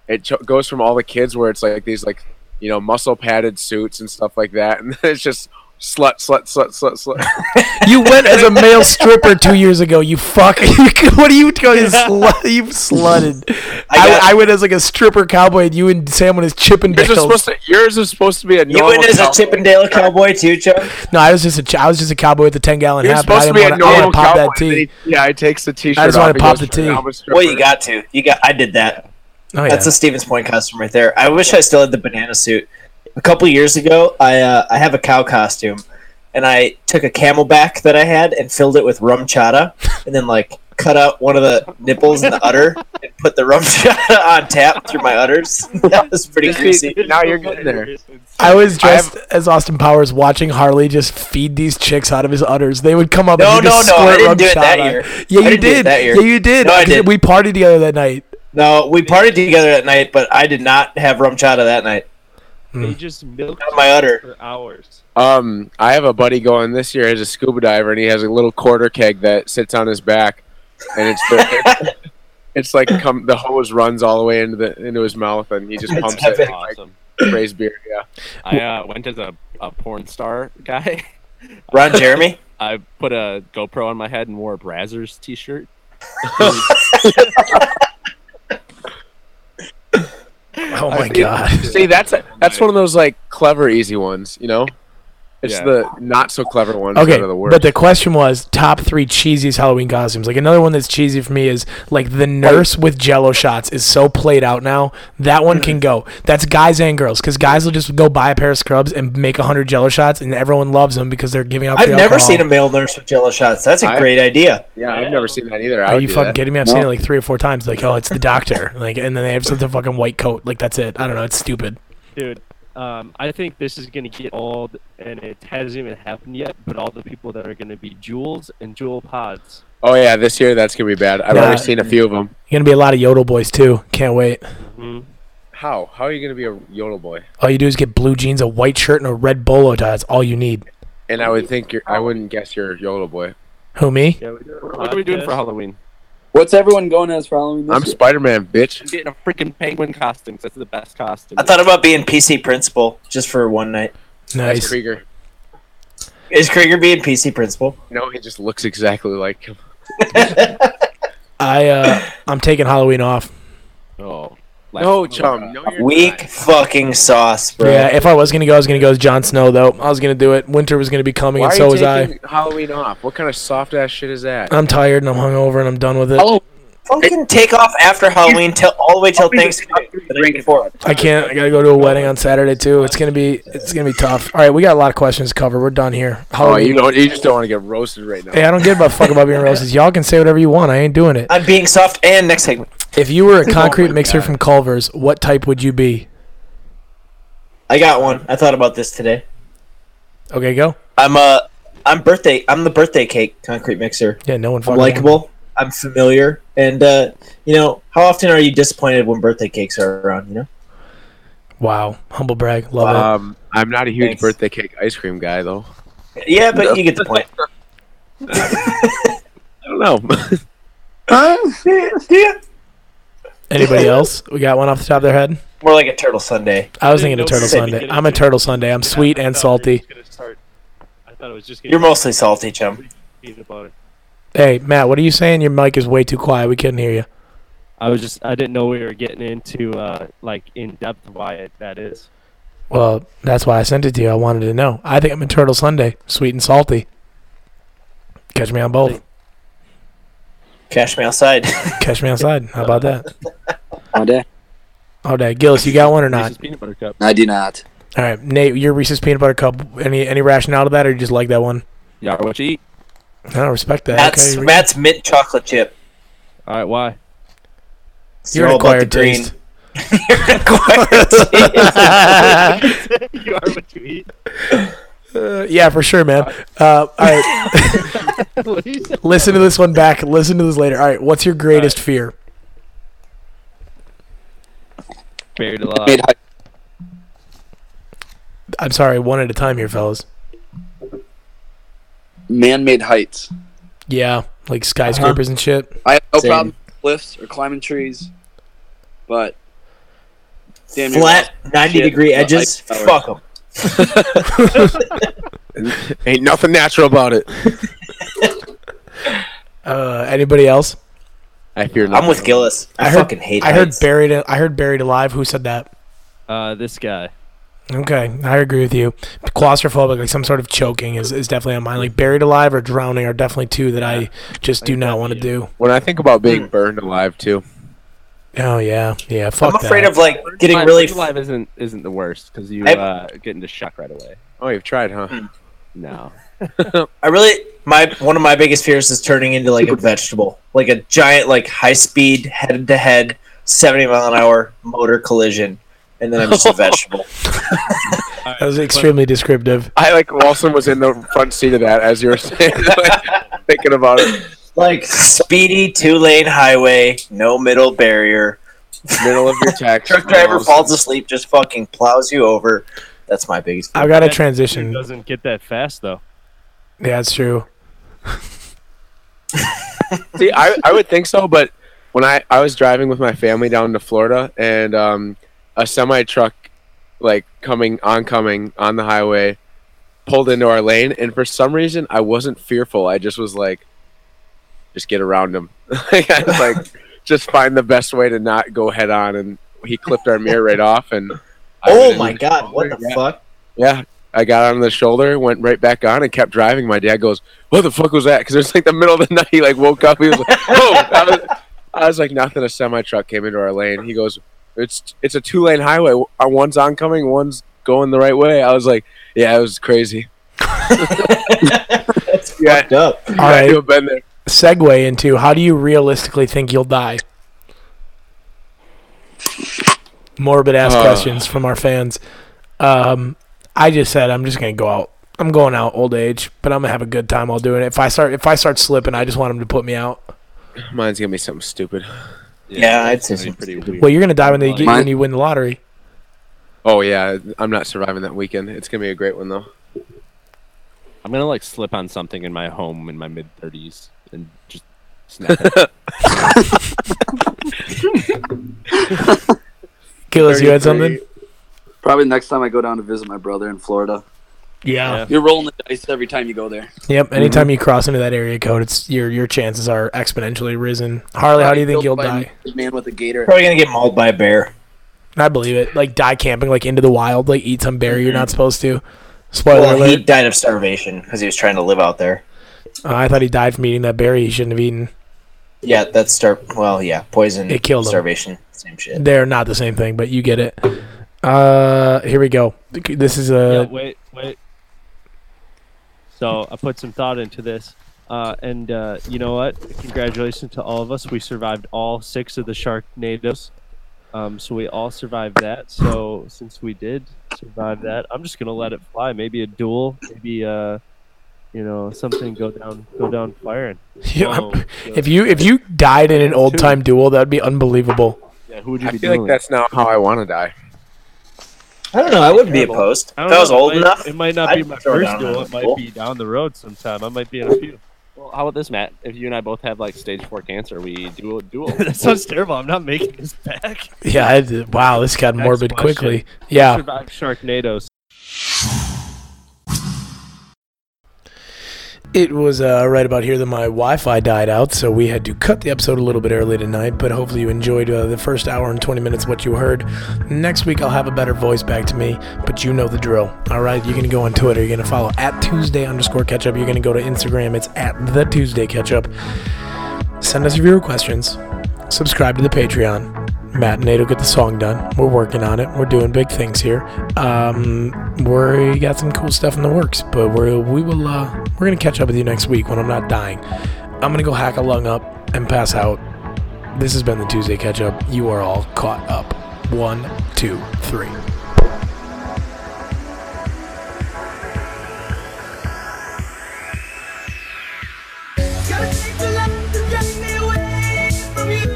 [SPEAKER 6] it cho- goes from all the kids where it's like these like, you know, muscle padded suits and stuff like that and it's just slut slut slut slut slut.
[SPEAKER 1] You went as a male stripper two years ago. You fuck. what are you going to slut? You slutted. I, I, went as like a stripper cowboy, and you and Sam went as
[SPEAKER 6] Yours is
[SPEAKER 1] Chippendales.
[SPEAKER 6] supposed to. Yours is supposed to be a
[SPEAKER 7] You
[SPEAKER 6] normal.
[SPEAKER 7] went as a
[SPEAKER 6] cowboy.
[SPEAKER 7] Chippendale cowboy too, Chuck.
[SPEAKER 1] No, I was just a ch- I was just a cowboy with a ten gallon
[SPEAKER 6] You're
[SPEAKER 1] hat. but I
[SPEAKER 6] supposed to
[SPEAKER 1] didn't
[SPEAKER 6] be
[SPEAKER 1] wanna-
[SPEAKER 6] a
[SPEAKER 1] I wanna
[SPEAKER 6] normal
[SPEAKER 1] pop
[SPEAKER 6] cowboy.
[SPEAKER 1] that tee.
[SPEAKER 6] They- yeah, he takes the t-shirt
[SPEAKER 1] I just
[SPEAKER 6] off.
[SPEAKER 1] wanna
[SPEAKER 6] he
[SPEAKER 1] pop
[SPEAKER 6] goes
[SPEAKER 1] the
[SPEAKER 6] to an
[SPEAKER 1] tee.
[SPEAKER 6] Elvis stripper.
[SPEAKER 7] Well, you got to. You got. I did that.
[SPEAKER 1] Oh, yeah.
[SPEAKER 7] That's a Stevens Point costume right there. I wish I still had the banana suit. A couple years ago, I uh, I have a cow costume, and I took a camelback that I had and filled it with rum chata, and then like cut out one of the nipples and the udder and put the rum chata on tap through my udders. that was pretty greasy.
[SPEAKER 6] Now you're getting there.
[SPEAKER 1] I was dressed as Austin Powers, watching Harley just feed these chicks out of his udders. They would come up.
[SPEAKER 7] No,
[SPEAKER 1] and he'd
[SPEAKER 7] no,
[SPEAKER 1] just
[SPEAKER 7] no, I
[SPEAKER 1] squirt
[SPEAKER 7] didn't
[SPEAKER 1] rum
[SPEAKER 7] do it
[SPEAKER 1] shot
[SPEAKER 7] that
[SPEAKER 1] on-
[SPEAKER 7] year.
[SPEAKER 1] Yeah,
[SPEAKER 7] I
[SPEAKER 1] you
[SPEAKER 7] didn't do it
[SPEAKER 1] did.
[SPEAKER 7] that year.
[SPEAKER 1] Yeah, you did.
[SPEAKER 7] No, I
[SPEAKER 1] 'cause
[SPEAKER 7] didn't.
[SPEAKER 1] We partied together that night.
[SPEAKER 7] No, we partied together that night, but I did not have rum chata that night.
[SPEAKER 2] they just milked
[SPEAKER 7] Not my udder.
[SPEAKER 2] for hours.
[SPEAKER 6] Um, I have a buddy going this year as a scuba diver, and he has a little quarter keg that sits on his back, and it's the, it's, it's like come the hose runs all the way into the into his mouth, and he just
[SPEAKER 7] That's
[SPEAKER 6] pumps it
[SPEAKER 7] epic.
[SPEAKER 6] like praise beer. Yeah,
[SPEAKER 9] I uh, went as a, a porn star guy.
[SPEAKER 7] Ron Jeremy.
[SPEAKER 9] I put a GoPro on my head and wore a Brazzers t-shirt.
[SPEAKER 1] Oh my
[SPEAKER 6] I see-
[SPEAKER 1] god.
[SPEAKER 6] See, that's a, that's one of those like clever, easy ones. You know, it's
[SPEAKER 9] Yeah.
[SPEAKER 6] the not so clever ones
[SPEAKER 1] Okay,
[SPEAKER 6] that are the worst.
[SPEAKER 1] but the question was top three cheesiest Halloween costumes. Like another one that's cheesy for me is like the nurse with Jello shots is so played out now. That one
[SPEAKER 7] Mm.
[SPEAKER 1] can go. That's guys and girls because guys will just go buy a pair of scrubs and make a hundred Jello shots, and everyone loves them because they're giving out.
[SPEAKER 7] I've
[SPEAKER 1] free
[SPEAKER 7] never
[SPEAKER 1] alcohol.
[SPEAKER 7] seen a male nurse with jello shots. That's a
[SPEAKER 6] I-
[SPEAKER 7] great idea.
[SPEAKER 6] yeah, I've never seen that either. I
[SPEAKER 1] Are
[SPEAKER 6] would
[SPEAKER 1] you
[SPEAKER 6] do
[SPEAKER 1] fucking
[SPEAKER 6] that.
[SPEAKER 1] kidding me? I've seen it like three or four times. Like, oh, it's the doctor. Like, and then they have such a fucking white coat. Like, that's it. I don't know. It's stupid.
[SPEAKER 2] Dude, um, I think this is going to get old, and it hasn't even happened yet, but all the people that are going to be jewels and jewel pods.
[SPEAKER 6] Oh yeah, this year that's gonna be bad. I've
[SPEAKER 1] Nah.
[SPEAKER 6] already seen a few of them.
[SPEAKER 1] You're gonna be a lot of yodel boys too. Can't wait.
[SPEAKER 6] How? How are you gonna be a yodel boy?
[SPEAKER 1] All you do is get blue jeans, a white shirt, and a red bolo tie. That's all you need.
[SPEAKER 6] And I would think you're. I wouldn't guess you're a yodel boy.
[SPEAKER 1] Who me?
[SPEAKER 9] What are we doing for Halloween?
[SPEAKER 8] What's everyone going as for Halloween this
[SPEAKER 6] I'm
[SPEAKER 8] year?
[SPEAKER 6] Spider Man, bitch.
[SPEAKER 9] I'm getting a freaking penguin costume. 'cause That's the best costume.
[SPEAKER 7] I thought about being PC principal just for one night.
[SPEAKER 6] That's
[SPEAKER 1] Nice.
[SPEAKER 6] Krieger.
[SPEAKER 7] Is Krieger being PC principal?
[SPEAKER 6] No, he just looks exactly like him.
[SPEAKER 1] I uh, I'm taking Halloween off.
[SPEAKER 9] Oh.
[SPEAKER 6] No, chum. No, you're
[SPEAKER 7] Weak fucking sauce, bro.
[SPEAKER 1] Yeah, if I was gonna go, I was gonna go as Jon Snow though. I was gonna do it. Winter was gonna be coming,
[SPEAKER 6] Why
[SPEAKER 1] and
[SPEAKER 6] are
[SPEAKER 1] so
[SPEAKER 6] you
[SPEAKER 1] was I.
[SPEAKER 6] taking Halloween off? What kind of soft ass shit is that?
[SPEAKER 7] Um,
[SPEAKER 1] I'm tired and I'm hungover and I'm done with it.
[SPEAKER 7] fucking take off after Halloween till all the way till Thanksgiving. The night before.
[SPEAKER 1] I can't. I gotta go to a wedding on Saturday too. It's gonna be. It's gonna be tough. All right, we got a lot of questions covered. We're done here.
[SPEAKER 6] oh,
[SPEAKER 1] Halloween.
[SPEAKER 6] you know, you just don't want to get roasted right now.
[SPEAKER 1] Hey, I don't give a fuck about being roses. Y'all can say whatever you want. I ain't doing it.
[SPEAKER 7] I'm being soft and next segment.
[SPEAKER 1] If you were a
[SPEAKER 7] Oh
[SPEAKER 1] concrete
[SPEAKER 7] my
[SPEAKER 1] mixer
[SPEAKER 7] God.
[SPEAKER 1] from Culver's, what type would you be?
[SPEAKER 7] I got one. I thought about this today.
[SPEAKER 1] Okay, go.
[SPEAKER 7] I'm uh I'm birthday I'm the birthday cake concrete mixer.
[SPEAKER 1] Yeah, no one
[SPEAKER 7] I'm
[SPEAKER 1] fucking-
[SPEAKER 7] likable. I'm familiar. And uh, you know, how often are you disappointed when birthday cakes are around, you know?
[SPEAKER 1] Wow, humble brag, love
[SPEAKER 6] um, I'm not a huge
[SPEAKER 7] Thanks.
[SPEAKER 6] birthday cake ice cream guy though.
[SPEAKER 7] Yeah, but you get the point.
[SPEAKER 6] I don't know.
[SPEAKER 1] it. Anybody else? We got one off the top of their head.
[SPEAKER 7] More like a turtle sundae.
[SPEAKER 1] I was thinking a turtle
[SPEAKER 7] Say-
[SPEAKER 1] sundae. I'm a turtle sundae. I'm sweet and salty.
[SPEAKER 2] I thought it was just gonna
[SPEAKER 7] You're mostly salty, Chum.
[SPEAKER 2] be peanut butter.
[SPEAKER 1] Hey, Matt, what are you saying? Your mic is way too quiet. We couldn't hear you.
[SPEAKER 2] I was just I didn't know we were getting into uh like in depth why it, that is.
[SPEAKER 1] Well, that's why I sent it to you. I wanted to know. I think I'm a turtle sundae, sweet and salty. Catch me on both.
[SPEAKER 7] Cash me outside.
[SPEAKER 1] Catch me outside. How about that?
[SPEAKER 8] All day.
[SPEAKER 1] All day. Gillis, you got one or not?
[SPEAKER 9] peanut butter cup.
[SPEAKER 8] I do not.
[SPEAKER 1] All right, Nate, your Reese's peanut butter cup. Any any rationale to that, or you just like that one?
[SPEAKER 9] Yeah, what you eat?
[SPEAKER 1] I don't respect that.
[SPEAKER 7] Matt's,
[SPEAKER 1] okay, Reese.
[SPEAKER 7] Matt's mint chocolate chip.
[SPEAKER 9] All right, why?
[SPEAKER 7] It's
[SPEAKER 1] You're an
[SPEAKER 7] all about
[SPEAKER 1] acquired
[SPEAKER 7] the green.
[SPEAKER 1] taste.
[SPEAKER 7] You're an acquired taste.
[SPEAKER 2] you are what you eat.
[SPEAKER 1] Uh, yeah, for sure, man. Uh, all right.
[SPEAKER 2] What do you say?
[SPEAKER 1] Listen to this one back. Listen to this later. All right, what's your greatest fear?
[SPEAKER 9] Buried
[SPEAKER 8] Made
[SPEAKER 9] alive.
[SPEAKER 8] high-
[SPEAKER 1] I'm sorry, one at a time here, fellas.
[SPEAKER 8] man-made heights.
[SPEAKER 1] Yeah, like skyscrapers and shit.
[SPEAKER 8] I have no
[SPEAKER 1] Same.
[SPEAKER 8] problem with cliffs or climbing trees, but damn near
[SPEAKER 7] Flat
[SPEAKER 8] lost
[SPEAKER 7] 90
[SPEAKER 8] shit
[SPEAKER 7] degree
[SPEAKER 8] about
[SPEAKER 7] edges.
[SPEAKER 8] ice towers.
[SPEAKER 7] Fuck them.
[SPEAKER 6] Ain't nothing natural about it.
[SPEAKER 1] Uh, anybody else?
[SPEAKER 6] I fear nothing.
[SPEAKER 7] I'm with Gillis. I,
[SPEAKER 1] heard,
[SPEAKER 7] fucking hate
[SPEAKER 1] I heard
[SPEAKER 7] heights.
[SPEAKER 1] buried. I heard buried alive. Who said that?
[SPEAKER 2] Uh this guy.
[SPEAKER 1] Okay, I agree with you. Claustrophobic, like some sort of choking, is, is definitely on mine. Like buried alive or drowning are definitely two that I just do not want to do.
[SPEAKER 6] When I think about
[SPEAKER 7] Hmm.
[SPEAKER 6] being burned alive too,
[SPEAKER 1] Oh yeah, yeah. Fuck
[SPEAKER 7] I'm afraid
[SPEAKER 1] that.
[SPEAKER 7] of like getting
[SPEAKER 9] Live-
[SPEAKER 7] really.
[SPEAKER 9] Buried alive isn't isn't the worst because you
[SPEAKER 7] I-
[SPEAKER 9] uh, get into shock right away.
[SPEAKER 6] oh, you've tried,
[SPEAKER 7] Hmm.
[SPEAKER 6] huh?
[SPEAKER 9] No.
[SPEAKER 7] I really my one of my biggest fears is turning into like a vegetable, like a giant like high speed head to head seventy mile an hour motor collision, and then I'm just a vegetable.
[SPEAKER 1] That was extremely descriptive.
[SPEAKER 6] I like Lawson was in the front seat of that as you were saying, like, thinking about it.
[SPEAKER 7] Like speedy two lane highway, no middle barrier.
[SPEAKER 6] Middle of your text.
[SPEAKER 7] Truck driver
[SPEAKER 6] Lawson.
[SPEAKER 7] falls asleep, just fucking plows you over. That's my biggest.
[SPEAKER 1] I've got to
[SPEAKER 2] That dude
[SPEAKER 1] transition.
[SPEAKER 2] doesn't get that fast though.
[SPEAKER 1] Yeah, that's true.
[SPEAKER 6] See, I, I would think so, but when I, I was driving with my family down to Florida and um, a semi truck like coming oncoming on the highway pulled into our lane and for some reason I wasn't fearful. I just was like just get around him. like I was like just find the best way to not go head on and he clipped our mirror right off and I
[SPEAKER 7] Oh
[SPEAKER 6] went
[SPEAKER 7] my
[SPEAKER 6] in-
[SPEAKER 7] god! What the
[SPEAKER 6] Yeah.
[SPEAKER 7] fuck?
[SPEAKER 6] Yeah. I got on the shoulder, went right back on, and kept driving. My dad goes, "What the fuck was that?" Because it was like the middle of the night. He like woke up. He was like, "Oh!" I was, I was like, "Nothing." A semi truck came into our lane. He goes, "It's it's a two lane highway. Uh, One's oncoming, one's going the right way." I was like, "Yeah, it was crazy."
[SPEAKER 7] That's
[SPEAKER 6] Yeah.
[SPEAKER 7] fucked up.
[SPEAKER 1] All
[SPEAKER 6] I
[SPEAKER 1] right,
[SPEAKER 6] have been there.
[SPEAKER 1] segue into how do you realistically think you'll die? Morbid ass
[SPEAKER 6] Uh.
[SPEAKER 1] questions from our fans. Um, I just said I'm just gonna go out. I'm going out old age, but I'm gonna have a good time while doing it. If I start if I start slipping, I just want them to put me out.
[SPEAKER 6] Mine's gonna be something stupid.
[SPEAKER 7] Yeah, I'd say
[SPEAKER 9] that's
[SPEAKER 7] so.
[SPEAKER 9] pretty weird.
[SPEAKER 1] Well, you're gonna die when they get
[SPEAKER 8] Mine-
[SPEAKER 1] when you win the lottery.
[SPEAKER 6] Oh yeah, I'm not surviving that weekend. It's gonna be a great one though.
[SPEAKER 9] I'm gonna like slip on something in my home in my mid 30s and just snap. it.
[SPEAKER 1] Killers, you had something?
[SPEAKER 6] 33.
[SPEAKER 8] Probably next time I go down to visit my brother in Florida.
[SPEAKER 1] Yeah.
[SPEAKER 8] You're rolling the dice every time you go there.
[SPEAKER 1] Yep. Anytime you cross into that area code, it's your your chances are exponentially risen. Harley, how do you think you'll
[SPEAKER 8] Killed by a
[SPEAKER 1] die?
[SPEAKER 8] Man with a gator.
[SPEAKER 7] Probably gonna get mauled by a bear.
[SPEAKER 1] I believe it. Like die camping, like into the wild, like eat some berry you're not supposed to. Spoiler
[SPEAKER 7] Mm-hmm. Well,
[SPEAKER 1] alert.
[SPEAKER 7] he died of starvation because he was trying to live out there.
[SPEAKER 1] Uh, I thought he died from eating that berry he shouldn't have eaten.
[SPEAKER 7] Yeah, that's star. Well, yeah, poison.
[SPEAKER 1] It killed him.
[SPEAKER 7] starvation. Same shit.
[SPEAKER 1] They're not the same thing, but you get it. Uh, here we go. This is
[SPEAKER 2] Yeah,
[SPEAKER 1] a
[SPEAKER 2] wait, wait. So I put some thought into this. Uh, and uh, you know what? Congratulations to all of us. We survived all six of the Sharknadoes. Um, so we all survived that. So since we did survive that, I'm just gonna let it fly. Maybe a duel. Maybe uh, you know, something go down, go down firing.
[SPEAKER 1] Yeah, I'm-
[SPEAKER 2] Whoa.
[SPEAKER 1] if you if you died in an old time duel, that'd be unbelievable.
[SPEAKER 9] Yeah, who would you
[SPEAKER 6] I
[SPEAKER 9] be
[SPEAKER 6] feel like
[SPEAKER 9] doing?
[SPEAKER 6] that's not how I want to die.
[SPEAKER 12] I don't know. I wouldn't be opposed.
[SPEAKER 2] I
[SPEAKER 12] If
[SPEAKER 2] don't
[SPEAKER 12] I was
[SPEAKER 2] know, it
[SPEAKER 12] old
[SPEAKER 2] might-
[SPEAKER 12] enough,
[SPEAKER 2] It might not
[SPEAKER 12] I'd
[SPEAKER 2] be my
[SPEAKER 12] throw
[SPEAKER 2] first
[SPEAKER 12] down
[SPEAKER 2] duel.
[SPEAKER 12] on it.
[SPEAKER 2] It might be down the road sometime. I might be in a few.
[SPEAKER 9] Well, how about this, Matt? If you and I both have like stage four cancer, we do a duel.
[SPEAKER 2] that sounds terrible. I'm not making this back.
[SPEAKER 1] Yeah, I, did- wow, this got
[SPEAKER 2] Next
[SPEAKER 1] morbid
[SPEAKER 2] question.
[SPEAKER 1] quickly. Yeah.
[SPEAKER 2] Survive Sharknadoes.
[SPEAKER 1] It was uh, right about here that my Wi-Fi died out, so we had to cut the episode a little bit early tonight. But hopefully, you enjoyed uh, the first hour and 20 minutes of what you heard. Next week, I'll have a better voice back to me, but you know the drill. All right, you're gonna go on Twitter. You're gonna follow at Tuesday underscore Catch Up. You're gonna go to Instagram. It's at the Tuesday Catch Up. Send us your questions. Subscribe to the Patreon. Matt and Nate will get the song done. We're working on it. We're doing big things here. Um, we got some cool stuff in the works, but we we will uh, we're gonna catch up with you next week when I'm not dying. I'm gonna go hack a lung up and pass out. This has been the Tuesday catch up. You are all caught up. One, two, three.
[SPEAKER 3] Gotta take the love to get me away from you.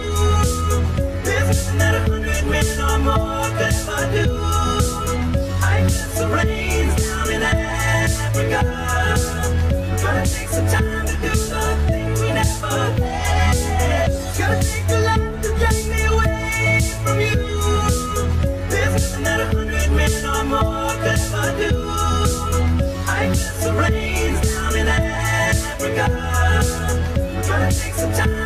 [SPEAKER 3] There's not a hundred men or more that I do. I miss the rains down in Africa. Gotta take some time to do the things we never did. Gotta take the love to get me away from you. There's not a hundred men or more that I do. I miss the rains down in Africa. Gotta take some time.